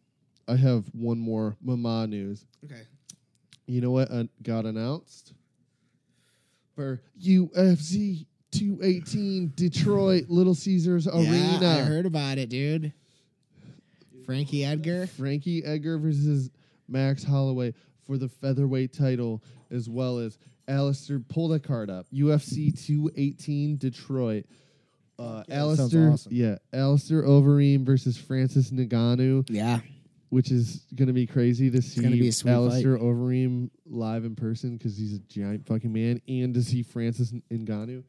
Speaker 2: I have one more mama news.
Speaker 1: Okay.
Speaker 2: You know what uh, got announced for UFC 218 Detroit Little Caesars Arena?
Speaker 1: Yeah, I heard about it, dude. Frankie Edgar.
Speaker 2: Frankie Edgar versus Max Holloway for the featherweight title, as well as Alistair. Pull that card up. UFC 218 Detroit. Uh,
Speaker 3: sounds
Speaker 2: Alistair,
Speaker 3: awesome.
Speaker 2: yeah, Alistair Overeem versus Francis Ngannou,
Speaker 1: Yeah.
Speaker 2: which is gonna be crazy to see
Speaker 1: gonna be a sweet
Speaker 2: Alistair Overeem live in person because he's a giant fucking man, and to see Francis N- Ngannou.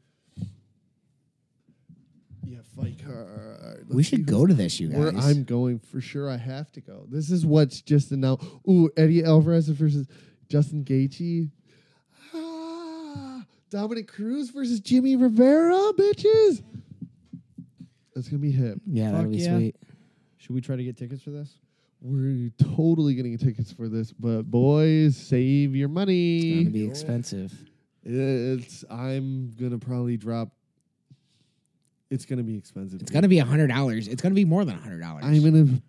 Speaker 2: Yeah, fight card.
Speaker 1: We should go to this, you guys.
Speaker 2: Where I'm going for sure, I have to go. This is what's just announced. Ooh, Eddie Alvarez versus Justin Gaethje. Ah, Dominic Cruz versus Jimmy Rivera, bitches. That's gonna be hip.
Speaker 1: yeah, that'd
Speaker 3: Fuck
Speaker 1: be
Speaker 3: yeah.
Speaker 1: sweet.
Speaker 3: Should we try to get tickets for this?
Speaker 2: We're totally getting tickets for this, but boys, save your
Speaker 1: It's gonna
Speaker 2: money.
Speaker 1: be expensive.
Speaker 2: It's I'm gonna probably drop. It's gonna be expensive.
Speaker 1: It's
Speaker 2: dude.
Speaker 1: gonna be a hundred dollars. It's gonna be more than a hundred dollars.
Speaker 2: I'm gonna.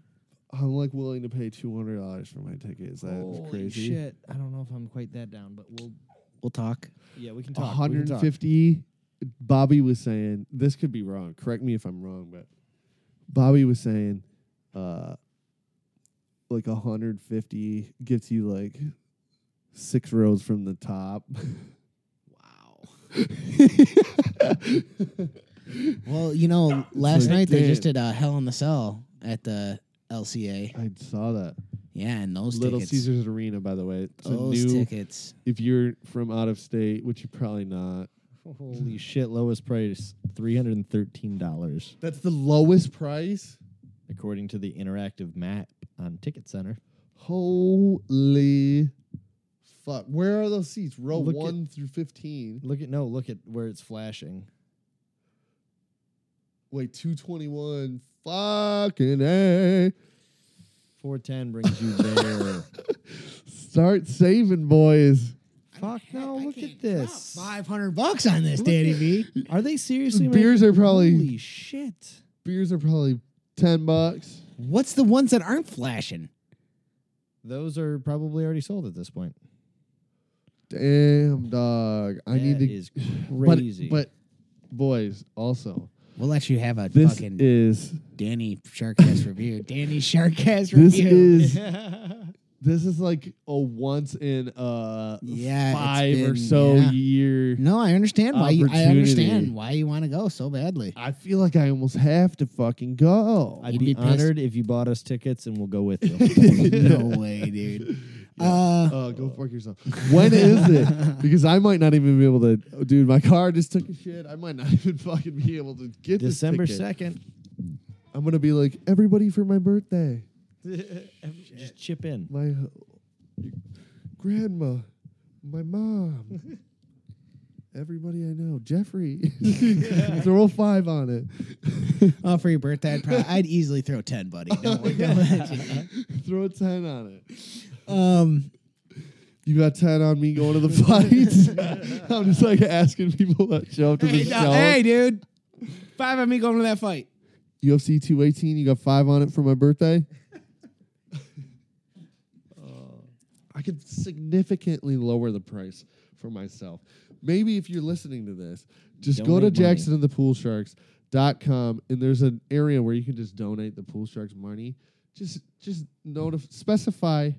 Speaker 2: I'm like willing to pay two hundred dollars for my ticket. Is that
Speaker 3: Holy
Speaker 2: crazy?
Speaker 3: shit! I don't know if I'm quite that down, but we'll.
Speaker 1: we'll talk.
Speaker 3: Yeah, we can talk. we can talk.
Speaker 2: 150. Bobby was saying this could be wrong. Correct me if I'm wrong, but Bobby was saying, uh, like 150 gets you like six rows from the top. [LAUGHS]
Speaker 1: Wow. [LAUGHS] well, you
Speaker 2: [LAUGHS]
Speaker 1: know, last
Speaker 2: Like,
Speaker 1: night they just
Speaker 2: dude.
Speaker 1: did uh, Hell in the Cell at the LCA.
Speaker 2: I saw that
Speaker 1: Yeah, and those
Speaker 2: Little
Speaker 1: tickets.
Speaker 2: Caesars Arena. By the way, it's a
Speaker 1: Those
Speaker 2: new.
Speaker 1: tickets.
Speaker 2: If you're from out of state, which you're probably not,
Speaker 3: Holy shit! Lowest price three hundred and thirteen dollars,
Speaker 2: that's the lowest price.
Speaker 3: according to the interactive map on Ticket Center.
Speaker 2: Holy fuck! Where are those seats? Row
Speaker 3: Look at-
Speaker 2: one through fifteen.
Speaker 3: Look at no, look at where it's flashing.
Speaker 2: Wait, 221. Fucking A.
Speaker 3: Four ten
Speaker 2: [LAUGHS]
Speaker 3: brings you there.
Speaker 2: Start saving, boys.
Speaker 3: Fuck no! Look at this.
Speaker 1: Five hundred bucks on this, Danny B.
Speaker 3: Are they seriously?
Speaker 2: Beers are
Speaker 3: making-
Speaker 2: probably-
Speaker 3: Holy shit!
Speaker 2: Beers are probably 10 bucks.
Speaker 1: What's the ones that aren't flashing?
Speaker 3: Those are probably already sold at this point.
Speaker 2: Damn, dog. I need
Speaker 3: That
Speaker 2: to.
Speaker 3: is
Speaker 2: [SIGHS] but-
Speaker 3: crazy.
Speaker 2: But, boys, also,
Speaker 1: We'll let you have a
Speaker 2: this
Speaker 1: fucking
Speaker 2: is
Speaker 1: Danny Sharkass
Speaker 2: [LAUGHS]
Speaker 1: review. Danny Sharkass review.
Speaker 2: this is this is like a once in uh
Speaker 1: Yeah, it's
Speaker 2: five or
Speaker 1: been-
Speaker 2: so
Speaker 1: yeah.
Speaker 2: year.
Speaker 1: [LAUGHS] No, I understand why you. I
Speaker 2: Opportunity.
Speaker 1: understand why you want to go so badly.
Speaker 2: I feel like I almost have to fucking go.
Speaker 3: I'd
Speaker 1: You'd
Speaker 3: be,
Speaker 1: be pissed.
Speaker 3: honored if you bought us tickets, and we'll go with
Speaker 2: [LAUGHS]
Speaker 3: you.
Speaker 1: [LAUGHS] no way, dude. Uh,
Speaker 2: Uh, go fuck yourself. When is
Speaker 3: [LAUGHS]
Speaker 2: it? Because I might not even be able to. oh, dude, my car just took a shit. I might not [LAUGHS] even fucking be able to get this
Speaker 3: December
Speaker 2: ticket.
Speaker 3: second.
Speaker 2: I'm gonna be like everybody for my birthday.
Speaker 3: Just chip in.
Speaker 2: My uh, grandma, my
Speaker 3: [LAUGHS]
Speaker 2: mom, everybody I know. Jeffrey, [LAUGHS] throw a five on it.
Speaker 1: oh, for your birthday, I'd, probably, I'd easily throw ten, buddy. [LAUGHS] Don't worry. Don't worry.
Speaker 2: [LAUGHS] throw a ten on it.
Speaker 1: um,
Speaker 2: You got ten on me going to the
Speaker 3: [LAUGHS]
Speaker 2: fights. [LAUGHS] I'm just like asking people that show up to the show.
Speaker 1: dude, five of me going to that fight.
Speaker 2: UFC 218. You got five on it for my birthday. Uh, I could significantly lower the price for myself. Maybe if you're listening to this, just go to
Speaker 3: Donate money.
Speaker 2: jacksonandthepoolsharks.com and there's an area where you can just donate the pool sharks money. Just just notif- specify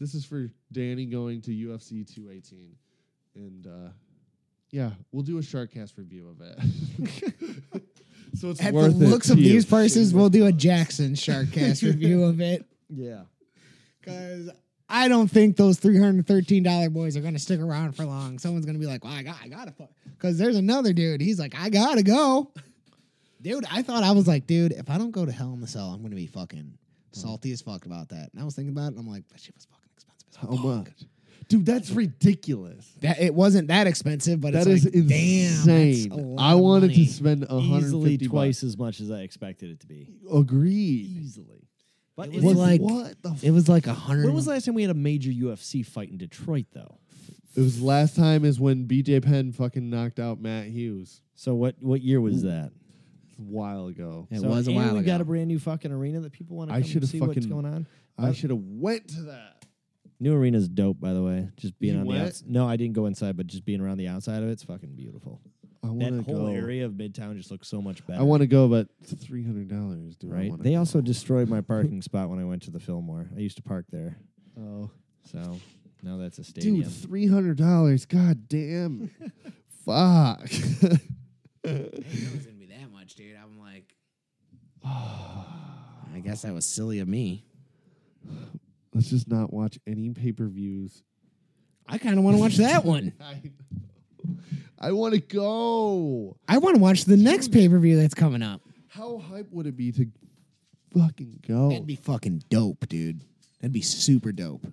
Speaker 2: this is for Danny going to UFC 218. and uh, yeah, we'll do a Sharkcast review of it. [LAUGHS] so it's
Speaker 1: At the
Speaker 2: worth it
Speaker 1: looks
Speaker 2: to
Speaker 1: of
Speaker 2: you.
Speaker 1: these prices, we'll do a Jackson Sharkcast review of it
Speaker 3: Yeah.
Speaker 1: because I don't think those three hundred thirteen dollar boys are going to stick around for long. Someone's going to be like, "Well, I got, I gotta," because there's another dude. He's like, "I gotta go." Dude, I thought I was like, dude, if I don't go to Hell in the Cell, I'm gonna be fucking salty as fuck about that. And I was thinking about it, and I'm like, that shit was fucking expensive. As
Speaker 2: How
Speaker 1: fuck.
Speaker 2: much? Dude, that's ridiculous.
Speaker 1: That it wasn't that expensive, but
Speaker 2: That
Speaker 1: it's
Speaker 2: is
Speaker 1: like,
Speaker 2: insane.
Speaker 1: Damn, that's a lot
Speaker 2: I
Speaker 1: of
Speaker 2: wanted
Speaker 1: money.
Speaker 2: to spend a
Speaker 3: Easily
Speaker 2: 150
Speaker 3: twice as much as I expected it to be.
Speaker 2: Bucks. Agreed.
Speaker 3: Easily. But
Speaker 1: It
Speaker 3: it
Speaker 1: was
Speaker 3: was
Speaker 1: like-
Speaker 2: what the? F-
Speaker 1: It was like a hundred.
Speaker 3: when was the last time we had a major UFC fight in Detroit though?
Speaker 2: it was last time is when BJ Penn fucking knocked out Matt Hughes.
Speaker 3: So what what year was that?
Speaker 2: It's a while ago.
Speaker 1: It
Speaker 3: So-
Speaker 1: was a
Speaker 3: and
Speaker 1: while
Speaker 3: we
Speaker 1: ago.
Speaker 3: got a brand new fucking arena that people want
Speaker 2: I
Speaker 3: to come
Speaker 2: should've
Speaker 3: see what's
Speaker 2: fucking-
Speaker 3: going on.
Speaker 2: I should have went to that.
Speaker 3: New arena's dope, by the way. Just being
Speaker 2: You
Speaker 3: on
Speaker 2: went?
Speaker 3: the outside. No, I didn't go inside, but just being around the outside of it's fucking beautiful.
Speaker 2: I
Speaker 3: That
Speaker 2: want to
Speaker 3: whole
Speaker 2: go.
Speaker 3: area of Midtown just looks so much better.
Speaker 2: I want to go, but three hundred dollars, dude.
Speaker 3: right. They also destroyed [LAUGHS] my parking spot when I went to the Fillmore. I used to park there,
Speaker 2: Oh,
Speaker 3: so now that's a stadium.
Speaker 2: dude, three hundred dollars. God
Speaker 1: [LAUGHS]
Speaker 2: damn. Fuck. [LAUGHS]
Speaker 1: It was gonna be that much, dude. I'm
Speaker 2: [SIGHS]
Speaker 1: like, I guess that was silly of me.
Speaker 2: Let's just not watch any pay per views.
Speaker 1: I kind of want to watch that one.
Speaker 2: I, I want to go.
Speaker 1: I want to watch the next pay per view that's coming up.
Speaker 2: How hype would it be to fucking go?
Speaker 1: That'd be fucking dope, dude. That'd be super dope.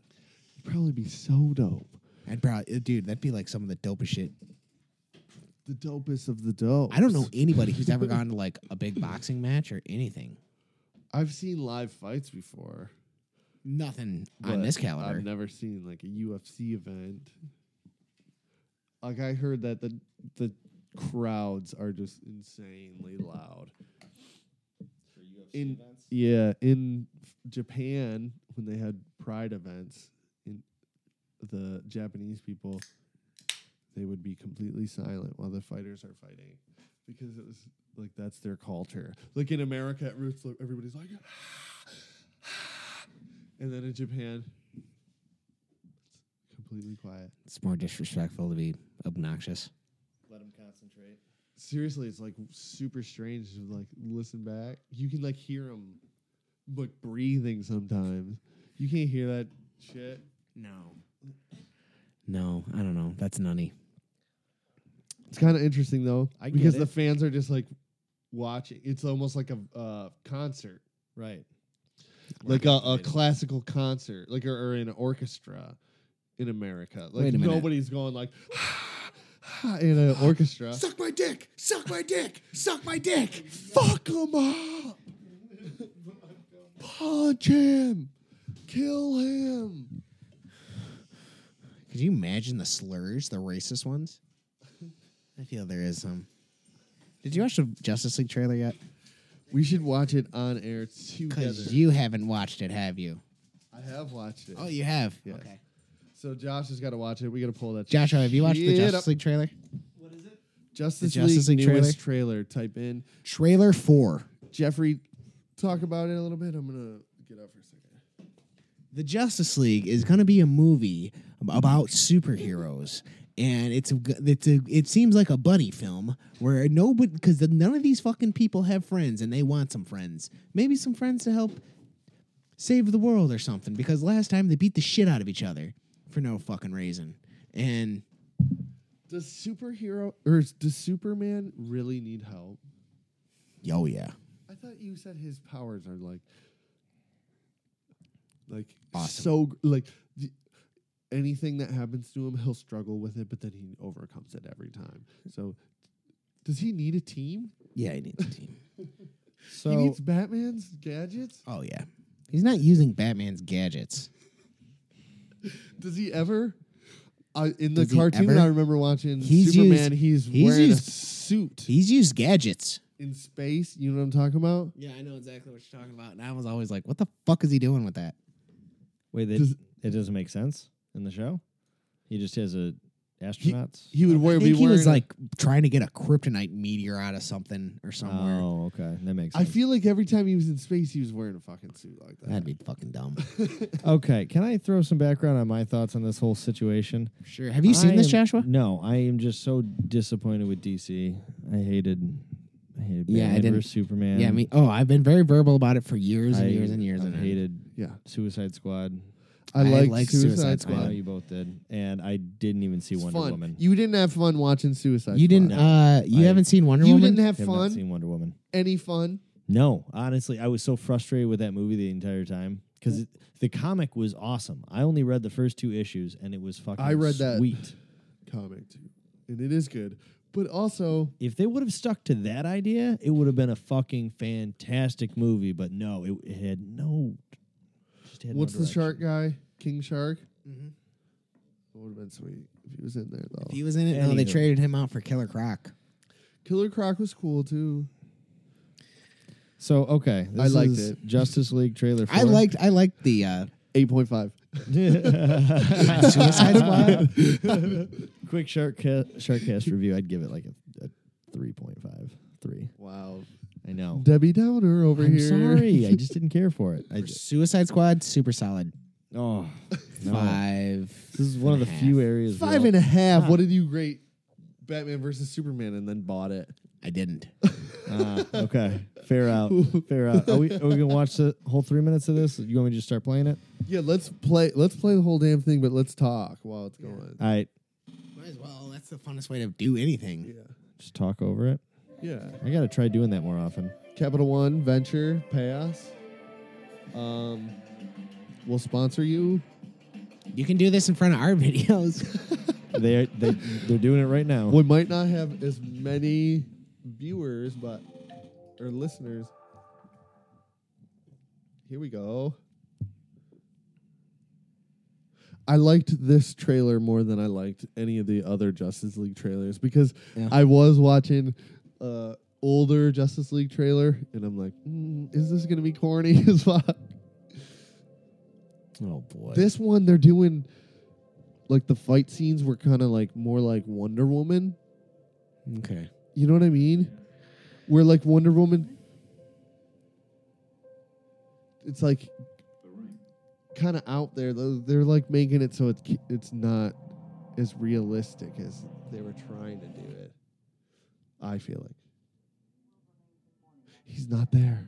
Speaker 2: probably be so dope.
Speaker 1: I'd probably, dude, that'd be like some of the dopest shit.
Speaker 2: The dopest of the dope.
Speaker 1: I don't know anybody who's ever gone to like a big boxing match or anything.
Speaker 2: I've seen live fights before.
Speaker 1: Nothing on
Speaker 2: but
Speaker 1: this caliber.
Speaker 2: I've never seen like a UFC event. Like I heard that the the crowds are just insanely loud. in yeah, in Japan when they had pride events, in the Japanese people they would be completely silent while the fighters are fighting because it was like that's their culture. Like in America at Roots, like, everybody's like, and then in Japan, it's completely quiet.
Speaker 1: it's more disrespectful to be obnoxious.
Speaker 3: Let them concentrate.
Speaker 2: Seriously, it's like super strange to like listen back. You can like hear them like breathing sometimes. You can't hear that shit.
Speaker 1: No. No, I don't know. That's nunny.
Speaker 2: It's kind of interesting though
Speaker 3: I get
Speaker 2: because
Speaker 3: it.
Speaker 2: the fans are just like watching. It's almost like a uh, concert.
Speaker 3: Right.
Speaker 2: like a, a classical concert, like or, or an orchestra in America. Like
Speaker 1: Wait a minute.
Speaker 2: nobody's going like [SIGHS] in an orchestra.
Speaker 1: Suck my dick! Suck my dick! Suck my
Speaker 2: [LAUGHS]
Speaker 1: dick!
Speaker 2: Fuck him up. Punch him. Kill him.
Speaker 1: Could you imagine the slurs, the racist ones? I feel there is some. Did you watch the Justice League trailer yet?
Speaker 2: We should watch it on air together.
Speaker 1: Because you haven't watched it, have you?
Speaker 2: I have watched it.
Speaker 1: Oh, you have.
Speaker 2: Yes.
Speaker 1: Okay.
Speaker 2: So Josh has got to watch it. We got to pull that.
Speaker 1: Joshua, have you watched the
Speaker 2: shit
Speaker 1: Justice
Speaker 2: up.
Speaker 1: League trailer?
Speaker 5: What is it?
Speaker 2: Justice,
Speaker 1: Justice
Speaker 2: League,
Speaker 1: League
Speaker 2: newest trailer? Type in
Speaker 1: Trailer four.
Speaker 2: Jeffrey. Talk about it a little bit. I'm gonna get up for a second.
Speaker 1: The Justice League is going to be a movie about superheroes. And it's a, g- it's a, it seems like a buddy film where nobody because none of these fucking people have friends and they want some friends, maybe some friends to help save the world or something. Because last time they beat the shit out of each other for no fucking reason. And
Speaker 2: Does superhero or is- does Superman really need help?
Speaker 1: oh yeah,
Speaker 2: I thought you said his powers are like, like
Speaker 1: Awesome.
Speaker 2: so gr- like the- anything that happens to him, he'll struggle with it, but then he overcomes it every time. So, does he need a team?
Speaker 1: yeah, he needs a team.
Speaker 3: [LAUGHS] So
Speaker 2: he needs Batman's gadgets.
Speaker 1: Oh yeah, he's not using Batman's gadgets.
Speaker 2: Does he ever? Uh, in the
Speaker 1: Does he
Speaker 2: cartoon,
Speaker 1: ever?
Speaker 2: I remember watching
Speaker 1: He's
Speaker 2: Superman.
Speaker 1: used-
Speaker 2: he's,
Speaker 1: he's
Speaker 2: wearing
Speaker 1: used-
Speaker 2: a suit
Speaker 1: He's used gadgets.
Speaker 2: in space. You know what I'm talking about?
Speaker 1: Yeah, I know exactly what you're talking about, and I was always like, "What the fuck is he doing with that?"
Speaker 3: wait, that
Speaker 2: Does-
Speaker 3: it doesn't make sense in the show. He just has a astronauts?
Speaker 2: He would wear.
Speaker 1: I
Speaker 2: be
Speaker 1: think he
Speaker 2: wearing
Speaker 1: was like trying to get a kryptonite meteor out of something or somewhere.
Speaker 3: oh, okay, that makes.
Speaker 2: I
Speaker 3: Sense.
Speaker 2: feel like every time he was in space, he was wearing a fucking suit like that.
Speaker 1: That'd be fucking dumb.
Speaker 3: [LAUGHS] okay, can I throw some background on my thoughts on this whole situation?
Speaker 1: sure. Have you seen
Speaker 3: I
Speaker 1: this,
Speaker 3: am-
Speaker 1: Joshua?
Speaker 3: No, I am just so disappointed with DC. I hated, I hated
Speaker 1: Yeah,
Speaker 3: Batman
Speaker 1: I didn't-
Speaker 3: versus Superman.
Speaker 1: yeah, I mean, oh, I've been very verbal about it for years and
Speaker 3: I-
Speaker 1: years and years.
Speaker 3: I
Speaker 1: and
Speaker 3: hated
Speaker 2: yeah,
Speaker 3: Suicide Squad.
Speaker 2: I,
Speaker 1: I
Speaker 2: like,
Speaker 1: like
Speaker 2: Suicide,
Speaker 1: Suicide
Speaker 3: I know
Speaker 2: Squad.
Speaker 3: you both did, and I didn't even see
Speaker 2: It's
Speaker 3: Wonder
Speaker 2: fun.
Speaker 3: Woman.
Speaker 2: You didn't have fun watching Suicide.
Speaker 1: You didn't.
Speaker 2: Squad.
Speaker 1: uh, you
Speaker 3: I-
Speaker 1: haven't seen Wonder
Speaker 2: you
Speaker 1: Woman.
Speaker 2: didn't have
Speaker 3: have not
Speaker 2: fun.
Speaker 3: seen Wonder Woman.
Speaker 2: Any fun?
Speaker 3: No, honestly, I was so frustrated with that movie the entire time because the comic was awesome. I only read the first two issues, and it was fucking.
Speaker 2: I read that.
Speaker 3: sweet.
Speaker 2: Comic, too. and it is good. But also,
Speaker 3: If they would have stuck to that idea, it would have been a fucking fantastic movie. But no, it, it had no. Just had no
Speaker 2: what's the
Speaker 3: direction.
Speaker 2: shark guy? King Shark. That would have been sweet if he was in there though.
Speaker 1: Mm-hmm. If he was in it, no, they
Speaker 3: Anywho.
Speaker 1: traded him out for Killer Croc.
Speaker 2: Killer Croc was cool too.
Speaker 3: So okay,
Speaker 2: I
Speaker 3: this
Speaker 2: liked
Speaker 3: is
Speaker 2: it.
Speaker 3: Justice League trailer. Four.
Speaker 1: I
Speaker 3: [LAUGHS]
Speaker 1: liked. I liked the uh,
Speaker 2: Eight point five.
Speaker 1: Suicide Squad.
Speaker 3: [LAUGHS] Quick shark ca- shark cast review. I'd give it like a, a three point five three.
Speaker 2: Wow.
Speaker 3: I know.
Speaker 2: Debbie Downer over
Speaker 3: I'm
Speaker 2: here.
Speaker 3: sorry. I just didn't care for it. I just,
Speaker 1: Suicide Squad, super solid.
Speaker 3: oh, no.
Speaker 1: Five.
Speaker 3: This is one of the
Speaker 1: and a
Speaker 3: few
Speaker 1: half.
Speaker 3: areas. where
Speaker 2: Five
Speaker 3: I'll-
Speaker 2: and a half. What did you rate Batman versus Superman and then bought it?
Speaker 1: I [LAUGHS] didn't.
Speaker 3: Ah, okay, fair out, fair out. Are we are we gonna watch the whole three minutes of this? You want me to just start playing it?
Speaker 2: Yeah, let's play. Let's play the whole damn thing, but let's talk while it's going.
Speaker 3: All right,
Speaker 1: Might as well. That's the funnest way to do anything.
Speaker 3: just talk over it.
Speaker 2: Yeah.
Speaker 3: I gotta try doing that more often.
Speaker 2: Capital One Venture Pass. Um, we'll sponsor you.
Speaker 1: You can do this in front of our [LAUGHS] videos.
Speaker 3: They they they're doing it right now.
Speaker 2: We might not have as many viewers, but or listeners. Here we go. I liked this trailer more than I liked any of the other Justice League trailers because
Speaker 1: Yeah.
Speaker 2: I was watching uh older Justice League trailer and I'm like, mm, is this gonna be corny [LAUGHS] as fuck?
Speaker 1: oh boy.
Speaker 2: This one they're doing like the fight scenes were kind of like more like Wonder Woman
Speaker 1: okay.
Speaker 2: You know what I mean? Where like Wonder Woman, it's like kind of out there. They're they're, like making it so it's ki- it's not as realistic as they were trying to do it. I feel like he's not there.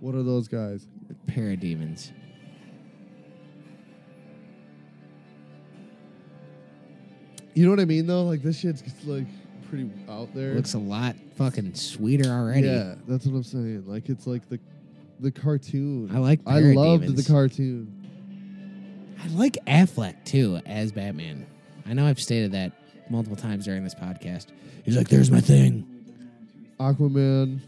Speaker 2: What are those guys?
Speaker 1: Parademons.
Speaker 2: You know what I mean though? Like this shit's just, like pretty out there.
Speaker 1: Looks a lot fucking sweeter already.
Speaker 2: Yeah, that's what I'm saying. Like it's like the the cartoon.
Speaker 1: I like
Speaker 2: I loved the
Speaker 1: Parademons.
Speaker 2: cartoon.
Speaker 1: I like Affleck too as Batman. I know I've stated that multiple times during this podcast. He's like, "There's my thing."
Speaker 2: Aquaman.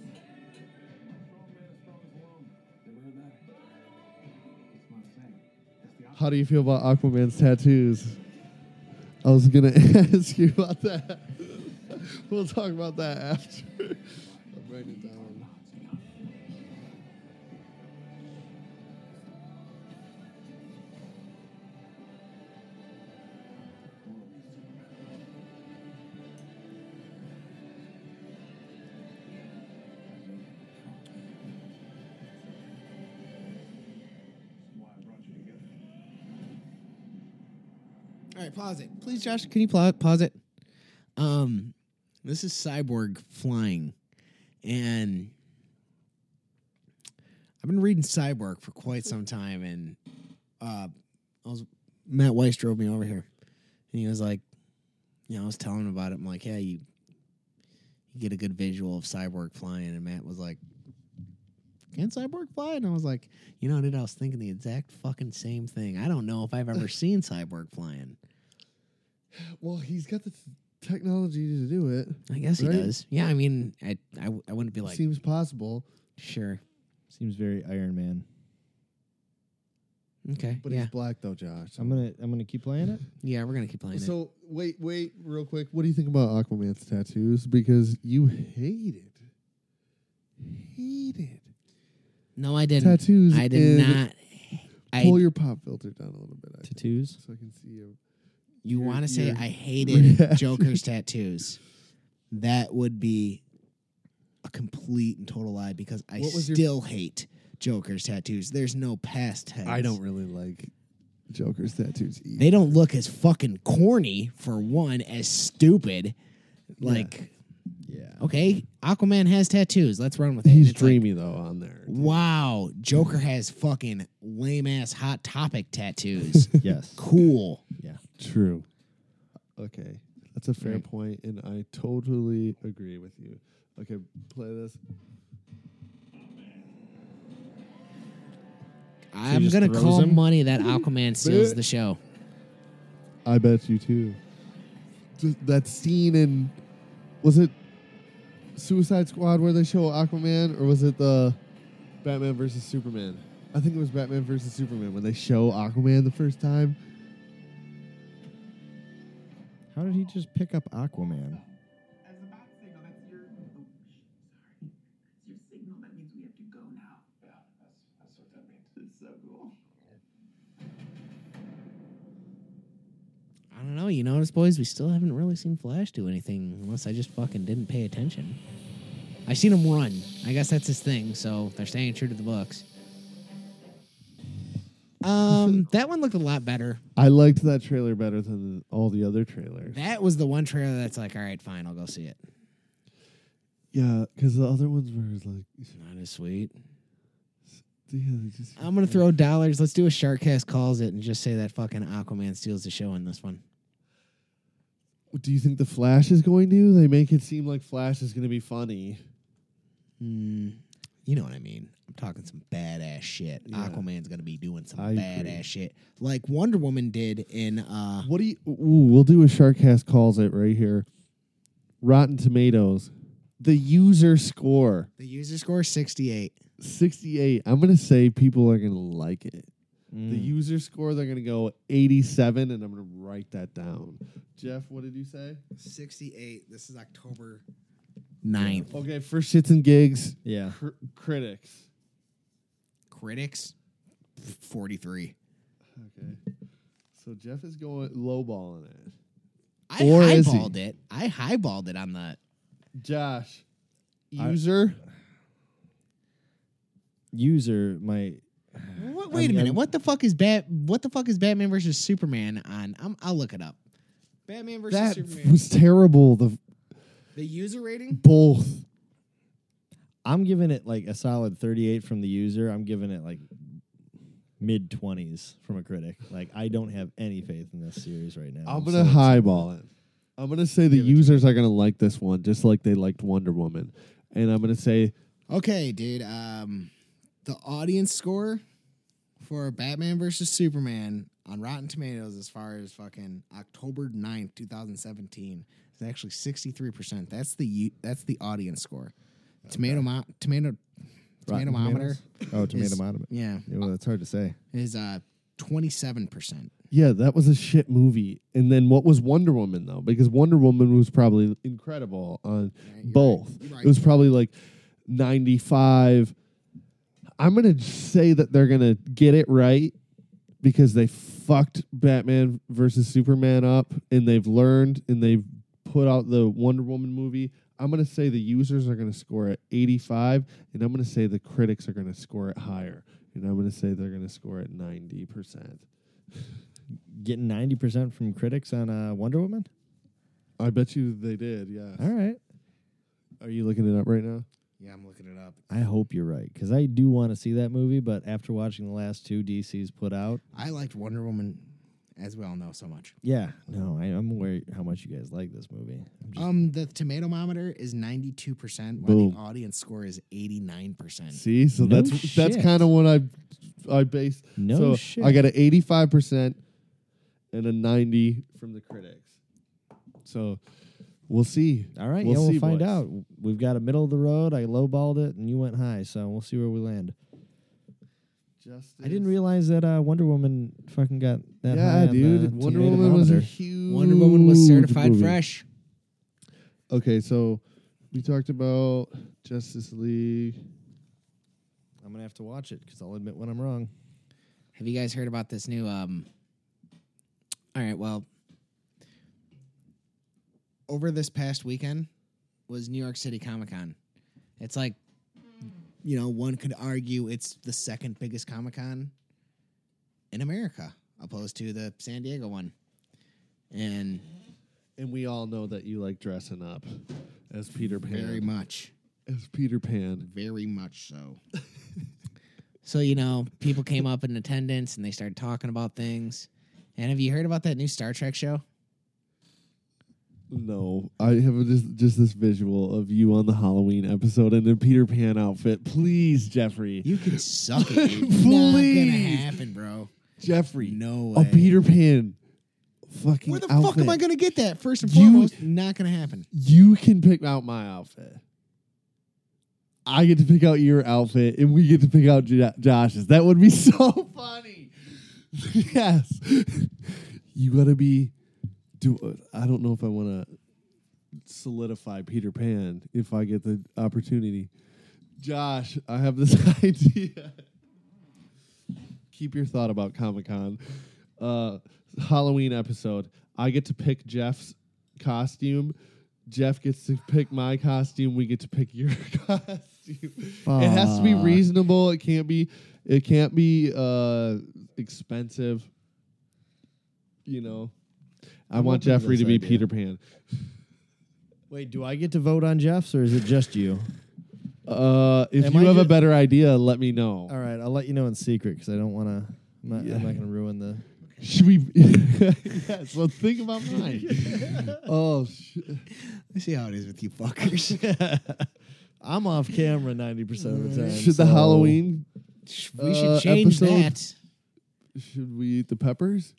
Speaker 2: How do you feel about Aquaman's tattoos? I was gonna [LAUGHS] ask you about that. we'll talk about that after. I'm writing it down.
Speaker 1: All right, pause it, please, Josh. Can you pla- pause it? Um, this is Cyborg flying, and I've been reading Cyborg for quite some time, and uh, I was Matt Weiss drove me over here, and he was like, you know, I was telling him about it. I'm like, yeah, you, you get a good visual of Cyborg flying, and Matt was like, can Cyborg fly? And I was like, you know, dude, I was thinking the exact fucking same thing. I don't know if I've ever seen Cyborg flying.
Speaker 2: Well, he's got the t- technology to do it.
Speaker 1: I guess he
Speaker 2: Right?
Speaker 1: does. Yeah, I mean, I, I, I wouldn't be like,
Speaker 2: Seems possible,
Speaker 1: sure.
Speaker 3: Seems very Iron Man.
Speaker 1: Okay.
Speaker 2: but
Speaker 1: yeah.
Speaker 2: he's black though, Josh.
Speaker 3: I'm gonna I'm gonna keep playing it.
Speaker 1: Yeah, we're going to keep playing it.
Speaker 2: So wait, wait, real quick. What do you think about Aquaman's tattoos? Because you hate it. hated
Speaker 1: No, I didn't.
Speaker 2: tattoos.
Speaker 1: I did
Speaker 2: and
Speaker 1: not. I
Speaker 2: Pull your pop filter down a little bit. I think,
Speaker 3: tattoos.
Speaker 2: so I can see you.
Speaker 1: you
Speaker 2: your-
Speaker 1: want to say
Speaker 2: your
Speaker 1: I
Speaker 2: [LAUGHS]
Speaker 1: hated
Speaker 2: reaction.
Speaker 1: Joker's tattoos? That would be a complete and total lie because I
Speaker 2: What was your-
Speaker 1: still hate Joker's tattoos. There's no past tense.
Speaker 2: I don't really like Joker's tattoos either.
Speaker 1: They don't look as fucking corny for one as stupid. Like,
Speaker 3: Yeah.
Speaker 1: okay, Aquaman has tattoos. Let's run with it.
Speaker 2: He's
Speaker 1: It's like,
Speaker 2: dreamy though on there.
Speaker 1: Wow, Joker
Speaker 3: Mm-hmm.
Speaker 1: has fucking lame ass hot topic
Speaker 3: [LAUGHS]
Speaker 1: tattoos.
Speaker 3: Yes.
Speaker 1: cool.
Speaker 3: Yeah.
Speaker 2: True. Okay, that's a fair
Speaker 1: Right.
Speaker 2: point, and I totally agree with you. Okay, play this.
Speaker 1: I'm
Speaker 3: just
Speaker 1: gonna
Speaker 3: throws Mm-hmm.
Speaker 1: call
Speaker 3: him?
Speaker 1: money that Aquaman steals
Speaker 2: Bleh.
Speaker 1: the show.
Speaker 2: I bet you too. Th- That scene in was it Suicide Squad where they show Aquaman, or was it the Batman versus Superman? I think it was Batman versus Superman when they show Aquaman the first time.
Speaker 3: How did he just pick up Aquaman?
Speaker 6: As a bat signal, that's your. Oh, sh- sorry. That's your signal. That means we have to go now. Yeah, that's, that's what that means. It's so cool.
Speaker 1: I don't know. You notice, boys, we still haven't really seen Flash do anything, unless I just fucking didn't pay attention. I seen him run. I guess that's his thing. So they're staying true to the books.
Speaker 3: [LAUGHS]
Speaker 1: Um, that one looked a lot better.
Speaker 2: I liked that trailer better than all the other trailers.
Speaker 1: That was the one trailer that's like, all right, fine, I'll go see it.
Speaker 2: Yeah, because the other ones were like,
Speaker 1: Not as sweet.
Speaker 2: yeah, they just.
Speaker 1: I'm gonna throw dollars. Let's do a shark cast calls it and just say that fucking Aquaman steals the show in this one.
Speaker 2: Do you think the Flash is going to? They make it seem like Flash is going to be funny.
Speaker 1: Mm, you know what I mean. I'm talking some badass shit.
Speaker 2: Yeah.
Speaker 1: Aquaman's gonna be doing some
Speaker 2: I agree.
Speaker 1: badass shit, like Wonder Woman did in. uh
Speaker 2: What do you? Ooh, we'll do a Sharkcast calls it right here. Rotten Tomatoes, the user score
Speaker 1: The user score 68.
Speaker 2: sixty eight. I'm gonna say people are gonna like it. The
Speaker 3: Mm.
Speaker 2: user score they're gonna go eighty seven, and I'm gonna write that down. Jeff, what did you say?
Speaker 1: 68. This is October 9th.
Speaker 2: Okay, for shits and gigs,
Speaker 3: Yeah.
Speaker 2: cr- critics.
Speaker 1: Critics 43.
Speaker 2: Okay, so Jeff is going lowballing it.
Speaker 1: I
Speaker 2: Or is he?
Speaker 1: highballed it. I highballed it on the.
Speaker 2: Josh,
Speaker 3: I-
Speaker 2: user.
Speaker 3: User my
Speaker 1: What, wait
Speaker 3: I'm-
Speaker 1: a minute.
Speaker 3: I'm-
Speaker 1: what the fuck is Bat? What the fuck is Batman versus Superman on? I'm, I'll look it up. Batman versus
Speaker 2: that
Speaker 1: Superman.
Speaker 2: was terrible. The
Speaker 1: the user rating.
Speaker 2: both.
Speaker 3: I'm giving it like a solid 38 from the user. I'm giving it like mid 20s from a critic. Like I don't have any faith in this series right now.
Speaker 2: I'm
Speaker 3: so
Speaker 2: gonna
Speaker 3: it's-
Speaker 2: highball it. I'm gonna say the
Speaker 3: Give it to
Speaker 2: users are gonna like this one just like they liked Wonder Woman, and I'm gonna say
Speaker 1: Okay, dude. Um, the audience score for Batman versus Superman on Rotten Tomatoes, as far as fucking October 9th, 2017, is actually 63%. That's the u- that's the audience score. Tomato mo- tomato
Speaker 3: Rotten
Speaker 1: tomatometer.
Speaker 3: Tomatoes? Oh, tomato
Speaker 1: is-
Speaker 3: meter.
Speaker 1: Yeah.
Speaker 3: Yeah, well, that's hard to say.
Speaker 1: Is uh 27%.
Speaker 2: yeah, that was a shit movie. And then what was Wonder Woman though? Because Wonder Woman was probably incredible on
Speaker 1: you're
Speaker 2: both.
Speaker 1: right. You're right.
Speaker 2: It was probably like 95. I'm gonna say that they're gonna get it right because they fucked Batman versus Superman up, and they've learned, and they've put out the Wonder Woman movie. I'm gonna say the users are gonna score at 85, and I'm gonna say the critics are gonna score it higher, and I'm gonna say they're gonna score at 90 percent.
Speaker 3: Getting 90% from critics on uh, Wonder Woman?
Speaker 2: I bet you they did. Yeah.
Speaker 3: All right.
Speaker 2: Are you looking it up right now?
Speaker 1: Yeah, I'm looking it up.
Speaker 3: I hope you're right because I do want to see that movie, but after watching the last two DC's put out,
Speaker 1: I liked Wonder Woman as we all know so much.
Speaker 3: yeah, no, I, I'm aware how much you guys like this movie. I'm just,
Speaker 1: Um, the tomato meter is 92%, while
Speaker 2: Boom.
Speaker 1: the audience score is 89%.
Speaker 2: See, so
Speaker 3: No
Speaker 2: that's that's
Speaker 3: shit.
Speaker 2: kind of what I I base.
Speaker 3: No
Speaker 2: Uh, so
Speaker 3: shit.
Speaker 2: I got an eighty five percent and a ninety from the critics. So we'll see.
Speaker 3: all right,
Speaker 2: we'll
Speaker 3: yeah,
Speaker 2: see,
Speaker 3: we'll find
Speaker 2: boys.
Speaker 3: out. We've got a middle of the road. I lowballed it, and you went high, so we'll see where we land.
Speaker 2: Justice.
Speaker 3: I didn't realize that uh, Wonder Woman fucking got that high.
Speaker 2: Yeah,
Speaker 3: on
Speaker 2: dude.
Speaker 3: the
Speaker 2: Wonder
Speaker 3: Tomatometer.
Speaker 2: Woman was a huge.
Speaker 1: Wonder Woman was certified
Speaker 2: movie.
Speaker 1: fresh.
Speaker 2: Okay, so we talked about Justice League.
Speaker 3: I'm gonna have to watch it because I'll admit when I'm wrong.
Speaker 1: Have you guys heard about this new? Um, all right, well, over this past weekend was New York City Comic Con. It's like, you know, one could argue it's the second biggest Comic Con in America, opposed to the San Diego one. And
Speaker 2: And we all know that you like dressing up as Peter Pan.
Speaker 1: very much.
Speaker 2: As Peter Pan.
Speaker 1: Very much so. so, you know, people came up in attendance and they started talking about things. And have you heard about that new Star Trek show?
Speaker 2: No, I have just just this visual of you on the Halloween episode in the Peter Pan outfit. Please, Jeffrey.
Speaker 1: You can suck it. [LAUGHS] It's not gonna
Speaker 2: Please.
Speaker 1: happen, bro.
Speaker 2: Jeffrey.
Speaker 1: No
Speaker 2: A
Speaker 1: way.
Speaker 2: Peter Pan. Fucking.
Speaker 1: Where the fuck
Speaker 2: outfit.
Speaker 1: am I gonna get that? First and
Speaker 2: You-
Speaker 1: foremost, not gonna happen.
Speaker 2: You can pick out my outfit. I get to pick out your outfit, and we get to pick out Jo- Josh's. That would be [LAUGHS] so funny. [LAUGHS] yes, [LAUGHS] you gotta be. Do I don't know if I want to solidify Peter Pan if I get the opportunity. Josh, I have this [LAUGHS] idea. Keep your thought about Comic Con. Uh, Halloween episode. I get to pick Jeff's costume. Jeff gets to pick my costume. We get to pick your [LAUGHS] costume. It has to be
Speaker 3: Fuck.
Speaker 2: reasonable. It can't be. It can't be uh, expensive. You know. I
Speaker 3: I'm
Speaker 2: want
Speaker 3: open to
Speaker 2: Jeffrey
Speaker 3: this
Speaker 2: to be
Speaker 3: idea.
Speaker 2: Peter Pan.
Speaker 3: Wait, do I get to vote on Jeff's or is it just [LAUGHS] you?
Speaker 2: Uh, if
Speaker 3: Am
Speaker 2: you
Speaker 3: I
Speaker 2: have a
Speaker 3: ju-
Speaker 2: better idea, let me know.
Speaker 3: All right, I'll let you know in secret because I don't want to. I'm not,
Speaker 2: Yeah.
Speaker 3: I'm not gonna ruin the.
Speaker 2: Should we? [LAUGHS] yes. Well, think about [LAUGHS] mine. oh, sh-
Speaker 1: Let's see how it is [LAUGHS] with you fuckers.
Speaker 3: [LAUGHS] I'm off camera 90 percent of the time.
Speaker 2: should the
Speaker 3: so-
Speaker 2: Halloween?
Speaker 1: we
Speaker 2: Uh,
Speaker 1: should change
Speaker 2: episode-
Speaker 1: that.
Speaker 2: Should we eat the peppers?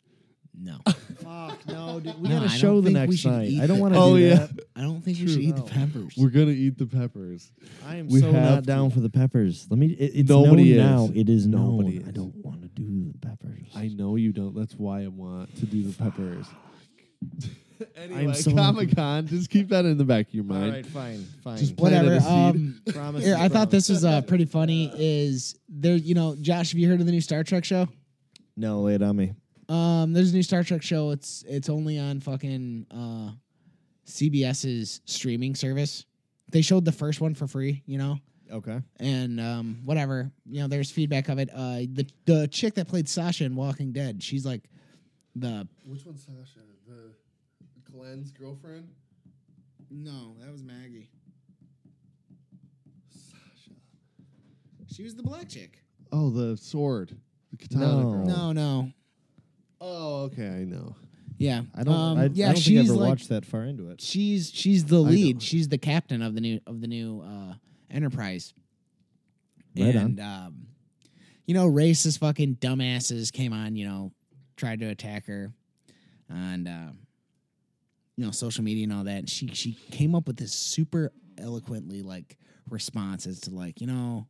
Speaker 1: No,
Speaker 3: Fuck no, dude. We
Speaker 1: No,
Speaker 3: got
Speaker 1: I don't
Speaker 3: a show the
Speaker 1: think we
Speaker 3: next
Speaker 1: should
Speaker 3: night.
Speaker 1: eat
Speaker 3: I don't
Speaker 1: the-
Speaker 3: want to.
Speaker 2: Oh,
Speaker 3: do
Speaker 2: yeah.
Speaker 3: That.
Speaker 1: I don't think we
Speaker 2: True,
Speaker 1: should eat the
Speaker 3: no.
Speaker 1: peppers.
Speaker 2: We're gonna eat the peppers.
Speaker 3: I am
Speaker 2: We
Speaker 3: so
Speaker 2: have
Speaker 3: not
Speaker 2: to.
Speaker 3: down for the peppers. Let me. It, it's
Speaker 2: Nobody
Speaker 3: known
Speaker 2: is.
Speaker 3: now. It is known.
Speaker 2: Nobody
Speaker 3: I
Speaker 2: is.
Speaker 3: don't want to do the peppers.
Speaker 2: I know you don't. That's why I want to do the [LAUGHS] peppers. anyway,
Speaker 3: so-
Speaker 2: Comic Con. Just keep that in the back of your
Speaker 3: All
Speaker 2: mind.
Speaker 3: right, fine, fine.
Speaker 2: Just plant
Speaker 1: Whatever.
Speaker 2: planted a seed.
Speaker 1: Um,
Speaker 3: promise.
Speaker 1: here,
Speaker 3: is
Speaker 1: I thought
Speaker 3: promise.
Speaker 1: this was uh, pretty funny. Is there? You know, Josh, have you heard of the new Star Trek show?
Speaker 3: No, lay it on me.
Speaker 1: Um, there's a new Star Trek show. It's it's only on fucking uh, CBS's streaming service. They showed the first one for free, you know,
Speaker 3: Okay.
Speaker 1: and um, whatever, you know. There's feedback of it. Uh, the the chick that played Sasha in Walking Dead, she's like the
Speaker 2: Which one's Sasha? The Glenn's girlfriend.
Speaker 1: no, that was Maggie. She was the black chick.
Speaker 2: Oh, the sword. The katana
Speaker 3: No.
Speaker 2: girl.
Speaker 1: No, no,
Speaker 2: Oh, okay. I know.
Speaker 1: yeah,
Speaker 3: I don't.
Speaker 1: Um,
Speaker 3: I, I
Speaker 1: yeah,
Speaker 3: don't think I
Speaker 1: she's
Speaker 3: ever
Speaker 1: like
Speaker 3: watched that far into it.
Speaker 1: she's she's the
Speaker 2: know.
Speaker 1: lead. She's the captain of the new of the new uh, Enterprise.
Speaker 3: Right on.
Speaker 1: and um, you know, racist fucking dumbasses came on. You know, tried to attack her on uh, you know social media and all that. And she she came up with this super eloquently like response as to like you know,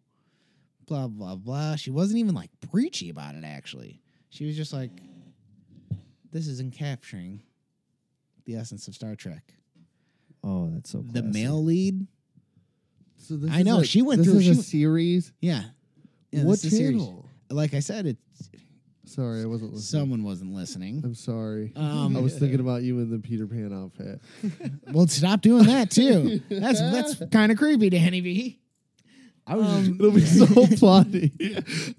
Speaker 1: blah blah blah. She wasn't even like preachy about it. Actually, she was just like, "This isn't capturing." The essence of Star Trek.
Speaker 3: Oh, that's so.
Speaker 1: The
Speaker 3: classy.
Speaker 1: male lead,
Speaker 2: So this
Speaker 1: I
Speaker 2: is
Speaker 1: know,
Speaker 2: a-
Speaker 1: she went
Speaker 2: this
Speaker 1: through-
Speaker 2: Is
Speaker 1: she
Speaker 2: a
Speaker 1: w-
Speaker 2: series.
Speaker 1: yeah. yeah
Speaker 2: what
Speaker 1: this is a series.
Speaker 2: channel?
Speaker 1: Like I said, it's
Speaker 2: Sorry, I wasn't listening.
Speaker 1: someone wasn't listening.
Speaker 2: I'm sorry.
Speaker 1: Um,
Speaker 2: I was thinking about you in the Peter Pan outfit.
Speaker 1: Well, stop doing that [LAUGHS] too. That's that's kind of creepy, Danny V. I was
Speaker 2: It'll be Um, [LAUGHS]
Speaker 3: [LAUGHS]
Speaker 2: so funny.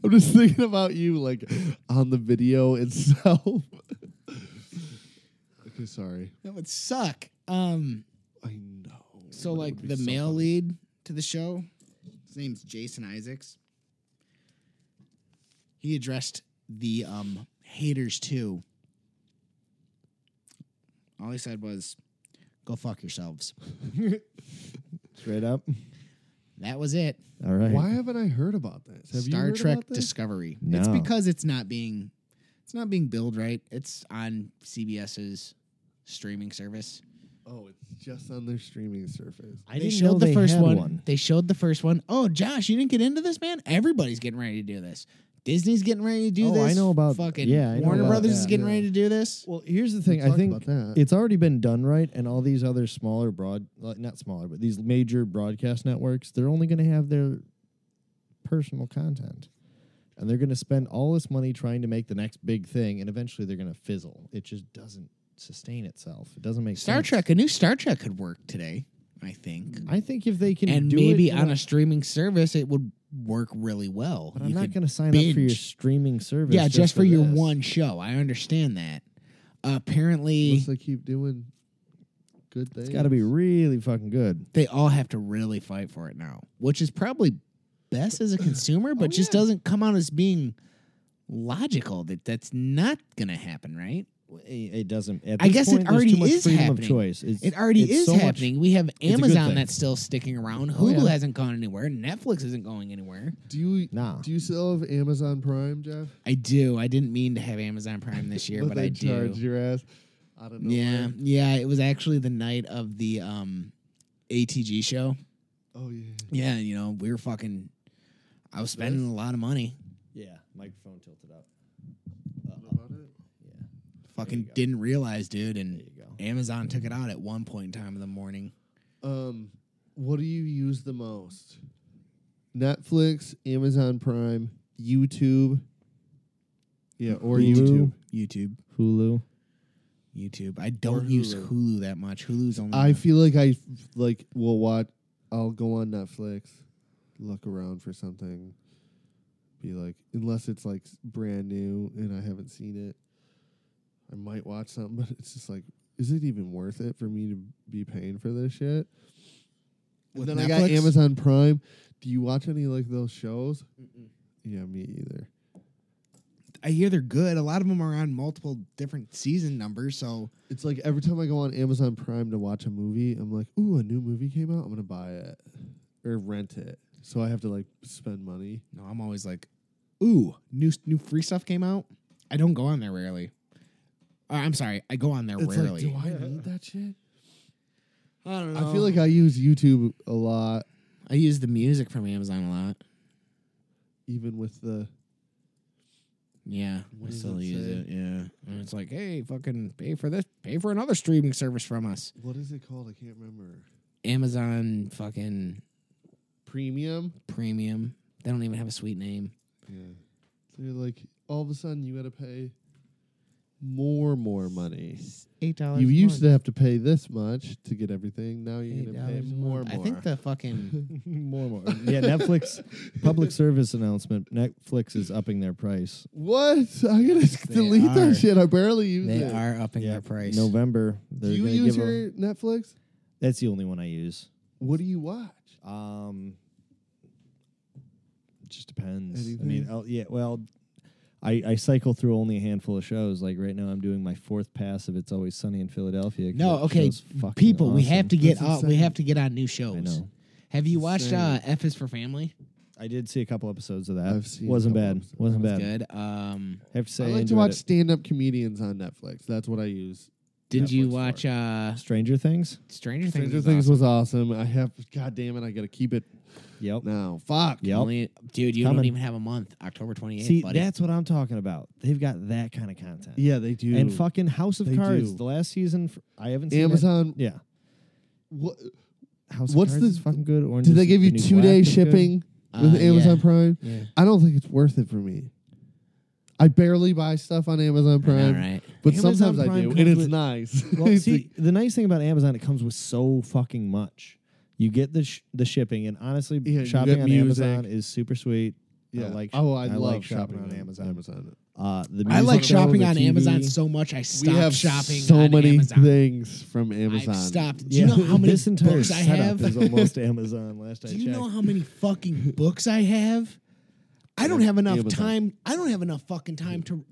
Speaker 2: I'm just thinking about you, like on the video itself. [LAUGHS] okay, sorry.
Speaker 1: that would suck. Um,
Speaker 2: I know.
Speaker 1: so
Speaker 2: That
Speaker 1: like
Speaker 2: would be
Speaker 1: the
Speaker 2: so
Speaker 1: male
Speaker 2: funny.
Speaker 1: lead to the show, his name's Jason Isaacs. He addressed the um haters too. All he said was, "Go fuck yourselves."
Speaker 3: Straight up. [LAUGHS]
Speaker 1: That was it.
Speaker 3: All right.
Speaker 2: Why haven't I heard about this? Have you
Speaker 1: Star
Speaker 2: heard
Speaker 1: Trek
Speaker 2: about this?
Speaker 1: Discovery.
Speaker 3: No.
Speaker 1: It's because it's not being it's not being billed right. It's on CBS's streaming service.
Speaker 2: oh, it's just on their streaming surface.
Speaker 3: I
Speaker 1: they
Speaker 3: didn't
Speaker 1: showed
Speaker 3: know
Speaker 1: the
Speaker 3: they
Speaker 1: first
Speaker 3: had
Speaker 1: They showed the first one. Oh, Josh, you didn't get into this, man. Everybody's getting ready to do this. Disney's getting ready to do
Speaker 3: Oh,
Speaker 1: this.
Speaker 3: I know about-
Speaker 1: fucking
Speaker 3: yeah, I know
Speaker 1: Warner
Speaker 3: about
Speaker 1: Brothers is
Speaker 3: that.
Speaker 1: getting
Speaker 2: Yeah.
Speaker 1: ready to do this.
Speaker 3: Well, here's the thing. I
Speaker 2: talked
Speaker 3: think
Speaker 2: about that.
Speaker 3: it's already been done right, and all these other smaller broad, like, not smaller, but these major broadcast networks, they're only going to have their personal content, and they're going to spend all this money trying to make the next big thing, and eventually they're going to fizzle. It just doesn't sustain itself. It doesn't make
Speaker 1: Star
Speaker 3: sense.
Speaker 1: Trek, a new Star Trek could work today, I think.
Speaker 3: I think if they can,
Speaker 1: and
Speaker 3: do
Speaker 1: maybe
Speaker 3: it,
Speaker 1: on a streaming service, it would work really well.
Speaker 3: But I'm
Speaker 1: You
Speaker 3: not
Speaker 1: could-
Speaker 3: going to sign up for your
Speaker 1: binge.
Speaker 3: streaming service.
Speaker 1: yeah, just for, your
Speaker 3: this.
Speaker 1: one show. I understand that. Apparently,
Speaker 2: Unless they keep doing good things.
Speaker 3: It's got to be really fucking good.
Speaker 1: they all have to really fight for it now, which is probably best as a consumer, but
Speaker 3: Oh,
Speaker 1: just
Speaker 3: yeah.
Speaker 1: doesn't come out as being logical. That that's not going to happen, right?
Speaker 3: eh, It it doesn't. At
Speaker 1: I
Speaker 3: this
Speaker 1: guess it
Speaker 3: point, there's
Speaker 1: already
Speaker 3: too much
Speaker 1: is
Speaker 3: freedom
Speaker 1: happening.
Speaker 3: Of choice. It's-
Speaker 1: It already
Speaker 3: it's
Speaker 1: is
Speaker 3: so much-
Speaker 1: happening. we have
Speaker 3: a good
Speaker 1: Amazon
Speaker 3: thing.
Speaker 1: that's still sticking around.
Speaker 3: Oh,
Speaker 1: Hulu
Speaker 3: yeah.
Speaker 1: hasn't gone anywhere. Netflix isn't going anywhere.
Speaker 2: Do you
Speaker 3: Nah.
Speaker 2: do you still have Amazon Prime, Jeff?
Speaker 1: I do. I didn't mean to have Amazon Prime this year, [LAUGHS] but,
Speaker 2: they
Speaker 1: I do.
Speaker 2: charge your ass. I don't know.
Speaker 1: Yeah, yeah. It was actually the night of the um, ATG show.
Speaker 2: Oh yeah.
Speaker 1: Yeah, you know we were fucking. I was spending a lot of money.
Speaker 3: Yeah, microphone tilted up.
Speaker 2: What about it?
Speaker 3: Yeah,
Speaker 1: Fucking
Speaker 3: go.
Speaker 1: didn't realize, dude. And
Speaker 3: Uh-huh. there you go.
Speaker 1: Amazon took it out at one point in time in the morning.
Speaker 2: Um, what do you use the most? Netflix, Amazon Prime, YouTube. Yeah, or
Speaker 3: Hulu.
Speaker 2: YouTube.
Speaker 1: YouTube,
Speaker 3: Hulu.
Speaker 1: YouTube. I don't
Speaker 2: Hulu.
Speaker 1: use Hulu that much. Hulu's only.
Speaker 2: I feel like I like will watch. I'll go on Netflix, look around for something. Be like, unless it's like s- brand new and I haven't seen it, I might watch something. But it's just like, is it even worth it for me to be paying for this shit?
Speaker 1: With
Speaker 2: and then I got
Speaker 1: Netflix?
Speaker 2: Amazon Prime. Do you watch any like those shows? Yeah, me either.
Speaker 1: I hear they're good. A lot of them are on multiple different season numbers. So
Speaker 2: It's like every time I go on Amazon Prime to watch a movie, I'm like, ooh, a new movie came out. I'm gonna buy it or rent it. So I have to like spend money.
Speaker 1: no, I'm always like, ooh, new new free stuff came out. I don't go on there rarely. Uh, I'm sorry, I go on there
Speaker 2: It's
Speaker 1: rarely.
Speaker 2: like, do I need that shit?
Speaker 1: I don't
Speaker 2: I feel like I use YouTube a lot,
Speaker 1: I use the music from Amazon a lot.
Speaker 2: even with the.
Speaker 1: Yeah,
Speaker 2: What
Speaker 1: I
Speaker 2: does
Speaker 1: still
Speaker 2: it
Speaker 1: use
Speaker 2: say?
Speaker 1: it. Yeah, and it's like, hey, fucking pay for this, pay for another streaming service from us.
Speaker 2: What is it called? I can't remember.
Speaker 1: Amazon fucking
Speaker 2: Premium.
Speaker 1: premium. They don't even have a sweet name.
Speaker 2: Yeah. So you're like, all of a sudden, you got to pay more, more money.
Speaker 1: Eight dollars.
Speaker 2: You used to have to pay this much to get everything. Now you're going to pay more, more.
Speaker 1: I think the [LAUGHS] fucking
Speaker 3: [LAUGHS] more and more. Yeah,
Speaker 2: [LAUGHS]
Speaker 3: Netflix public service announcement. Netflix is upping their price.
Speaker 2: What? [LAUGHS] I gotta delete
Speaker 1: are.
Speaker 2: that shit. I barely use
Speaker 1: they
Speaker 2: it.
Speaker 1: are upping their price.
Speaker 3: November.
Speaker 2: Do
Speaker 3: They're
Speaker 2: you
Speaker 3: gonna
Speaker 2: use
Speaker 3: give a-
Speaker 2: your Netflix?
Speaker 3: that's the only one I use.
Speaker 2: What do you watch?
Speaker 3: Um, it just depends.
Speaker 2: Anything?
Speaker 3: I mean, I'll, yeah. Well, I I cycle through only a handful of shows. Like right now, I'm doing my fourth pass of It's Always Sunny in Philadelphia. 'cause
Speaker 1: No,
Speaker 3: that
Speaker 1: okay,
Speaker 3: show's fucking
Speaker 1: people, we have
Speaker 3: awesome.
Speaker 1: to get
Speaker 2: That's
Speaker 1: up. We
Speaker 2: insane.
Speaker 1: have to get on new shows.
Speaker 3: I know.
Speaker 1: Have you watched
Speaker 2: Insane.
Speaker 1: uh, F is for Family?
Speaker 3: I did see a couple episodes of that.
Speaker 2: I've seen a
Speaker 3: Wasn't
Speaker 2: couple
Speaker 3: bad.
Speaker 2: episodes.
Speaker 3: Wasn't bad.
Speaker 1: Good. Um,
Speaker 3: I have to say,
Speaker 2: I
Speaker 3: I
Speaker 2: like to
Speaker 3: enjoyed
Speaker 2: watch
Speaker 3: it.
Speaker 2: stand-up comedians on Netflix. That's what I use.
Speaker 1: did you
Speaker 2: Netflix
Speaker 1: watch
Speaker 2: for it.
Speaker 1: uh,
Speaker 3: Stranger Things.
Speaker 1: Stranger Things?
Speaker 2: Stranger
Speaker 1: is
Speaker 2: Things
Speaker 1: awesome.
Speaker 2: was awesome. I have. God damn it! I gotta keep it
Speaker 3: Yep.
Speaker 2: now. Fuck.
Speaker 3: Yep.
Speaker 1: Only- dude, you don't
Speaker 3: Coming.
Speaker 1: even have a month. October twenty eighth,
Speaker 3: See,
Speaker 1: buddy.
Speaker 3: that's what I'm talking about. They've got that kind of content.
Speaker 2: Yeah, they do.
Speaker 3: And fucking House of
Speaker 2: They
Speaker 3: Cards.
Speaker 2: do.
Speaker 3: The last season, f- I haven't seen it.
Speaker 2: Amazon.
Speaker 3: Yeah.
Speaker 2: What,
Speaker 3: House
Speaker 2: What's
Speaker 3: of
Speaker 2: the-
Speaker 3: Cards is fucking good. Orange
Speaker 2: did
Speaker 3: is
Speaker 2: they give
Speaker 3: the
Speaker 2: you
Speaker 3: New
Speaker 2: two-day
Speaker 3: Black is good.
Speaker 2: shipping with
Speaker 1: Uh,
Speaker 2: Amazon
Speaker 1: yeah.
Speaker 2: Prime?
Speaker 1: Yeah.
Speaker 2: I don't think it's worth it for me. I barely buy stuff on Amazon
Speaker 1: I know,
Speaker 2: Prime,
Speaker 1: right?
Speaker 2: but
Speaker 3: Amazon
Speaker 2: sometimes I
Speaker 3: Prime
Speaker 2: do,
Speaker 3: comes
Speaker 2: and it's
Speaker 1: [LAUGHS]
Speaker 3: with-
Speaker 2: nice. [LAUGHS]
Speaker 3: Well,
Speaker 2: It's
Speaker 3: see, the nice thing about Amazon, it comes with so fucking much. You get the sh- the shipping, and honestly,
Speaker 2: Yeah, you
Speaker 3: shopping
Speaker 2: get
Speaker 3: on
Speaker 2: music.
Speaker 3: Amazon is super sweet. I like.
Speaker 2: oh, I, love
Speaker 3: like shopping, on Amazon. Uh, the
Speaker 1: I like
Speaker 3: music though,
Speaker 1: shopping
Speaker 3: the
Speaker 1: on
Speaker 3: TV.
Speaker 1: Amazon so much. I stopped
Speaker 2: we have
Speaker 1: shopping
Speaker 2: so
Speaker 1: on
Speaker 2: many
Speaker 1: Amazon.
Speaker 2: things from Amazon.
Speaker 1: I've stopped. Do
Speaker 3: Yeah.
Speaker 1: you know
Speaker 3: [LAUGHS]
Speaker 1: how many
Speaker 3: this entire
Speaker 1: books I
Speaker 3: setup
Speaker 1: have? [LAUGHS]
Speaker 3: is almost Amazon. Last I
Speaker 1: Do you
Speaker 3: checked.
Speaker 1: know how many fucking books I have? I don't have enough
Speaker 2: Amazon.
Speaker 1: time. I don't have enough fucking time to.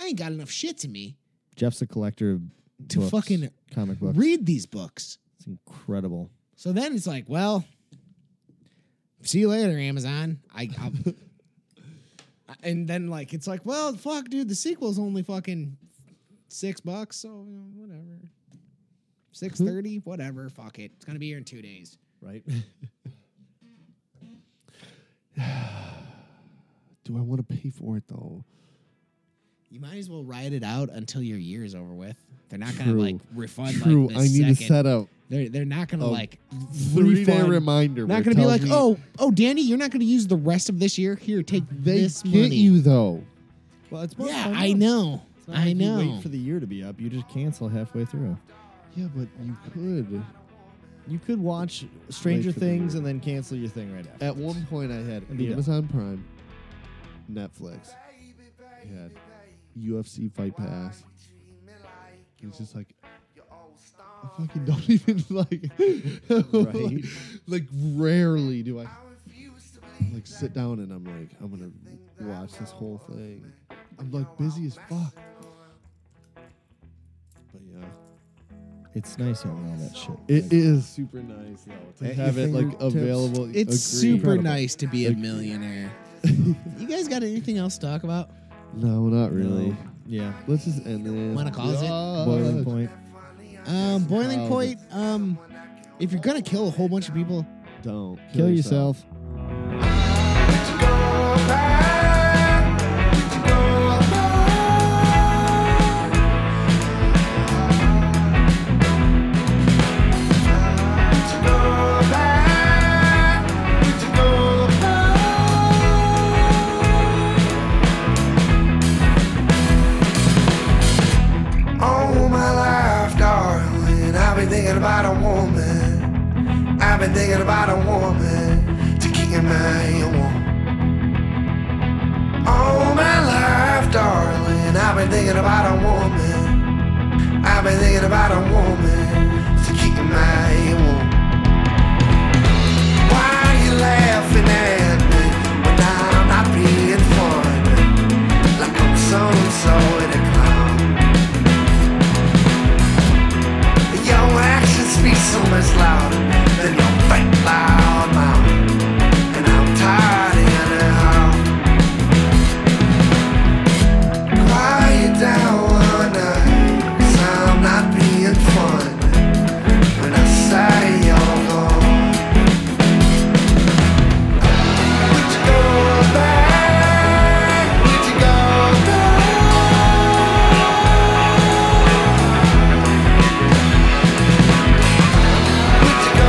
Speaker 1: I ain't got enough shit to me
Speaker 3: Jeff's a collector of
Speaker 1: To
Speaker 3: books,
Speaker 1: fucking
Speaker 3: comic books.
Speaker 1: read these books.
Speaker 3: it's incredible.
Speaker 1: So then it's like, well, see you later, Amazon. I, I'll, [LAUGHS] and then like it's like, well, fuck, dude, the sequel's only fucking six bucks, so you know, whatever.
Speaker 3: Hmm.
Speaker 1: Six thirty, whatever. Fuck it. It's gonna be here in two days.
Speaker 3: Right.
Speaker 2: Do do I want to pay for it though?
Speaker 1: You might as well ride it out until your year is over with. They're not gonna
Speaker 2: True.
Speaker 1: like refund.
Speaker 2: True,
Speaker 1: Like,
Speaker 2: I need
Speaker 1: second.
Speaker 2: to set up
Speaker 1: They're they're not gonna
Speaker 2: Oh,
Speaker 1: like
Speaker 2: three day
Speaker 1: refund.
Speaker 2: reminder. where
Speaker 1: Not
Speaker 2: it
Speaker 1: gonna be
Speaker 2: tells
Speaker 1: like,
Speaker 2: me-
Speaker 1: oh, oh, Danny, you're not gonna use the rest of this year. Here, take
Speaker 2: they
Speaker 1: this
Speaker 2: get
Speaker 1: money.
Speaker 2: you though.
Speaker 3: [LAUGHS] Well, it's more
Speaker 1: yeah,
Speaker 3: fun
Speaker 1: I
Speaker 3: month.
Speaker 1: know.
Speaker 3: It's not like
Speaker 1: I
Speaker 3: you
Speaker 1: know.
Speaker 3: wait for the year to be up. You just cancel halfway through.
Speaker 2: Yeah, but you could.
Speaker 3: You could watch Stranger
Speaker 2: Wait for the
Speaker 3: Things
Speaker 2: year.
Speaker 3: and then cancel your thing right after.
Speaker 2: At one point, I had
Speaker 3: be done.
Speaker 2: Amazon Prime, Netflix, I had UFC Fight Pass. It's just like I fucking don't [LAUGHS] even like.
Speaker 3: Right.
Speaker 2: [LAUGHS] like rarely do I like sit down and I'm like I'm gonna watch this whole thing. I'm like busy as fuck. But yeah,
Speaker 3: It's nice having all that shit.
Speaker 2: it is
Speaker 3: Like,
Speaker 2: super nice though to
Speaker 3: At your
Speaker 2: have it like
Speaker 3: fingertips.
Speaker 2: available.
Speaker 1: It's
Speaker 2: Agreed.
Speaker 1: super nice to be a millionaire. [LAUGHS] you guys got anything else to talk about?
Speaker 2: No, not really.
Speaker 3: no. Yeah.
Speaker 2: Let's just end this.
Speaker 1: Wanna call it?
Speaker 2: Yeah.
Speaker 3: Boiling point.
Speaker 1: Um, boiling
Speaker 2: Oh.
Speaker 1: point. Um, if you're gonna kill a whole bunch of people,
Speaker 2: Don't
Speaker 3: Kill yourself.
Speaker 4: All my life, darling, I've been thinking about a woman. I've been thinking about a woman to keep my warm. All my life, darling, I've been thinking about a woman. I've been thinking about a woman to keep my warm. Why you laughing at me when I'm not being funny? Like I'm some sort of clown. Your actions speak so much louder than your fake loud mouth. And I'm tired anyhow. Quiet down one night, 'cause I'm not being fun when I say you're gone. Would you go back? Would you go back? Would you go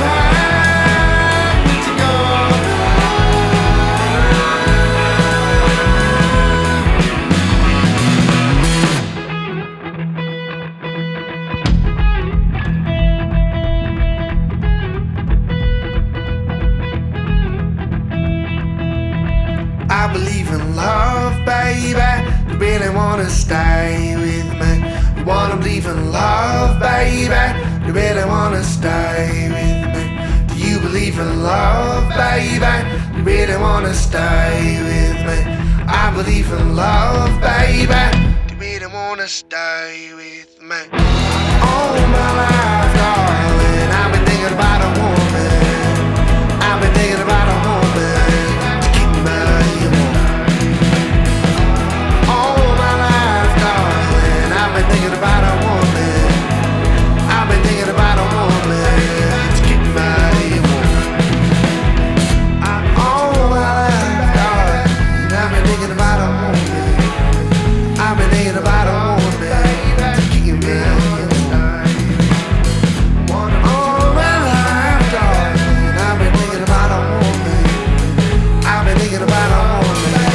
Speaker 4: back? Would you go back? I believe in love, baby. You really wanna stay with me. You wanna believe in love, baby. You really wanna stay with me. Do you believe in love, baby? You really wanna stay with me. I believe in love, baby. You really wanna stay with me. All my life, darling, I've been thinking about a woman. I've been thinking about a woman to keep my eye on. All my life, darling, I've been thinking about a woman. I've been thinking about a woman to keep my eye on. I- All my life, darling, I've been thinking about a woman. I've been thinking about a woman to keep my eye on. All my life, darling, I've been thinking about a woman. I've been thinking about a woman.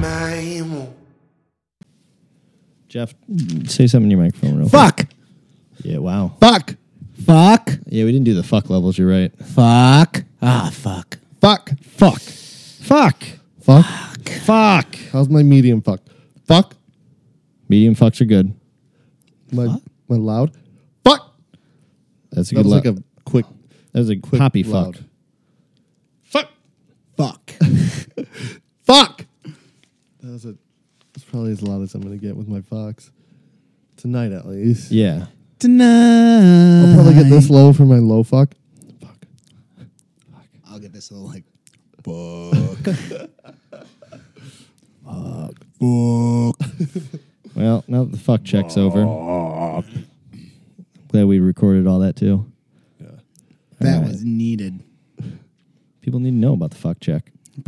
Speaker 4: My woman.
Speaker 3: Jeff, say something in your microphone real quick.
Speaker 1: fuck,
Speaker 3: Yeah, wow.
Speaker 1: fuck, fuck,
Speaker 3: Yeah, we didn't do the fuck levels, you're right.
Speaker 1: fuck. Ah, fuck.
Speaker 2: Fuck.
Speaker 3: Fuck. Fuck.
Speaker 2: Fuck.
Speaker 3: Fuck.
Speaker 2: How's my medium? Fuck. Fuck.
Speaker 3: Medium fucks are good.
Speaker 2: My my loud. Fuck.
Speaker 3: That's a
Speaker 2: That
Speaker 3: good
Speaker 2: was
Speaker 3: lo-
Speaker 2: like a quick.
Speaker 3: That was a
Speaker 2: quick
Speaker 3: poppy
Speaker 2: loud.
Speaker 3: fuck.
Speaker 2: Fuck.
Speaker 1: [LAUGHS] Fuck.
Speaker 2: Fuck. That was a. That's probably as loud as I'm gonna get with my fucks tonight, at least.
Speaker 3: Yeah.
Speaker 1: Tonight.
Speaker 2: I'll probably get this low for my low fuck. Fuck.
Speaker 1: I'll get this little like [LAUGHS]
Speaker 3: Well, now that the fuck check's over. Glad we recorded all that too.
Speaker 1: that
Speaker 3: Alright.
Speaker 1: was needed.
Speaker 3: People need to know about the fuck check.